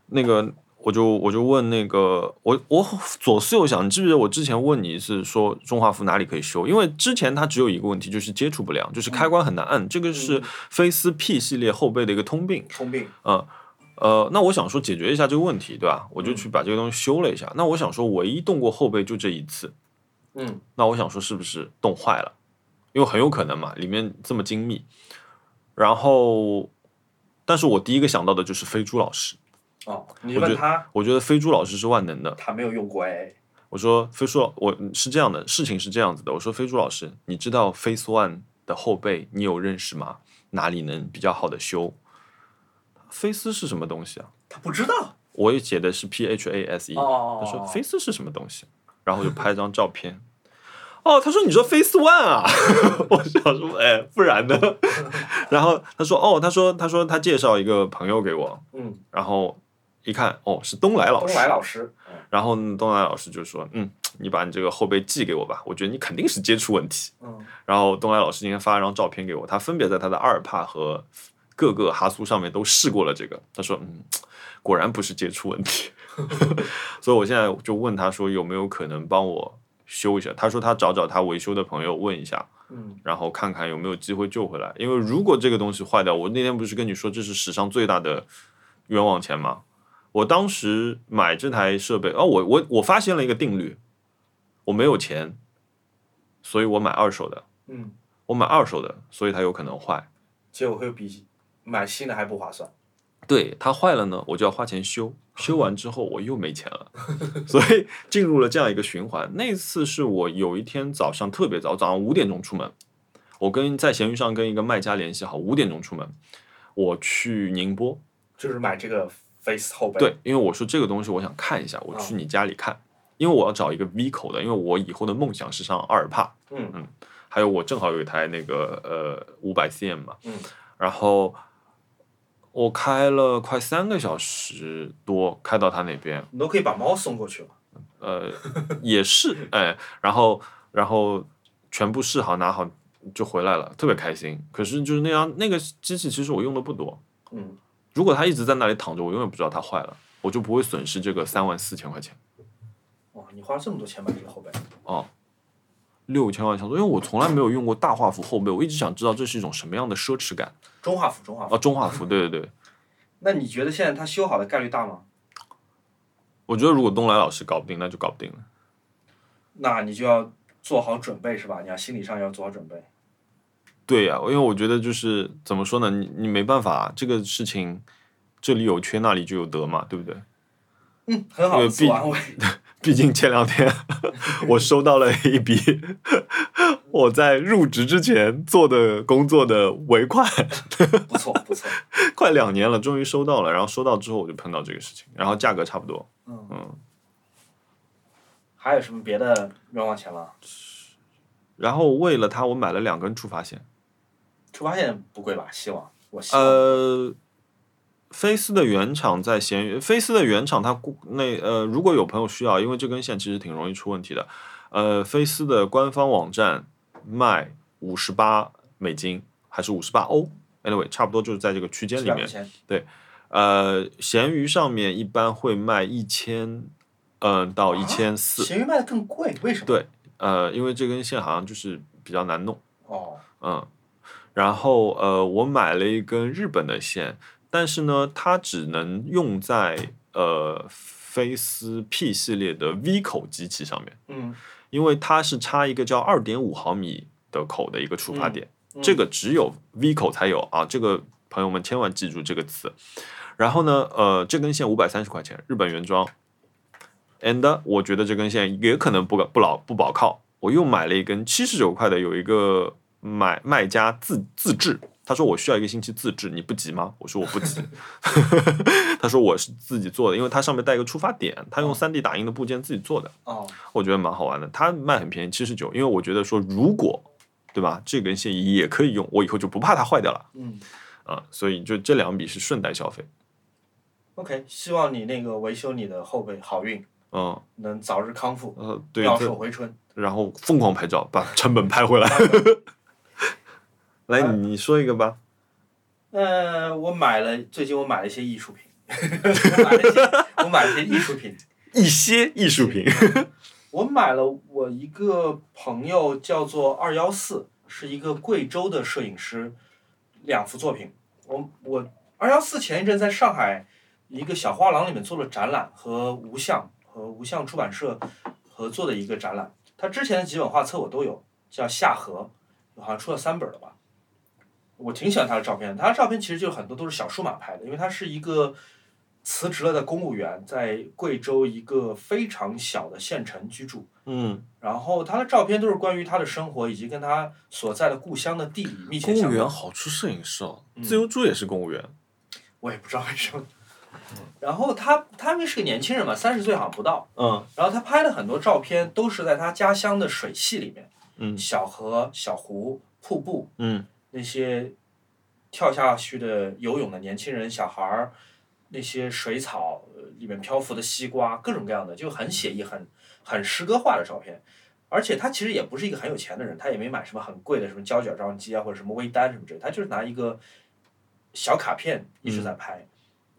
A: 那个，我就我就问那个我我左思右想，你记不记得我之前问你一次说中华服哪里可以修？因为之前它只有一个问题，就是接触不良，就是开关很难按，这个是
B: 嗯
A: 菲斯 P 系列后背的一个通病。
B: 通病，
A: 呃，那我想说解决一下这个问题，对吧？我就去把这个东西修了一下。那我想说，唯一动过后背就这一次，
B: 嗯，
A: 那我想说是不是动坏了？因为很有可能嘛，里面这么精密。然后，但是我第一个想到的就是飞猪老师，
B: 哦，你问他，
A: 我觉得飞猪老师是万能的。
B: 他没有用过哎，
A: 我说飞猪老，我是这样的事情是这样子的。我说飞猪老师，你知道 Face One 的后背你有认识吗？哪里能比较好的修？菲斯是什么东西啊？
B: 他不知道，
A: 我也写的是 P H A S E，
B: 哦
A: 他说菲斯是什么东西，然后我就拍张照片。哦，他说你说 Face One 啊， 我想说哎，不然呢？然后他说哦，他说他说他介绍一个朋友给我，
B: 嗯，
A: 然后一看哦是东来老
B: 东
A: 师，
B: 来老师，嗯
A: 然后呢东来老师就说嗯，你把你这个后背寄给我吧，我觉得你肯定是接触问题。
B: 嗯，
A: 然后东来老师今天发了张照片给我，他分别在他的阿尔帕和各个哈苏上面都试过了这个，他说嗯，果然不是接触问题， 所以我现在就问他说有没有可能帮我修一下，他说嗯他找找他维修的朋友问一下，
B: 嗯，
A: 然后看看有没有机会救回来，因为如果这个东西坏掉，我那天不是跟你说这是史上最大的冤枉钱吗？我当时买这台设备，哦，我我我发现了一个定律，我没有钱，所以我买二手的。
B: 嗯，
A: 我买二手的，所以它有可能坏。
B: 结果会比买新的还不划算，
A: 对它坏了呢，我就要花钱修，修完之后我又没钱了， 所以进入了这样一个循环。那次是我有一天早上特别早，早上五点钟出门，我跟在闲鱼上跟一个卖家联系好，五点钟出门，我去宁波，
B: 就是买这个 Face 后背，
A: 对，因为我说这个东西我想看一下，我去你家里看，因为我要找一个 V 口的，因为我以后的梦想是上阿尔帕，
B: 嗯
A: 还有我正好有一台那个呃五百 cm 嘛，
B: 嗯
A: 然后我开了快三个小时多，开到他那边，
B: 你都可以把猫送过去了，
A: 呃，也是哎，然后然后全部试好拿好就回来了，特别开心。可是就是那样，那个机器其实我用的不多，
B: 嗯，
A: 如果它一直在那里躺着，我永远不知道它坏了，我就不会损失这个三万四千块钱。
B: 哇，你花了这么多钱买这个后背，
A: 六千万像素，因为我从来没有用过大画幅后背，我一直想知道这是一种什么样的奢侈感
B: 中画幅中画
A: 啊、
B: 幅，
A: 中画幅，对对对，
B: 那你觉得现在它修好的概率大吗？
A: 我觉得如果东来老师搞不定，那就搞不定了。
B: 那你就要做好准备是吧？你要心理上要做好准备，
A: 对呀、因为我觉得就是怎么说呢，你你没办法，这个事情这里有缺，那里就有得嘛，对不对？
B: 嗯，很好
A: 因为
B: 的
A: 毕
B: 自我安慰，
A: 毕竟前两天 我收到了一笔 我在入职之前做的工作的尾款，
B: 不错不错，
A: 快两年了，终于收到了。然后收到之后我就碰到这个事情，然后价格差不多。
B: 嗯
A: 嗯，
B: 还有什么别的冤枉钱吗？
A: 然后为了它，我买了两根触发线。
B: 触发线不贵吧？希望我希望，
A: 呃，菲斯的原厂在闲鱼，菲斯的原厂它估那呃，如果有朋友需要，因为这根线其实挺容易出问题的。呃，菲斯的官方网站卖五十八美金还是五十八欧，anyway，差不多就是在这个区间
B: 七
A: 里
B: 百块
A: 面。
B: 钱，
A: 呃，闲鱼上面一般会卖一千，嗯，到一千四。
B: 闲鱼卖的更贵，为什么？
A: 对呃，因为这根线好像就是比较难弄，
B: 哦，
A: 嗯。然后呃，我买了一根日本的线，但是呢，它只能用在呃菲斯 P 系列的 V 口机器上面，
B: 嗯，
A: 因为它是插一个叫二点五毫米的口的一个触发点，
B: 嗯
A: 这个只有 V 口才有啊，这个朋友们千万记住这个词。然后呢，呃，这根线五百三十块钱，日本原装。and 我觉得这根线也可能不不老不保靠，我又买了一根七十九块的，有一个买卖家自自制，他说我需要一个星期自制，你不急吗？我说我不急， 他说我是自己做的，因为它上面带一个触发点，他用三 D 打印的部件自己做的。
B: 哦，
A: 我觉得蛮好玩的。它卖很便宜，七十九，因为我觉得说如果对吧，这根线也可以用，我以后就不怕它坏掉了
B: 嗯
A: 啊、所以就这两笔是顺带消费，
B: ，OK，希望你那个维修你的后背好运，
A: 嗯
B: 能早日康复，
A: 呃对，
B: 妙
A: 这
B: 手回春。
A: 然后疯狂拍照，把成本拍回 来。来，你说一个吧。
B: 呃，我买了，最近我买了一些艺术品， 我买了一些，我买了一些艺术品。
A: 一些艺术品，
B: 我买了我一个朋友叫做二幺四，是一个贵州的摄影师，两幅作品。我我二幺四前一阵在上海一个小画廊里面做了展览，和无相和无相出版社合作的一个展览。他之前的几本画册我都有，叫夏荷，好像出了三本了吧。我挺喜欢他的照片，他的照片其实就很多都是小数码拍的，因为他是一个辞职了的公务员，在贵州一个非常小的县城居住。
A: 嗯，
B: 然后他的照片都是关于他的生活以及跟他所在的故乡的地理密切
A: 公
B: 相
A: 务员
B: 关。
A: 好出摄影师哦，
B: 嗯
A: 自由猪也是公务员。
B: 我也不知道为什么。然后他他因为是个年轻人嘛，三十岁好像不到。
A: 嗯
B: 然后他拍的很多照片都是在他家乡的水系里面，
A: 嗯
B: 小河、小湖、瀑布
A: 嗯
B: 那些跳下去的游泳的年轻人、小孩儿，那些水草呃里面漂浮的西瓜，各种各样的，就很写意、很很诗歌化的照片。而且他其实也不是一个很有钱的人，他也没买什么很贵的什么胶卷照相机啊，或者什么微单什么之类的，他就是拿一个小卡片一
A: 嗯
B: 直在拍。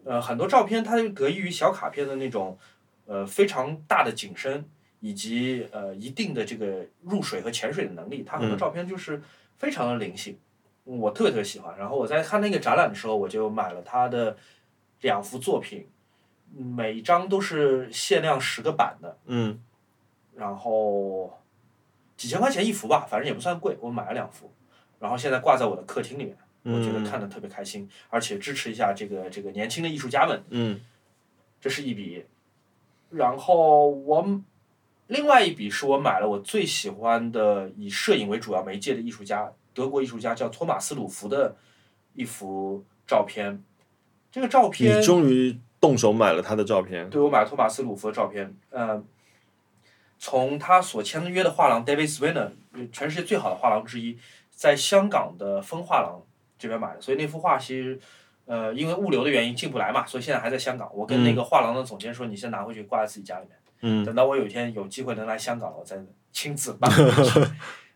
B: 呃，很多照片它就得益于小卡片的那种呃非常大的景深，以及呃一定的这个入水和潜水的能力，它很多
A: 嗯
B: 照片就是非常的灵性，我特别特别喜欢。然后我在看那个展览的时候，我就买了他的两幅作品，每一张都是限量十个版的，
A: 嗯
B: 然后几千块钱一幅吧，反正也不算贵，我买了两幅，然后现在挂在我的客厅里面，我
A: 嗯
B: 觉得看的特别开心，而且支持一下这个这个年轻的艺术家们。
A: 嗯
B: 这是一笔。然后我另外一笔是我买了我最喜欢的以摄影为主要媒介的艺术家，德国艺术家叫托马斯·鲁弗的一幅照片。这个照片
A: 你终于动手买了他的照片。
B: 对我买了托马斯·鲁弗的照片，呃，从他所签约的画廊 David Swinner，呃全世界最好的画廊之一，在香港的风画廊这边买的，所以那幅画其实。呃，因为物流的原因进不来嘛，所以现在还在香港。我跟那个画廊的总监说，你先拿回去挂在自己家里面。
A: 嗯
B: 等到我有一天有机会能来香港了，我再 亲自办。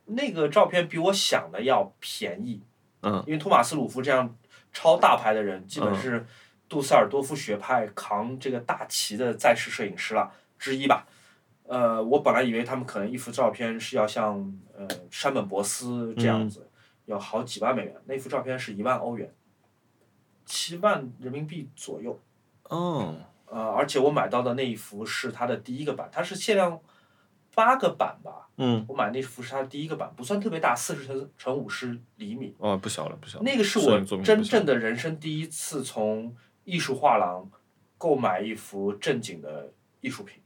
B: 那个照片比我想的要便宜，
A: 嗯，
B: 因为托马斯·鲁夫这样超大牌的人，基本是杜塞尔多夫学派扛这个大旗的在世摄影师了之一吧。呃，我本来以为他们可能一幅照片是要像呃山本博斯这样子，要好几万美元，那幅照片是一万欧元，七万人民币左右。
A: 哦，
B: 呃，而且我买到的那一幅是它的第一个版，它是限量八个版吧。
A: 嗯，
B: 我买那幅是它的第一个版，不算特别大，四十乘乘五十厘米。
A: 哦，不小了，不小了。
B: 那个是
A: 摄
B: 我
A: 影作品
B: 真
A: 不小
B: 正的人生第一次从艺术画廊购买一幅正经的艺术品。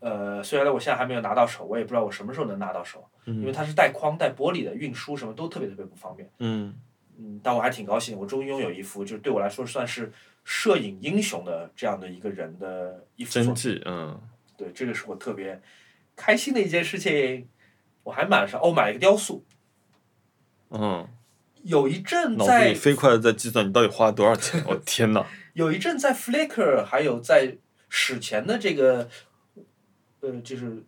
B: 呃，虽然我现在还没有拿到手，我也不知道我什么时候能拿到手，因为它是带框、带玻璃的，运输什么都特别特别不方便。
A: 嗯
B: 嗯，但我还挺高兴，我终于拥有一幅，就是对我来说算是摄影英雄的这样的一个人的一幅作
A: 真
B: 品。
A: 迹，嗯
B: 对，这个是我特别开心的一件事情。我还买了啥？哦，买了一个雕塑。
A: 嗯，
B: 有一阵
A: 脑子里
B: 在
A: 飞快的在计算你到底花了多少钱，我天哪！
B: 有一阵在 Flickr 还有在史前的这个呃，就是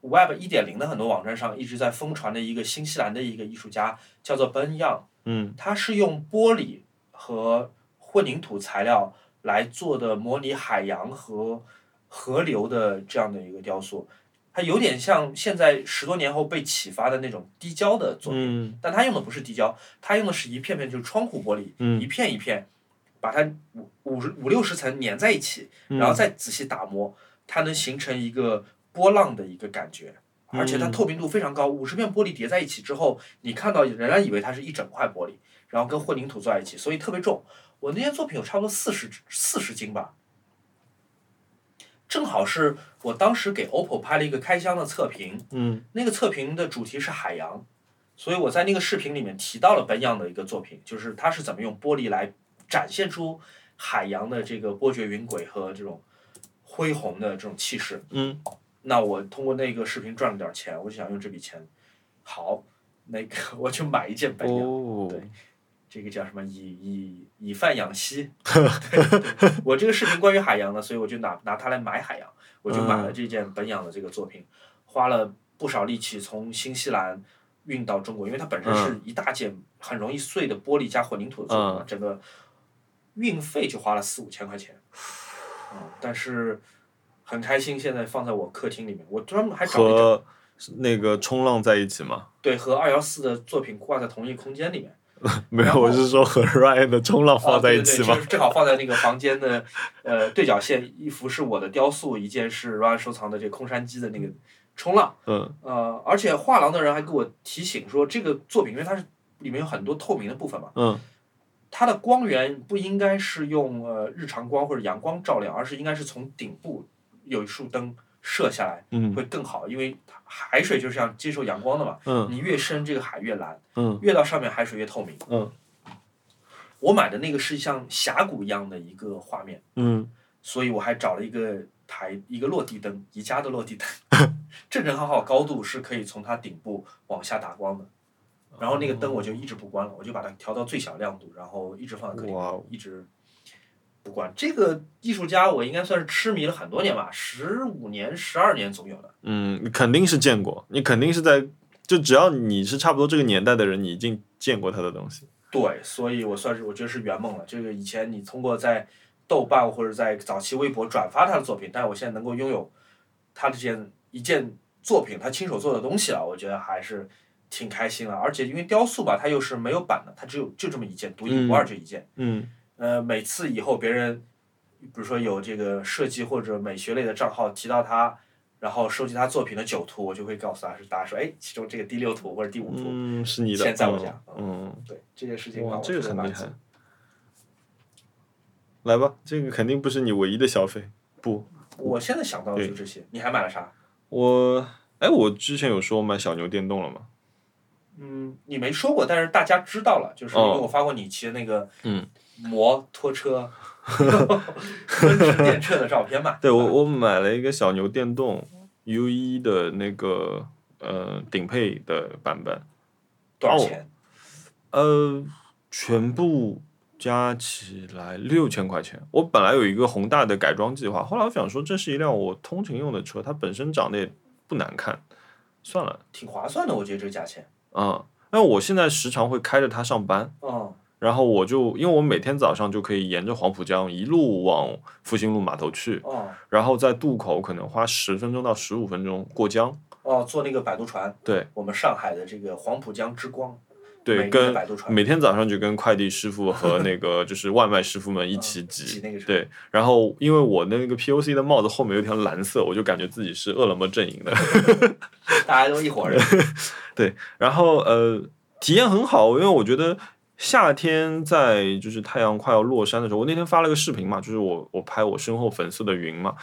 B: Web 一点零的很多网站上一直在疯传的一个新西兰的一个艺术家叫做 Ben Young，
A: 嗯
B: 他是用玻璃和混凝土材料来做的模拟海洋和河流的这样的一个雕塑。它有点像现在十多年后被启发的那种滴胶的作品，
A: 嗯
B: 但它用的不是滴胶，它用的是一片片，就是窗户玻璃，
A: 嗯
B: 一片一片，把它五五十五六十层粘在一起，
A: 嗯
B: 然后再仔细打磨，它能形成一个波浪的一个感觉，而且它
A: 嗯
B: 透明度非常高，五十片玻璃叠在一起之后，你看到仍然以为它是一整块玻璃，然后跟混凝土做在一起，所以特别重。我那件作品有差不多四十四十斤吧，正好是我当时给 OPPO 拍了一个开箱的测评，
A: 嗯
B: 那个测评的主题是海洋，所以我在那个视频里面提到了本养的一个作品，就是它是怎么用玻璃来展现出海洋的这个波谲云诡和这种恢宏的这种气势。
A: 嗯
B: 那我通过那个视频赚了点钱，我就想用这笔钱，好，那个 我去买一件本养，
A: 哦
B: 对这个叫什么以以以贩养吸。对对我这个视频关于海洋的，所以我就拿拿它来买海洋，我就买了这件本养的这个作品，花了不少力气从新西兰运到中国，因为它本身是一大件很容易碎的玻璃加混凝土的作品嘛，整个运费就花了四五千块钱。嗯，但是很开心，现在放在我客厅里面，我专门还找了一张
A: 和那个冲浪在一起吗？
B: 对和二幺四的作品挂在同一空间里面。
A: 没有，
B: 然后
A: 我是说和 Ryan 的冲浪
B: 啊，
A: 放在
B: 对
A: 一
B: 对对，
A: 起
B: 就
A: 吗？
B: 是正好放在那个房间的呃对角线，一幅是我的雕塑，一件是 Ryan 收藏的这个空山鸡的那个冲浪。
A: 嗯
B: 呃，而且画廊的人还给我提醒说，这个作品因为它是里面有很多透明的部分嘛，
A: 嗯
B: 它的光源不应该是用呃日常光或者阳光照亮，而是应该是从顶部有一束灯射下来
A: 嗯
B: 会更好，因为海水就是要接受阳光的嘛，
A: 嗯
B: 你越深这个海越蓝，
A: 嗯
B: 越到上面海水越透明。
A: 嗯
B: 我买的那个是像峡谷一样的一个画面。
A: 嗯，
B: 所以我还找了一个台一个落地灯，宜家的落地灯， 正正好好高度是可以从它顶部往下打光的。
A: 哦
B: 然后那个灯我就一直不关了，我就把它调到最小亮度，然后一直放在客厅
A: 哇哦，
B: 一直不关。这个艺术家我应该算是痴迷了很多年吧，十五年、十二年总有的。
A: 嗯，你肯定是见过，你肯定是在，就只要你是差不多这个年代的人，你一定见过他的东西。
B: 对，所以我算是我觉得是圆梦了。这个以前你通过在豆瓣或者在早期微博转发他的作品，但是我现在能够拥有他的这件一件作品，他亲手做的东西了，我觉得还是挺开心的。而且因为雕塑吧，它又是没有版的，它只有就这么一件，独一无二这一件。
A: 嗯
B: 呃，每次以后别人，比如说有这个设计或者美学类的账号提到他，然后收集他作品的九图，我就会告诉他是大家说，哎，其中这个第六图或者第五图，
A: 嗯，是你的。
B: 现在我啊讲
A: 嗯，
B: 对这件事
A: 嗯
B: 情吧，
A: 哇，
B: 我
A: 这个
B: 觉得
A: 很
B: 蛮
A: 厉害。来吧，这个肯定不是你唯一的消费。不，
B: 我现在想到的就
A: 对
B: 这些。你还买了啥？
A: 我哎，我之前有说我买小牛电动了吗？
B: 嗯，你没说过，但是大家知道了，就是因
A: 哦
B: 为我发过你骑的那个
A: 嗯
B: 摩托车，奔驰电车的照片嘛。
A: 对我，我买了一个小牛电动 U 一的那个呃顶配的版本，
B: 多
A: 哦
B: 少钱？
A: 呃，全部加起来六千块钱。我本来有一个宏大的改装计划，后来我想说这是一辆我通勤用的车，它本身长得也不难看，算了，
B: 挺划算的，我觉得这个价钱。
A: 嗯。但我现在时常会开着它上班，
B: 嗯，
A: 然后我就因为我每天早上就可以沿着黄浦江一路往复兴路码头去，
B: 哦
A: 然后在渡口可能花十分钟到十五分钟过江，
B: 哦，坐那个摆渡船，
A: 对
B: 我们上海的这个黄浦江之光，美
A: 对，
B: 丽的
A: 跟
B: 摆渡船
A: 每天早上就跟快递师傅和那个就是外卖师傅们一起
B: 挤
A: 挤。
B: 那个车。
A: 对，然后因为我的那个 POC 的帽子后面有一条蓝色，我就感觉自己是饿了么阵营的。
B: 大家都一伙人。
A: 然后呃，体验很好，因为我觉得夏天在就是太阳快要落山的时候，我那天发了个视频嘛，就是我我拍我身后粉色的云嘛，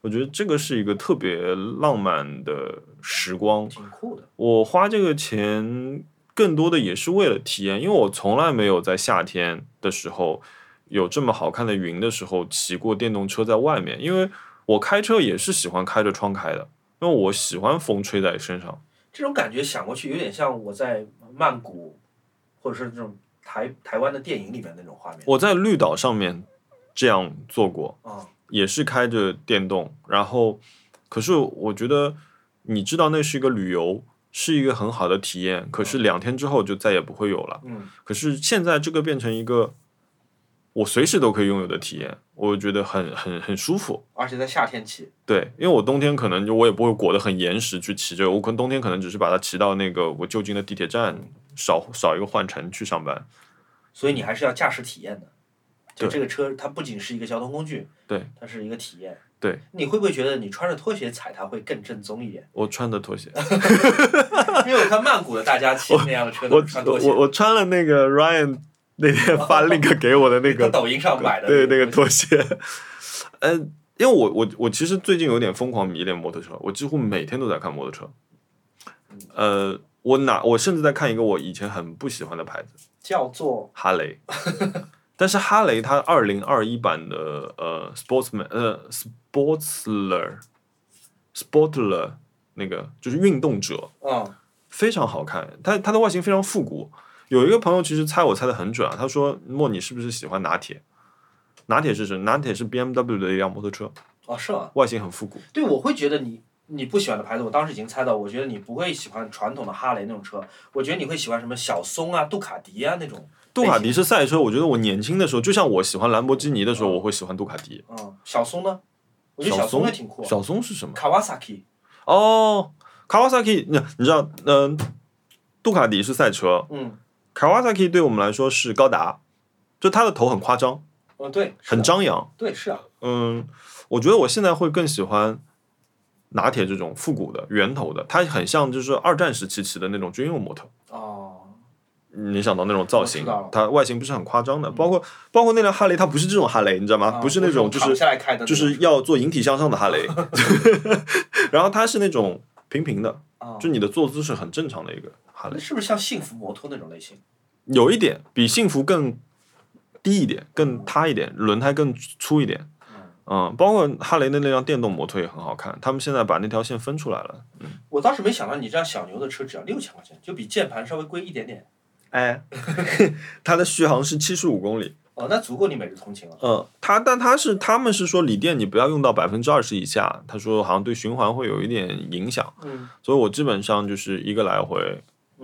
A: 我觉得这个是一个特别浪漫的时光。
B: 挺酷的，
A: 我花这个钱更多的也是为了体验，因为我从来没有在夏天的时候有这么好看的云的时候骑过电动车在外面，因为我开车也是喜欢开着窗开的，因为我喜欢风吹在身上。
B: 这种感觉想过去有点像我在曼谷，或者是这种台台湾的电影里面那种画面。
A: 我在绿岛上面这样做过，
B: 啊、
A: 也是开着电动，然后可是我觉得你知道那是一个旅游，是一个很好的体验，可是两天之后就再也不会有了。
B: 嗯，
A: 可是现在这个变成一个我随时都可以拥有的体验，我觉得很很很舒服。
B: 而且在夏天骑，
A: 对，因为我冬天可能就我也不会裹得很严实去骑这个，我可能冬天可能只是把它骑到那个我就近的地铁站，少少一个换乘去上班。
B: 所以你还是要驾驶体验的。就
A: 对
B: 这个车，它不仅是一个交通工具，
A: 对，
B: 它是一个体验。
A: 对，
B: 你会不会觉得你穿着拖鞋踩它会更正宗一点？
A: 我穿的 拖鞋，
B: 因为我看曼谷的大家骑那样的车都
A: 我
B: 是穿拖鞋，
A: 我我穿了那个 Ryan 那天发 link 给我的那
B: 在
A: 个
B: 抖音上买的，
A: 对那个拖鞋，呃，因为我我我其实最近有点疯狂迷恋摩托车，我几乎每天都在看摩托车。呃，我哪我甚至在看一个我以前很不喜欢的牌子
B: 叫做
A: 哈 雷，但是哈雷它二零二一版的呃 Sportsman 呃 Sportsler Sportler 那个就是运动者，
B: 嗯
A: 非常好看，它它的外形非常复古。有一个朋友其实猜我猜的很准啊，他说：“莫，你是不是喜欢拿铁？拿铁是什么？拿铁是 BMW 的一辆摩托车，
B: 哦是吗？
A: 外形很复古。
B: 对，我会觉得你你不喜欢的牌子，我当时已经猜到，我觉得你不会喜欢传统的哈雷那种车，我觉得你会喜欢什么小松啊、杜卡迪啊那种，
A: 杜卡迪是赛车，我觉得我年轻的时候，就像我喜欢兰博基尼的时候，
B: 嗯
A: 我会喜欢杜卡迪。
B: 嗯，小松呢，我觉得
A: 小
B: 小
A: 松
B: 也挺酷啊
A: 小松是什么？
B: ，Kawasaki，
A: 哦，Kawasaki，你你知道，嗯、杜卡迪是赛车
B: 嗯
A: ，Kawasaki 对我们来说是高达，就它的头很夸张，
B: 嗯对，是
A: 很
B: 的
A: 张扬。
B: 对是啊，
A: 嗯，我觉得我现在会更喜欢拿铁这种复古的圆头的，它很像就是二战时期骑的那种军用摩托。
B: 哦，
A: 你想到那种造型
B: 我知道了，嗯
A: 它外形不是很夸张的，包括包括那辆哈雷，它不是这种哈雷，你知道吗？
B: 啊
A: 不是那种就
B: 躺
A: 是
B: 下来开的那种，
A: 就是要做引体向上的哈 雷， 然后它是那种平平的，
B: 啊，
A: 就你的坐姿是很正常的一个哈
B: 那
A: 雷，
B: 是不是像幸福摩托那种类型？
A: 有一点比幸福更低一点，更塌一点，轮胎更粗一点。
B: 嗯，
A: 嗯，包括哈雷的那辆电动摩托也很好看，他们现在把那条线分出来了。
B: 我当时没想到你这样小牛的车只要六千块钱，就比键盘稍微贵一点点，
A: 哎， 它的续航是七十五公里。
B: 哦，那足够你每日通勤了。
A: 嗯，它但它是他们是说锂电你不要用到百分之二十以下，他说好像对循环会有一点影响，
B: 嗯，
A: 所以我基本上就是一个来回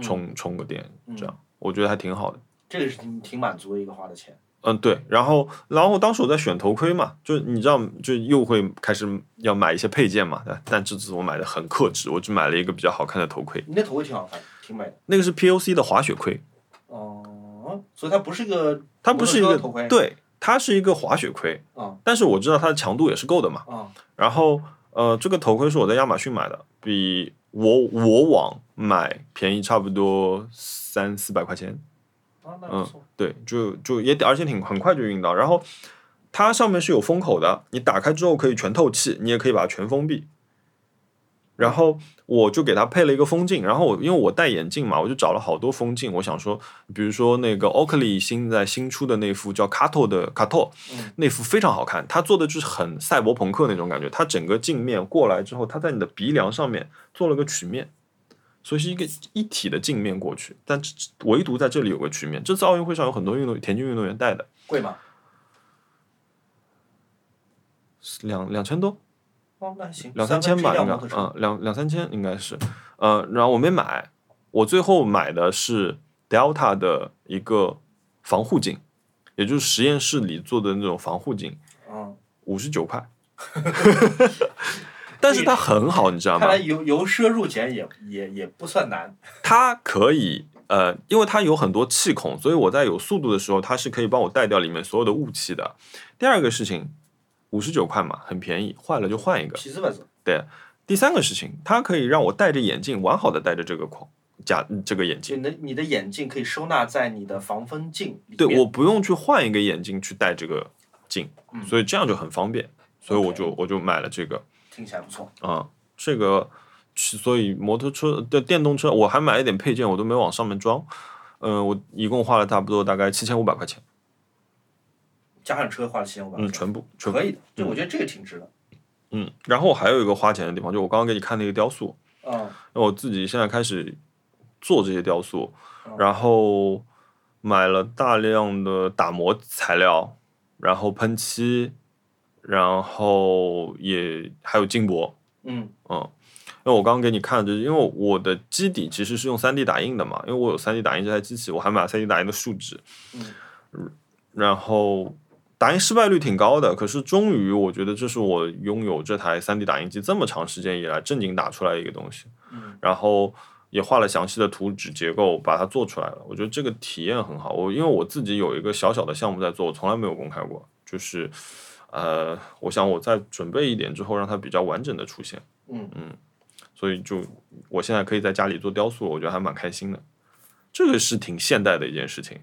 A: 充充个电，这样我觉得还挺好的。
B: 这个是挺挺满足的一个花的钱。
A: 嗯，对，然后，然后当时我在选头盔嘛，就你知道，就又会开始要买一些配件嘛，但但这次我买的很克制，我只买了一个比较好看的头盔，
B: 你那头盔挺好看，挺美的。
A: 那个是 POC 的滑雪盔，
B: 哦、所以它不是个
A: 它不是一
B: 摩
A: 个
B: 托车头盔
A: 对，它是一个滑雪盔，
B: 嗯
A: 但是我知道它的强度也是够的嘛。
B: 啊、
A: 然后呃，这个头盔是我在亚马逊买的，比我我网买便宜差不多三四百块钱。
B: 啊，那
A: 嗯
B: 不错。
A: 对，就就也而且挺很快就运到，然后。它上面是有封口的，你打开之后可以全透气，你也可以把它全封闭。然后我就给它配了一个风镜，然后我因为我戴眼镜嘛，我就找了好多风镜。我想说，比如说那个 Oakley 现在新出的那副叫 Cato 的 Cato，、
B: 嗯
A: 那副非常好看，它做的就是很赛博朋克那种感觉。它整个镜面过来之后，它在你的鼻梁上面做了个曲面，所以是一个一体的镜面过去。但这唯独在这里有个曲面，这次奥运会上有很多运动田径运动员戴的，
B: 贵吗？
A: 两两千多。
B: 哦，那还行，
A: 两三千吧，应
B: 应
A: 该
B: 该。，
A: 嗯，两两三千应该是，呃，然后我没买，我最后买的是呃 Delta 的一个防护镜，也就是实验室里做的那种防护镜，
B: 嗯，
A: 五十九块， 但是它很好，你知道吗
B: 看来？由由奢入俭也也也不算难。
A: 它可以，呃，因为它有很多气孔，所以我在有速度的时候，它是可以帮我带掉里面所有的雾气的。第二个事情，五十九块嘛，很便宜，坏了就换一个。
B: 皮子本子，
A: 第三个事情，它可以让我戴着眼镜完好的戴着这个框假这个眼
B: 就
A: 镜，
B: 你的你的眼镜可以收纳在你的防风镜里面。
A: 对我不用去换一个眼镜去戴这个镜，
B: 嗯
A: 所以这样就很方便，所以我
B: OK
A: 就我就买了这个
B: 听起来不错。
A: 啊、这个是所以摩托车的电动车我还买了一点配件，我都没往上面装，嗯、我一共花了差不多大概七千五百块钱，
B: 加上车花了七千五百
A: 嗯，
B: 块钱，
A: 全部全部，
B: 可以的。就我觉得这个挺值的。
A: 嗯，然后我还有一个花钱的地方，就我刚刚给你看那个雕塑，
B: 嗯，
A: 那我自己现在开始做这些雕塑
B: 嗯，
A: 然后买了大量的打磨材料，然后喷漆，然后也还有金箔。
B: 嗯，
A: 因为我刚刚给你看，就是因为我的基底其实是用 3D 打印的嘛，因为我有 3D 打印这台机器，我还买了 3D 打印的树脂。
B: 嗯
A: 然后打印失败率挺高的。可是终于，我觉得这是我拥有这台 3D 打印机这么长时间以来正经打出来一个东西。
B: 嗯，
A: 然后也画了详细的图纸结构，把它做出来了。我觉得这个体验很好。我因为我自己有一个小小的项目在做，我从来没有公开过，就是。呃，我想我再准备一点之后，让它比较完整的出现。
B: 嗯
A: 嗯，所以就我现在可以在家里做雕塑了，我觉得还蛮开心的。这个是挺现代的一件事情，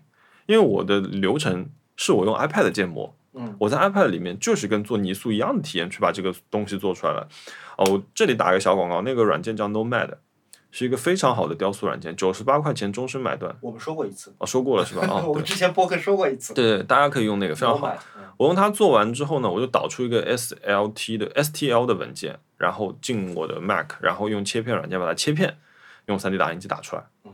A: 因为我的流程是我用 iPad 建模，
B: 嗯，
A: 我在 iPad 里面就是跟做泥塑一样的体验去把这个东西做出来了。哦，我这里打一个小广告，那个软件叫 Nomad，是一个非常好的雕塑软件，九十八块钱终身买断。
B: 我们说过一次，
A: 哦，说过了是吧？ 啊、对
B: 我们之前播客说过一次，
A: 对对，大家可以用那个非常好。
B: Nomad，嗯
A: 我用它做完之后呢，我就导出一个 SLT 的 STL 的文件，然后进我的 Mac，然后用切片软件把它切片，用 3D 打印机打出来。嗯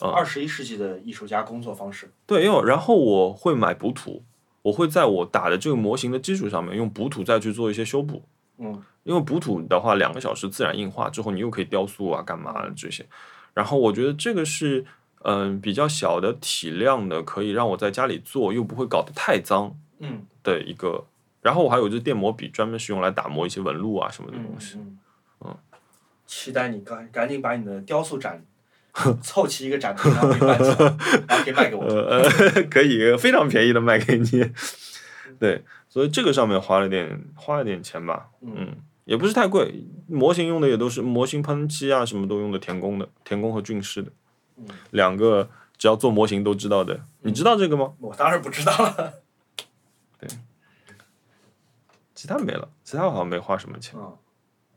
B: 二十一世纪的艺术家工作方式，
A: 对，因为然后我会买补土，我会在我打的这个模型的基础上面用补土再去做一些修补。
B: 嗯，
A: 因为补土的话，两个小时自然硬化之后，你又可以雕塑啊，干嘛的这些。然后我觉得这个是嗯、比较小的体量的，可以让我在家里做，又不会搞得太脏。
B: 嗯
A: 的一个。然后我还有一支电磨笔，专门是用来打磨一些纹路啊什么的
B: 嗯
A: 东西。
B: 嗯，
A: 嗯
B: 期待你赶赶紧把你的雕塑展凑齐一个展厅，然后给办起 来，然后可以卖给我，
A: 呃呃， 可以非常便宜的卖给你。对，所以这个上面花了点花了点钱吧，
B: 嗯
A: 嗯，也不是太贵。模型用的也都是模型喷漆啊，什么都用的田工的，田工和俊师的
B: 嗯，
A: 两个，只要做模型都知道的。你知道这个吗？
B: 我当然不知道了，
A: 其他没了，其他好像没花什么钱。
B: 嗯，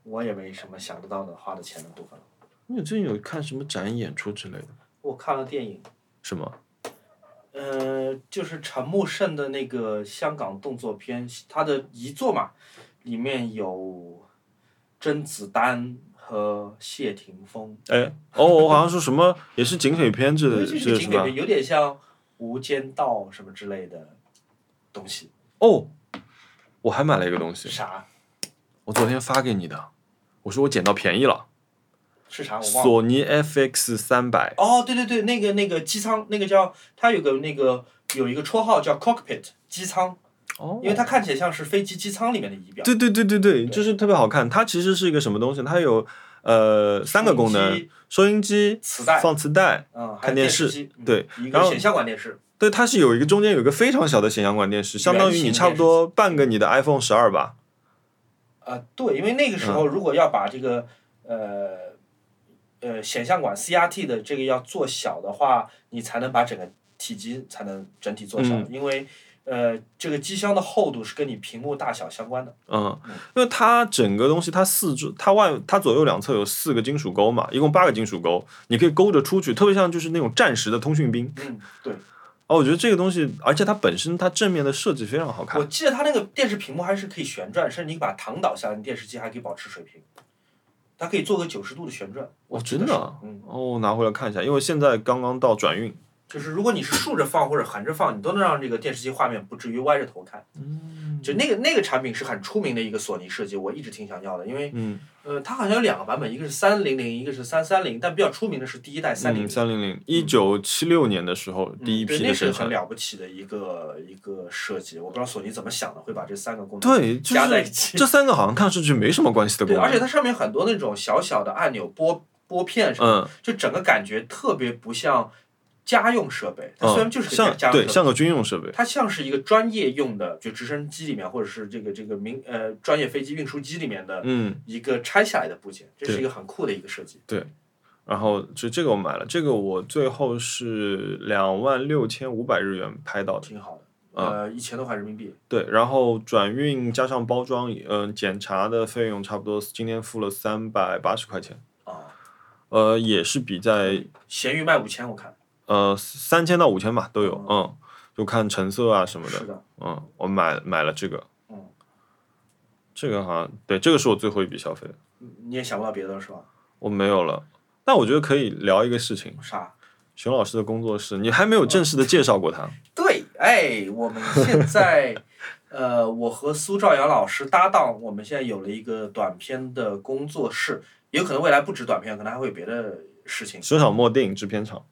B: 我也没什么想得到的花的钱的部分了，
A: 你最近有看什么展演出之类的吗？
B: 我看了电影。
A: 是吗？
B: 呃，就是陈木胜的那个香港动作片，他的遗作嘛，里面有甄子丹和谢霆锋，
A: 哎，哦，我好像说什么也是警匪片之
B: 因
A: 类
B: 为
A: 的，
B: 这
A: 是
B: 是
A: 是
B: 经
A: 吧
B: 典？片，有点像《无间道》什么之类的东西。
A: 哦，我还买了一个东西，
B: 啥？
A: 我昨天发给你的，我说我捡到便宜了，
B: 是啥？我忘了。
A: 索尼 FX 三百。
B: 哦，对对对，那个那个机舱，那个叫他有个那个有一个绰号叫 cockpit 机舱，
A: 哦
B: 因为它看起来像是飞机机舱里面的仪表。
A: 对对对对对，
B: 对
A: 就是特别好看。它其实是一个什么东西？它有呃三个功
B: 收音
A: 能：
B: 机，
A: 收音机、
B: 磁带，
A: 放磁带。
B: 嗯，还有
A: 看电
B: 视
A: 视
B: 机，嗯
A: 对，
B: 一
A: 然
B: 个
A: 后
B: 显像管电视。
A: 对，它是有一个中间有一个非常小的显像管电视，相当于你差不多半个你的 iPhone 十二吧。
B: 啊，对，因为那个时候如果要把这个、呃呃显像管 CRT 的这个要做小的话，你才能把整个体积才能整体做小，因为呃这个机箱的厚度是跟你屏幕大小相关的。
A: 嗯，因为它整个东西，它四周、它外、它左右两侧有四个金属钩嘛，一共八个金属钩，你可以勾着出去，特别像就是那种战时的通讯兵。
B: 嗯，对，
A: 哦，我觉得这个东西，而且它本身它正面的设计非常好看
B: 我。记得它那个电视屏幕还是可以旋转，甚至你把它躺倒下来，你电视机还可以保持水平，它可以做个九十度的旋转。
A: 哦，
B: 记
A: 真
B: 得
A: 的
B: 是
A: 啊？
B: 嗯，
A: 哦，拿回来看一下，因为现在刚刚到转运。
B: 就是如果你是竖着放或者横着放，你都能让这个电视机画面不至于歪着头看。
A: 嗯
B: 就那个那个产品是很出名的一个索尼设计，我一直挺想要的，因为
A: 嗯，
B: 呃，它好像有两个版本，一个是三零零，一个是三三零，但比较出名的是第一代三零零。
A: 嗯三零零，一九七六年的时候第一
B: 对
A: 批
B: 那
A: 的
B: 是
A: 生
B: 很
A: 产。
B: 了不起的一个一个设计，我不知道索尼怎么想的，会把这三个功能
A: 对，就
B: 加在一
A: 是
B: 起。
A: 这三个好像看上去没什么关系的功
B: 对，
A: 能。
B: 而且它上面很多那种小小的按钮、拨拨片什么，
A: 嗯，
B: 就整个感觉特别不像家用设备。
A: 嗯
B: 它虽然就是个
A: 像
B: 家用
A: 对
B: 设备，
A: 像个军用设备。
B: 它像是一个专业用的，就直升机里面或者是这个这个民呃专业飞机运输机里面的
A: 嗯，
B: 一个拆下来的部件，这是
A: 对
B: 一个很酷的一个设计。
A: 然后就这个我买了，这个我最后是两万六千五百日元拍到的，
B: 挺好的。
A: 啊
B: 呃，一千多块人民币，
A: 对，然后转运加上包装，嗯、检查的费用差不多今天付了三百八十块钱，
B: 啊，
A: 呃，也是比在
B: 闲鱼卖五千，我看
A: 呃三千到五千吧都有，嗯，就看成色啊什么
B: 哦是
A: 的，
B: 的，
A: 嗯，我买买了这个，
B: 嗯，
A: 这个好像对，这个是我最后一笔消费，
B: 你嗯你也想不到别的了是吧？
A: 我没有了，但我觉得可以聊一个事情，
B: 啥？
A: 熊老师的工作室，你还没有正式的介绍过他，
B: 对，哎，我们现在，呃，我和苏兆阳老师搭档，我们现在有了一个短片的工作室，也有可能未来不止短片，可能还会有别的事情。
A: 石场墨电影制片厂，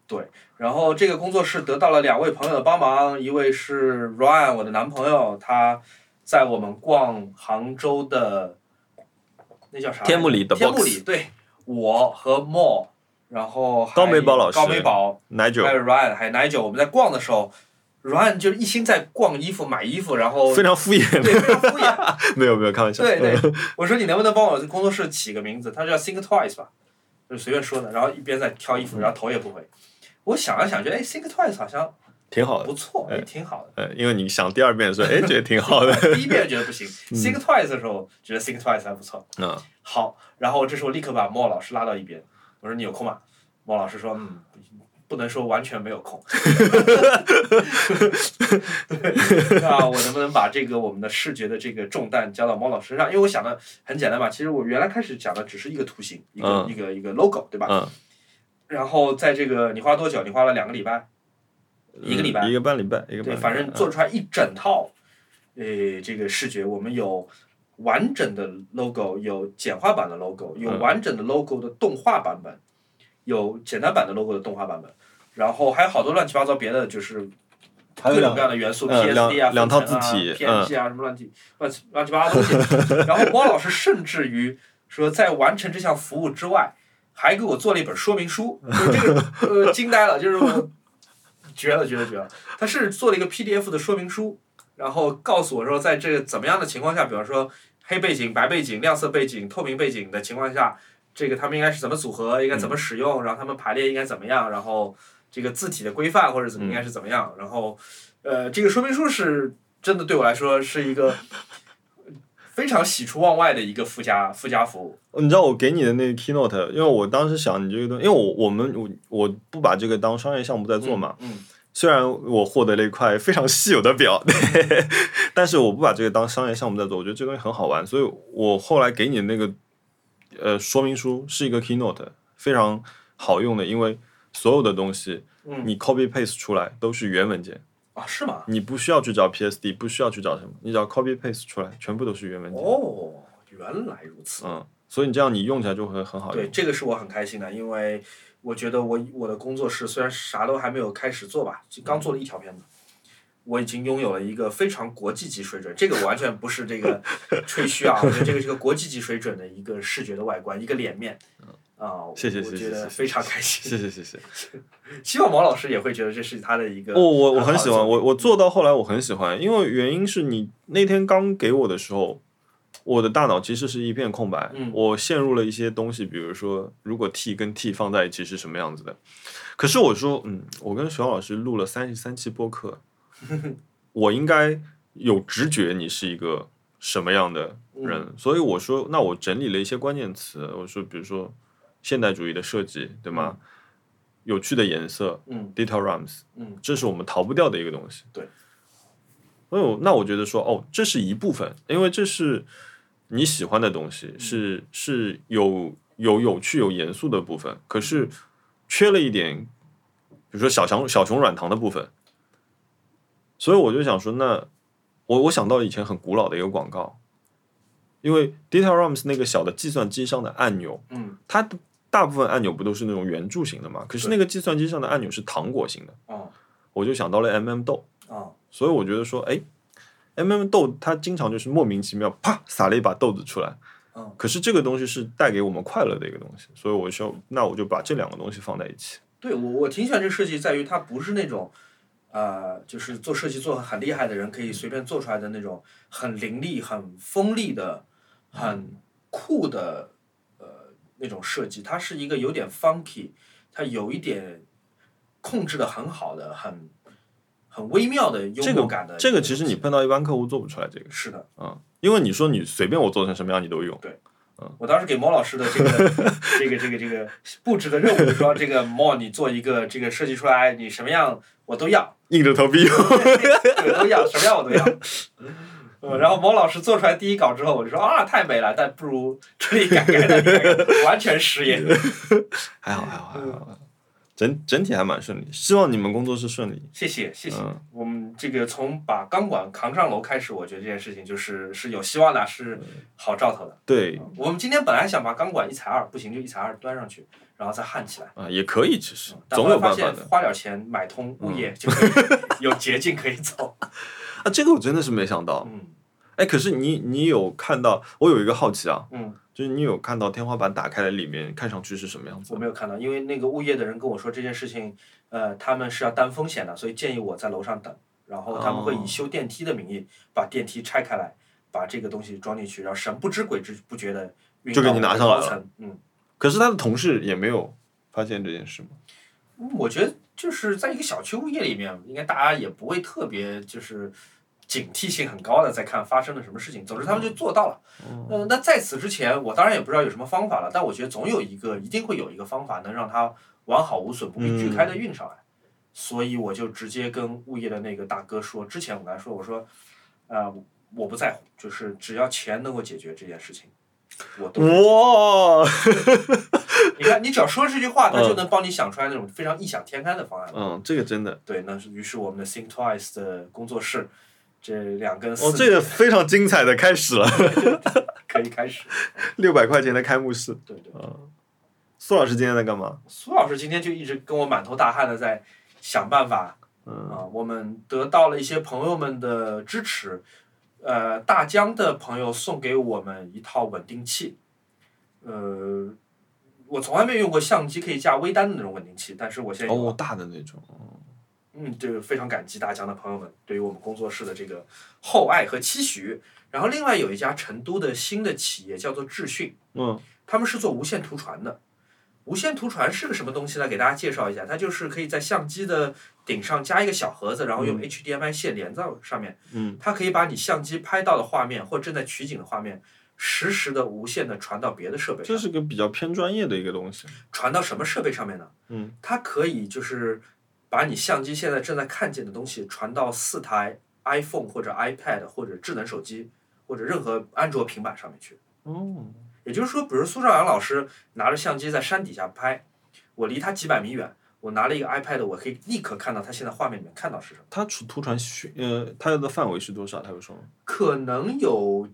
B: 然后这个工作室得到了两位朋友的帮忙，一位是 Ryan，我的男朋友，他在我们逛杭州的那叫啥来着？
A: 天目里的
B: 天目
A: box
B: 里，对我和 Mo，然后还
A: 高美宝老师
B: 高美宝，
A: 奶酒
B: 还有 Ryan，还有奶酒，我们在逛的时候，Ryan 就一心在逛衣服、买衣服，然后
A: 非常敷衍，
B: 对非常敷衍。
A: 没有没有开玩笑，
B: 对对，我说你能不能帮我工作室起个名字？他说叫 Think Twice 吧，就是随便说的，然后一边在挑衣服，然后头也不回。我想了想，觉得哎，Think Twice 好像。
A: 挺好的。
B: 不错，
A: 哎
B: 也挺好的。
A: 呃，因为你想第二遍的时候，哎，觉得挺 好的。
B: 第一遍觉得不行，Think Twice 的时候觉得 Think Twice 还不错。
A: 嗯，
B: 好，然后这时候立刻把莫老师拉到一边，我说你有空吗？莫老师说嗯，不能说完全没有空。 对，那我能不能把这个我们的视觉的这个重担交到莫老师身上？因为我想的很简单嘛，其实我原来开始讲的只是一个图形，一个、
A: 嗯
B: 一个一个 logo，对吧？
A: 嗯，
B: 然后在这个你花多久？你花了两个礼拜，一个礼拜
A: 一个半礼拜，一个半礼啊拜。
B: 对，反正做出来一整套，呃，这个视觉我们有完整的 logo，有简化版的 logo，有
A: 嗯
B: 完整的 logo 的动画版本，有简单版的 logo 的动画版本，然后还有好多乱七八糟别的，就是
A: 还
B: 各
A: 有
B: 种
A: 两
B: 各样的元素
A: 嗯两
B: ，PSD 啊、
A: 两套
B: 分层啊
A: 字体嗯
B: PNG 啊，什么乱七乱七乱七八糟的东西。然后包老师甚至于说，在完成这项服务之外，还给我做了一本说明书，就是这个呃惊呆了，就是我绝了绝了绝了。他甚至做了一个 PDF 的说明书，然后告诉我说，在这个怎么样的情况下，比方说黑背景、白背景、亮色背景、透明背景的情况下，这个他们应该是怎么组合，应该
A: 嗯
B: 怎么使用，然后他们排列应该怎么样，然后这个字体的规范或者怎么
A: 嗯
B: 应该是怎么样，然后呃，这个说明书是真的对我来说是一 个非常喜出望外的一个附加附加服务。
A: 你知道我给你的那个 keynote，因为我当时想你这个东西，因为我我们我我不把这个当商业项目在做嘛，
B: 嗯，
A: 虽然我获得了一块非常稀有的表， 但是我不把这个当商业项目在做，我觉得这东西很好玩，所以我后来给你的那个呃说明书是一个 keynote，非常好用的，因为所有的东西
B: 嗯
A: 你 copy paste 出来都是原文件，
B: 啊，是吗？
A: 你不需要去找 PSD，不需要去找什么，你只要 copy paste 出来，全部都是原文件，
B: 哦，原来如此。
A: 嗯，所以你这样你用起来就会很好
B: 对，
A: 用，
B: 这个是我很开心的，因为我觉得我我的工作室虽然啥都还没有开始做吧，就刚做了一条片子，我已经拥有了一个非常国际级水准，这个完全不是这 个吹嘘啊，我觉得这个是个国际级水准的一个视觉的外观，一个脸面。啊、
A: 谢谢
B: 我
A: 谢谢
B: 觉
A: 谢
B: 得
A: 谢
B: 非常开 心。
A: 谢谢谢谢。
B: 希望毛老师也会觉得这是他的一个
A: 我我我
B: 很好
A: 很
B: 的
A: 喜
B: 作
A: 欢，
B: 品
A: 我我做到后来我很喜欢，因为原因是你那天刚给我的时候，我的大脑其实是一片空白，
B: 嗯
A: 我陷入了一些东西，比如说如果 T 跟 T 放在一起是什么样子的。可是我说，嗯，我跟熊老师录了三十三期播 客，我应该有直觉你是一个什么样的
B: 嗯
A: 人，所以我说，那我整理了一些关键词，我说，比如说现代主义的设计，对吗？有趣的颜色，
B: 嗯
A: ，detail rams，
B: 嗯，
A: 这是我们逃不掉的一个东西。
B: 对，
A: 所以我那我觉得说，哦，这是一部分，因为这是你喜欢的东
B: 嗯
A: 西，是是有有有趣有严肃的部分，可
B: 嗯
A: 是缺了一点，比如说小强小熊软糖的部分。所以我就想说，那我我想到了以前很古老的一个广告，因为 Data Rams 那个小的计算机上的按钮，
B: 嗯
A: 它的大部分按钮不都是那种圆柱形的嘛？可是
B: 对
A: 那个计算机上的按钮是糖果形的，
B: 哦
A: 我就想到了 MM 豆，
B: 哦
A: 所以我觉得说，哎，MM 豆它经常就是莫名其妙啪撒了一把豆子出来，
B: 嗯，
A: 可是这个东西是带给我们快乐的一个东西，所以我就那我就把这两个东西放在一起，
B: 对我我挺喜欢这个设计，在于它不是那种，呃，就是做设计做得很厉害的人可以随便做出来的那种很凌厉、很锋利的、很酷的呃那种设计，它是一个有点 funky，它有一点控制的很好的、很很微妙的幽
A: 这
B: 默
A: 个
B: 感的一东西。
A: 这个其实你碰到一般客户做不出来这个，
B: 是的，
A: 嗯，因为你说你随便我做成什么样你都用，
B: 我当时给毛老师的这个这个这个这个布置的任务是说，这个毛你做一个这个设计出来，你什么样我都要。
A: 硬着头皮 用，
B: 我都要，什么样我都要。呃，然后毛老师做出来第一稿之后，我就说啊，太美了，但不如这里改改那里改改，完全失言。
A: 还好还好还好，整整体还蛮顺利，希望你们工作室顺利。
B: 谢谢谢谢，
A: 嗯
B: 我们这个从把钢管扛上楼开始，我觉得这件事情就是是有希望的，是好兆头的。嗯
A: 对
B: 我们今天本来想把钢管一踩二，不行就一踩二端上去，然后再焊起来。
A: 啊，也可以，其实
B: 嗯但
A: 总
B: 后来
A: 有
B: 发
A: 办
B: 现
A: 法的。嗯
B: 花点钱买通物业就可以有捷径可以走。
A: 啊，这个我真的是没想到。
B: 嗯
A: 哎，可是你你有看到？我有一个好奇啊，
B: 嗯，
A: 就是你有看到天花板打开来里面看上去是什么样子吗？
B: 我没有看到，因为那个物业的人跟我说这件事情，呃，他们是要担风险的，所以建议我在楼上等。然后他们会
A: 哦
B: 以修电梯的名义把电梯拆开来，把这个东西装进去，然后神不知鬼之不觉的运
A: 就给
B: 到
A: 你
B: 我们
A: 拿上来
B: 高
A: 了
B: 层。嗯，
A: 可是他的同事也没有发现这件事吗？
B: 嗯我觉得就是在一个小区物业里面，应该大家也不会特别就是警惕性很高的在看发生了什么事情。总之他们就做到了。嗯、那在此之前，我当然也不知道有什么方法了，但我觉得总有一个一定会有一个方法能让它完好无损、不被锯开的运上来。所以我就直接跟物业的那个大哥说，之前我跟他说，我说，呃，我不在乎，就是只要钱能够解决这件事情，我
A: 嗯
B: 都
A: 哇，
B: 你看，你只要说这句话，他就
A: 嗯
B: 能帮你想出来那种非常异想天开的方案。
A: 嗯，这个真的，
B: 对，那是于是我们的 Think Twice 的工作室，这两根
A: 哦，
B: 丝
A: 这个非常精彩的开始了，
B: 可以开始。
A: 六百块钱的开幕式。
B: 对对，
A: 苏老师今天在干嘛？
B: 苏老师今天就一直跟我满头大汗的在想办法啊、
A: 嗯，
B: 我们得到了一些朋友们的支持，呃，大疆的朋友送给我们一套稳定器，呃，我从来没有用过相机可以架微单的那种稳定器，但是我现在有了啊
A: 哦，大的那种，
B: 嗯，这个非常感激大疆的朋友们对于我们工作室的这个厚爱和期许。然后另外有一家成都的新的企业叫做智讯，
A: 嗯，
B: 他们是做无线图传的。无线图传是个什么东西呢？给大家介绍一下，它就是可以在相机的顶上加一个小盒子，然后用 HDMI 线连到上面。
A: 嗯，
B: 它可以把你相机拍到的画面或正在取景的画面，实时的无线的传到别的设备上。
A: 这是个比较偏专业的一个东西。
B: 传到什么设备上面呢？
A: 嗯，
B: 它可以就是把你相机现在正在看见的东西传到四台 iPhone 或者 iPad 或者智能手机或者任何安卓平板上面去。
A: 哦，
B: 也就是说，比如苏兆阳老师拿着相机在山底下拍，我离他几百米远，我拿了一个 iPad，我可以立刻看到他现在画面里面看到是什么，
A: 它图图传学，呃，它的范围是多少？他有说吗？
B: 可能有。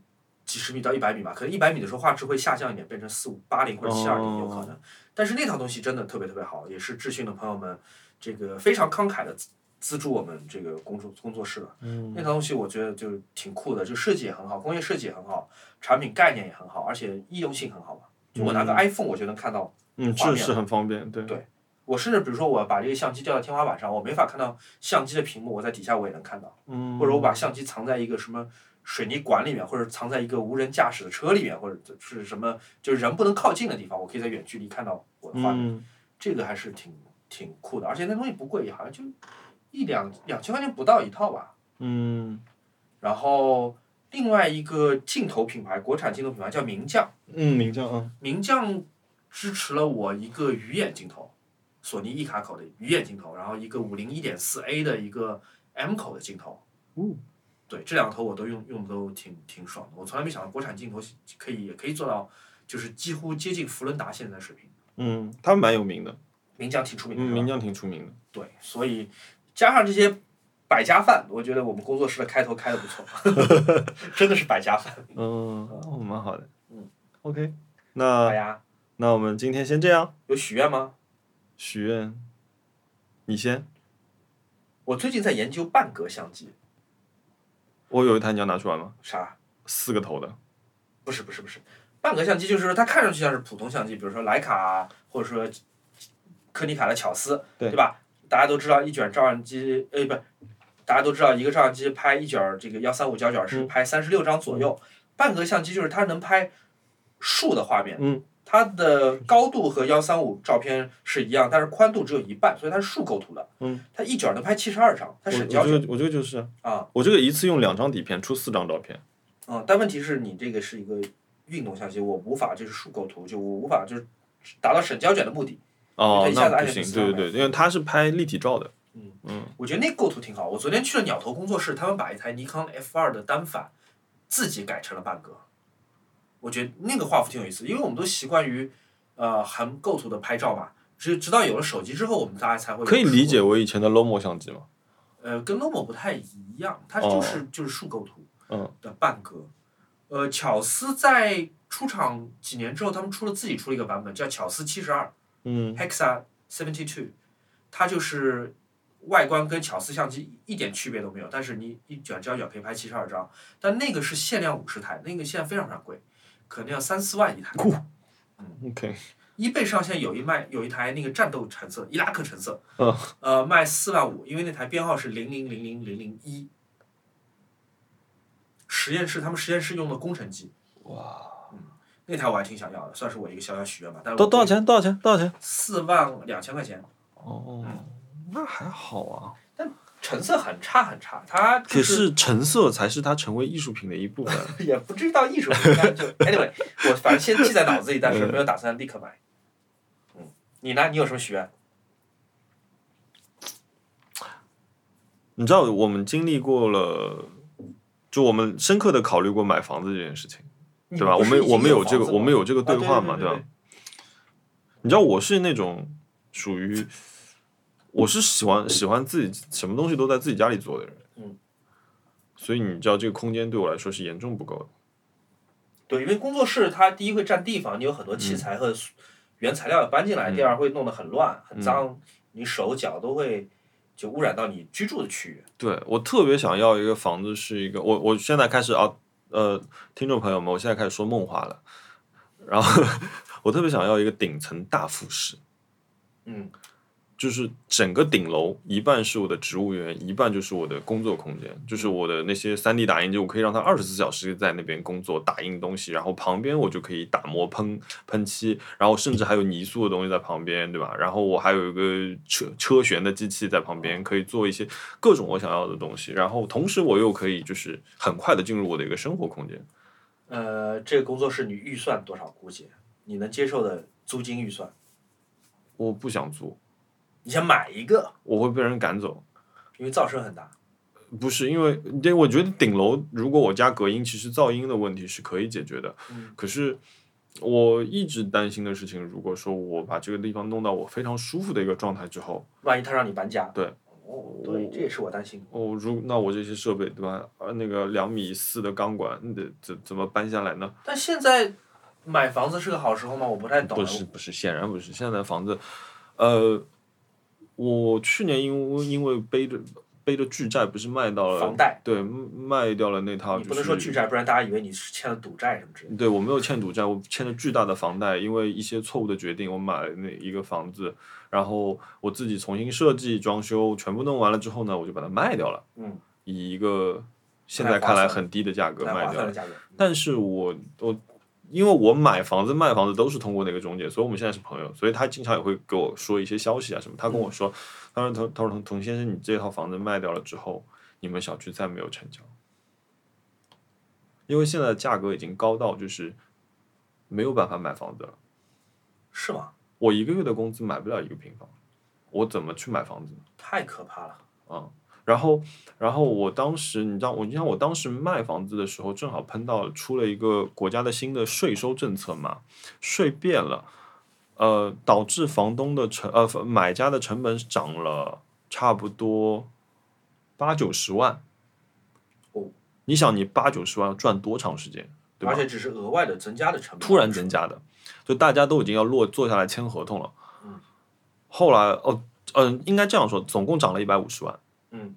B: 几十米到一百米吧，可能一百米的时候画质会下降一点，变成四五八零或者七二
A: 哦
B: 零有可能。但是那套东西真的特别特别好，也是智讯的朋友们这个非常慷慨的资助我们这个工作工作室的。
A: 嗯
B: 那套东西我觉得就挺酷的，就设计也很好，工业设计也很好，产品概念也很好，而且易用性很好嘛。就我拿个
A: 嗯
B: iPhone 我就能看到，
A: 嗯，
B: 画
A: 这
B: 面
A: 是很方便，对
B: 对我甚至比如说我把这个相机吊到天花板上，我没法看到相机的屏幕，我在底下我也能看到，
A: 嗯，
B: 或者我把相机藏在一个什么。水泥管里面，或者藏在一个无人驾驶的车里面，或者是什么，就是人不能靠近的地方，我可以在远距离看到我的画面。
A: 嗯，
B: 这个还是挺挺酷的，而且那东西不贵，好像就一两两千块钱不到一套吧。
A: 嗯
B: 然后另外一个镜头品牌，国产镜头品牌叫名匠，
A: 嗯，名将啊，
B: 名匠支持了我一个鱼眼镜头，索尼一卡口的鱼眼镜头，然后一个五零一点四 A 的一个 M 口的镜头。
A: 哦
B: 对，这两个头我都用用的都挺挺爽的，我从来没想到国产镜头可以也可以做到，就是几乎接近福伦达现在的水平。
A: 嗯，他蛮有名的，
B: 名匠挺出名
A: 嗯，
B: 的，是吧
A: 名将挺出名的。
B: 对，所以加上这些百家饭，我觉得我们工作室的开头开的 不错，真的是百家饭。
A: 嗯，哦，蛮好的。
B: 嗯
A: ，OK，
B: 好
A: 那
B: 哎呀，
A: 那我们今天先这样，
B: 有许愿吗？
A: 许愿，你先。
B: 我最近在研究半格相机，
A: 我有一台你要拿出来吗？
B: 啥？
A: 四个头的。
B: 不是不是不是，半格相机就是说它看上去像是普通相机，比如说徕卡啊或者说柯尼卡的巧思，
A: 对
B: 吧？大家都知道一卷照相机，呃，不，大家都知道一个照相机拍一卷儿这个幺三五胶卷是
A: 嗯
B: 拍三十六张左右，半格相机就是它能拍竖的画面，
A: 嗯，
B: 它的高度和幺三五照片是一样，但是宽度只有一半，所以它是竖构图的。
A: 嗯，
B: 它一卷儿能拍七十二张，它
A: 我
B: 省
A: 我
B: 胶
A: 这
B: 卷
A: 个我这个就是啊，
B: 啊。
A: 我这个一次用两张底片出四张照片。
B: 嗯，但问题是你这个是一个运动相机，我无法就是竖构图，就我无法就是达到省胶卷的目的。
A: 哦
B: 对，一下
A: 那
B: 子
A: 不
B: 按下
A: 行
B: 去，四张
A: 对对对，因为它是拍立体照的。
B: 我觉得那个构图挺好。我昨天去了鸟头工作室，他们把一台尼康 F 二的单反自己改成了半格，我觉得那个画幅挺有意思，因为我们都习惯于呃含构图的拍照嘛。直直到有了手机之后，我们大家才会
A: 可以
B: 有
A: 理
B: 数
A: 解为以前的 Lomo 相机吗？
B: 呃，跟 Lomo 不太一样，它就是、就是竖构图
A: 嗯
B: 的半格。呃，巧思在出厂几年之后，他们出了自己出了一个版本，叫巧思七十二
A: 嗯
B: Hexa Seventy Two，它就是外观跟巧思相机一点区别都没有，但是你一卷胶卷可以拍七十二张，但那个是限量五十台，那个现在非常非常贵，可能要三四万一台。
A: ，OK，
B: 一倍上现在有一卖有一台那个战斗橙色，伊拉克橙色，
A: 嗯
B: 呃，卖四万五，因为那台编号是零零零零零零一。实验室他们实验室用的工程机，嗯
A: 哇，
B: 那台我还挺想要的，算是我一个小小许愿吧。但是
A: 多多少？钱？多少钱？多少钱？
B: 四万两千块钱。
A: 哦，那还好啊。
B: 成色很差很差，它
A: 可
B: 就是
A: 成色才是它成为艺术品的一部 分。
B: 也不至于到艺术品，但 就 anyway，我反正先记在脑子里，但是没有打算立刻买。嗯，你呢？你有什么许愿？
A: 你知道，我们经历过了，就我们深刻的考虑过买房子这件事情，对吧？我
B: 嗯你不是
A: 们
B: 已经
A: 我们有
B: 房
A: 这个
B: 子
A: 我
B: 吗
A: 们有这个
B: 啊对
A: 话嘛，
B: 对
A: 吧？你知道我是那种属于，我是喜欢喜欢自己什么东西都在自己家里做的人，
B: 嗯，
A: 所以你知道这个空间对我来说是严重不够的，
B: 对，因为工作室它第一会占地方，你有很多
A: 嗯
B: 器材和素原材料要搬进来；第二会弄得很乱、很
A: 嗯
B: 脏，你手脚都会就污染到你居住的区域。
A: 对我特别想要一个房子，是一个我我现在开始啊，呃，听众朋友们，我现在开始说梦话了，然后 我特别想要一个顶层大复式。
B: 嗯，
A: 就是整个顶楼一半是我的植物园，一半就是我的工作空间，就是我的那些三 D 打印机，我可以让它二十四小时在那边工作打印东西，然后旁边我就可以打磨喷喷漆，然后甚至还有泥塑的东西在旁边，对吧？然后我还有一个车车旋的机器在旁边，可以做一些各种我想要的东西，然后同时我又可以就是很快的进入我的一个生活空间。
B: 呃，这个工作室你预算多少？估计你能接受的租金预算，
A: 我不想租，
B: 你想买一个，
A: 我会被人赶走。
B: 因为噪声很大。
A: 不是因为，对，我觉得顶楼如果我加隔音，其实噪音的问题是可以解决的。
B: 嗯
A: 可是我一直担心的事情，如果说我把这个地方弄到我非常舒服的一个状态之后，
B: 万一他让你搬家，
A: 对，
B: 哦，对，这也是我担心的。
A: 哦，如那我这些设备对吧？呃，那个两米四的钢管，你得怎怎么搬下来呢？
B: 但现在买房子是个好时候吗？我不太懂。
A: 不是不是，显然不是。现在的房子，呃，我去年因为因为背着背着巨债，不是卖到了
B: 房贷，
A: 对，卖掉了那套、呃就
B: 你
A: 是，
B: 不能说巨债，不然大家以为你是欠了赌债什么之类的。
A: 对我没有欠赌债，我欠了巨大的房贷，因为一些错误的决定，我买了那一个房子，然后我自己重新设计、装修，全部弄完了之后呢，我就把它卖掉了，
B: 嗯，
A: 以一个现在
B: 太划
A: 看来
B: 算
A: 很低的价
B: 不
A: 格
B: 太
A: 卖
B: 划
A: 呃掉
B: 算的
A: 了。
B: 价格。
A: 但是我我因为我买房子、卖房子都是通过那个中介，所以我们现在是朋友，所以他经常也会给我说一些消息啊什么。他跟我说，他说童童童先生，你这套房子卖掉了之后，你们小区再没有成交，因为现在的价格已经高到就是没有办法买房子了。
B: 是吗？
A: 我一个月的工资买不了一个平方，我怎么去买房子呢？
B: 太可怕了。
A: 然后，然后我当时，你知道，我你像我当时卖房子的时候，正好碰到出了一个国家的新的税收政策嘛，税变了，呃，导致房东的成呃买家的成本涨了差不多八九十万。
B: 哦，
A: 你想你八九十万要赚多长时间，对吧
B: 而？且只是额外的增加的成本。
A: 突然增加的，就大家都已经要落坐下来签合同了。
B: 嗯。
A: 后来哦，嗯、应该这样说，总共涨了一百五十万。
B: 嗯。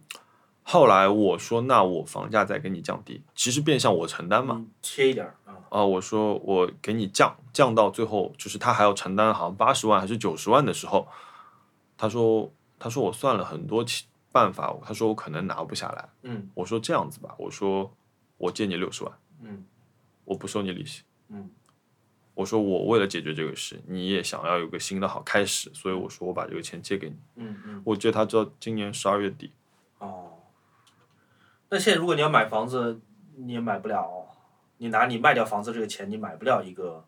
A: 后来我说，那我房价再给你降低，其实变相我承担嘛。
B: 嗯切一点儿啊，
A: 啊、我说我给你降，降到最后就是他还要承担好像八十万还是九十万的时候，他说他说我算了很多其办法，他说我可能拿不下来。
B: 嗯
A: 我说这样子吧，我说我借你六十万，
B: 嗯
A: 我不收你利息。
B: 嗯，
A: 我说我为了解决这个事，你也想要有个新的好开始，所以我说我把这个钱借给你。
B: 嗯嗯，
A: 我借他到今年十二月底，
B: 哦。那现在如果你要买房子，你也买不了，你拿你卖掉房子这个钱，你买不了一个。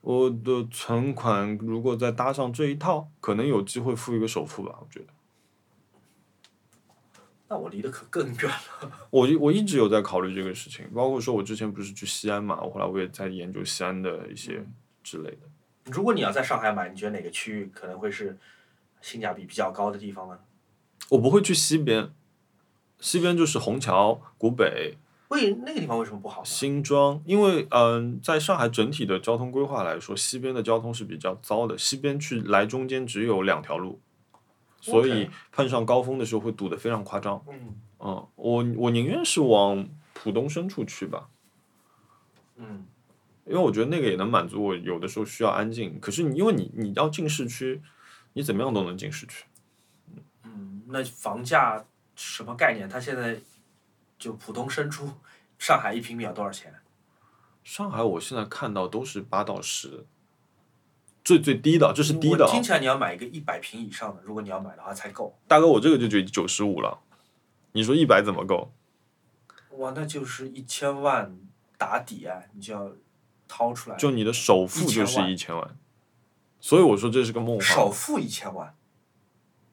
A: 我的存款如果再搭上这一套，可能有机会付一个首付吧。我觉得，
B: 那我离得可更远了。
A: 我一我一直有在考虑这个事情，包括说我之前不是去西安嘛，我后来我也在研究西安的一些之类的。
B: 如果你要在上海买，你觉得哪个区域可能会是性价比比较高的地方呢？
A: 我不会去西边，西边就是虹桥、古北、
B: 为那个地方为什么不好呢？
A: 新庄，因为嗯、在上海整体的交通规划来说，西边的交通是比较糟的，西边去来中间只有两条路，所以
B: OK
A: 碰上高峰的时候会堵得非常夸张。
B: 嗯
A: 嗯，我我宁愿是往浦东深处去吧，
B: 嗯，
A: 因为我觉得那个也能满足我有的时候需要安静。可是你因为你你要进市区，你怎么样都能进市区。
B: 嗯，那房价什么概念？它现在就浦东深处，上海一平米要多少钱？
A: 上海我现在看到都是八到十，最最低的，这是低的
B: 嗯我
A: 啊。
B: 听起来你要买一个一百平以上的，如果你要买的话才够。
A: 大哥，我这个就九九十五了，你说一百怎么够？
B: 哇，那就是一千万打底啊，你就要掏出来。
A: 就你的首付就是一千万，所以我说这是个梦
B: 首
A: 话。
B: 付一千万，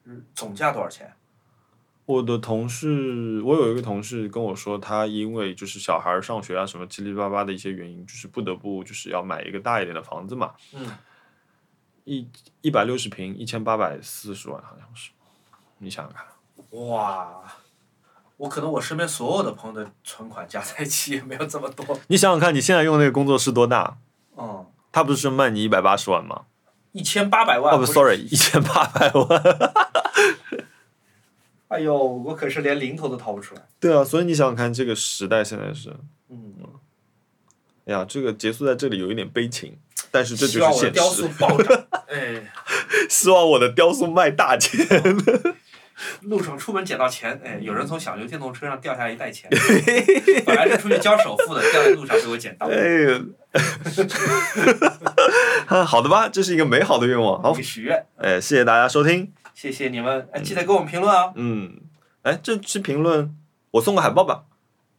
B: 嗯，总价多少钱？
A: 我的同事，我有一个同事跟我说，他因为就是小孩儿上学啊什么七七八八的一些原因，就是不得不就是要买一个大一点的房子嘛，
B: 嗯，
A: 一一百六十平，一千八百四十万好像是，你想想看，
B: 哇，我可能我身边所有的朋友的存款加在一起 也没有这么多。
A: 你想想看，你现在用那个工作室多大？
B: 嗯，
A: 他不是卖你一百八十万吗？
B: 一千八百万。
A: 哦不
B: 是
A: ，sorry，一千八百万。
B: 哎呦，我可是连零头都掏不出来。
A: 对啊，所以你想想看，这个时代现在是，
B: 嗯，
A: 哎呀，这个结束在这里有一点悲情，但是这
B: 希
A: 就
B: 望
A: 是
B: 我的
A: 现
B: 雕
A: 实
B: 塑。爆 炸。哎，
A: 希望我的雕塑卖大钱。
B: 路上出门捡到钱，
A: 嗯
B: 哎，有人从小牛电动车上掉下来一袋 钱，本来是出去交首付的，掉在路上被我捡到。
A: 哎， 好的吧，这是一个美好的愿望。好
B: 你，许愿，
A: 哎，谢谢大家收听。
B: 谢谢你们，哎，记得给我们评论啊！
A: 嗯，哎，这期评论我送个海报吧。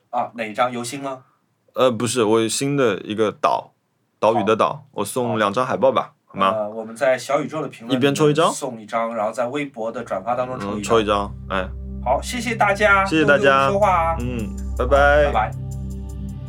B: 啊，哪一张游星吗？
A: 呃，不是，我有新的一个岛，岛屿的岛，
B: 哦
A: 我送两张海报吧，好吗？
B: 呃，我们在小宇宙的评论
A: 一边抽一张
B: 送一张，然后在微博的转发当中抽
A: 嗯，
B: 一
A: 抽
B: 张。
A: 一张，哎，
B: 好，谢谢大家，
A: 谢谢大
B: 多跟我们
A: 家
B: 说话啊，
A: 嗯，拜拜
B: 拜拜。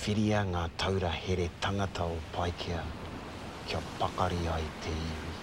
C: whiria ngā taura here tangata o Paikia kia pakari ai te iwi.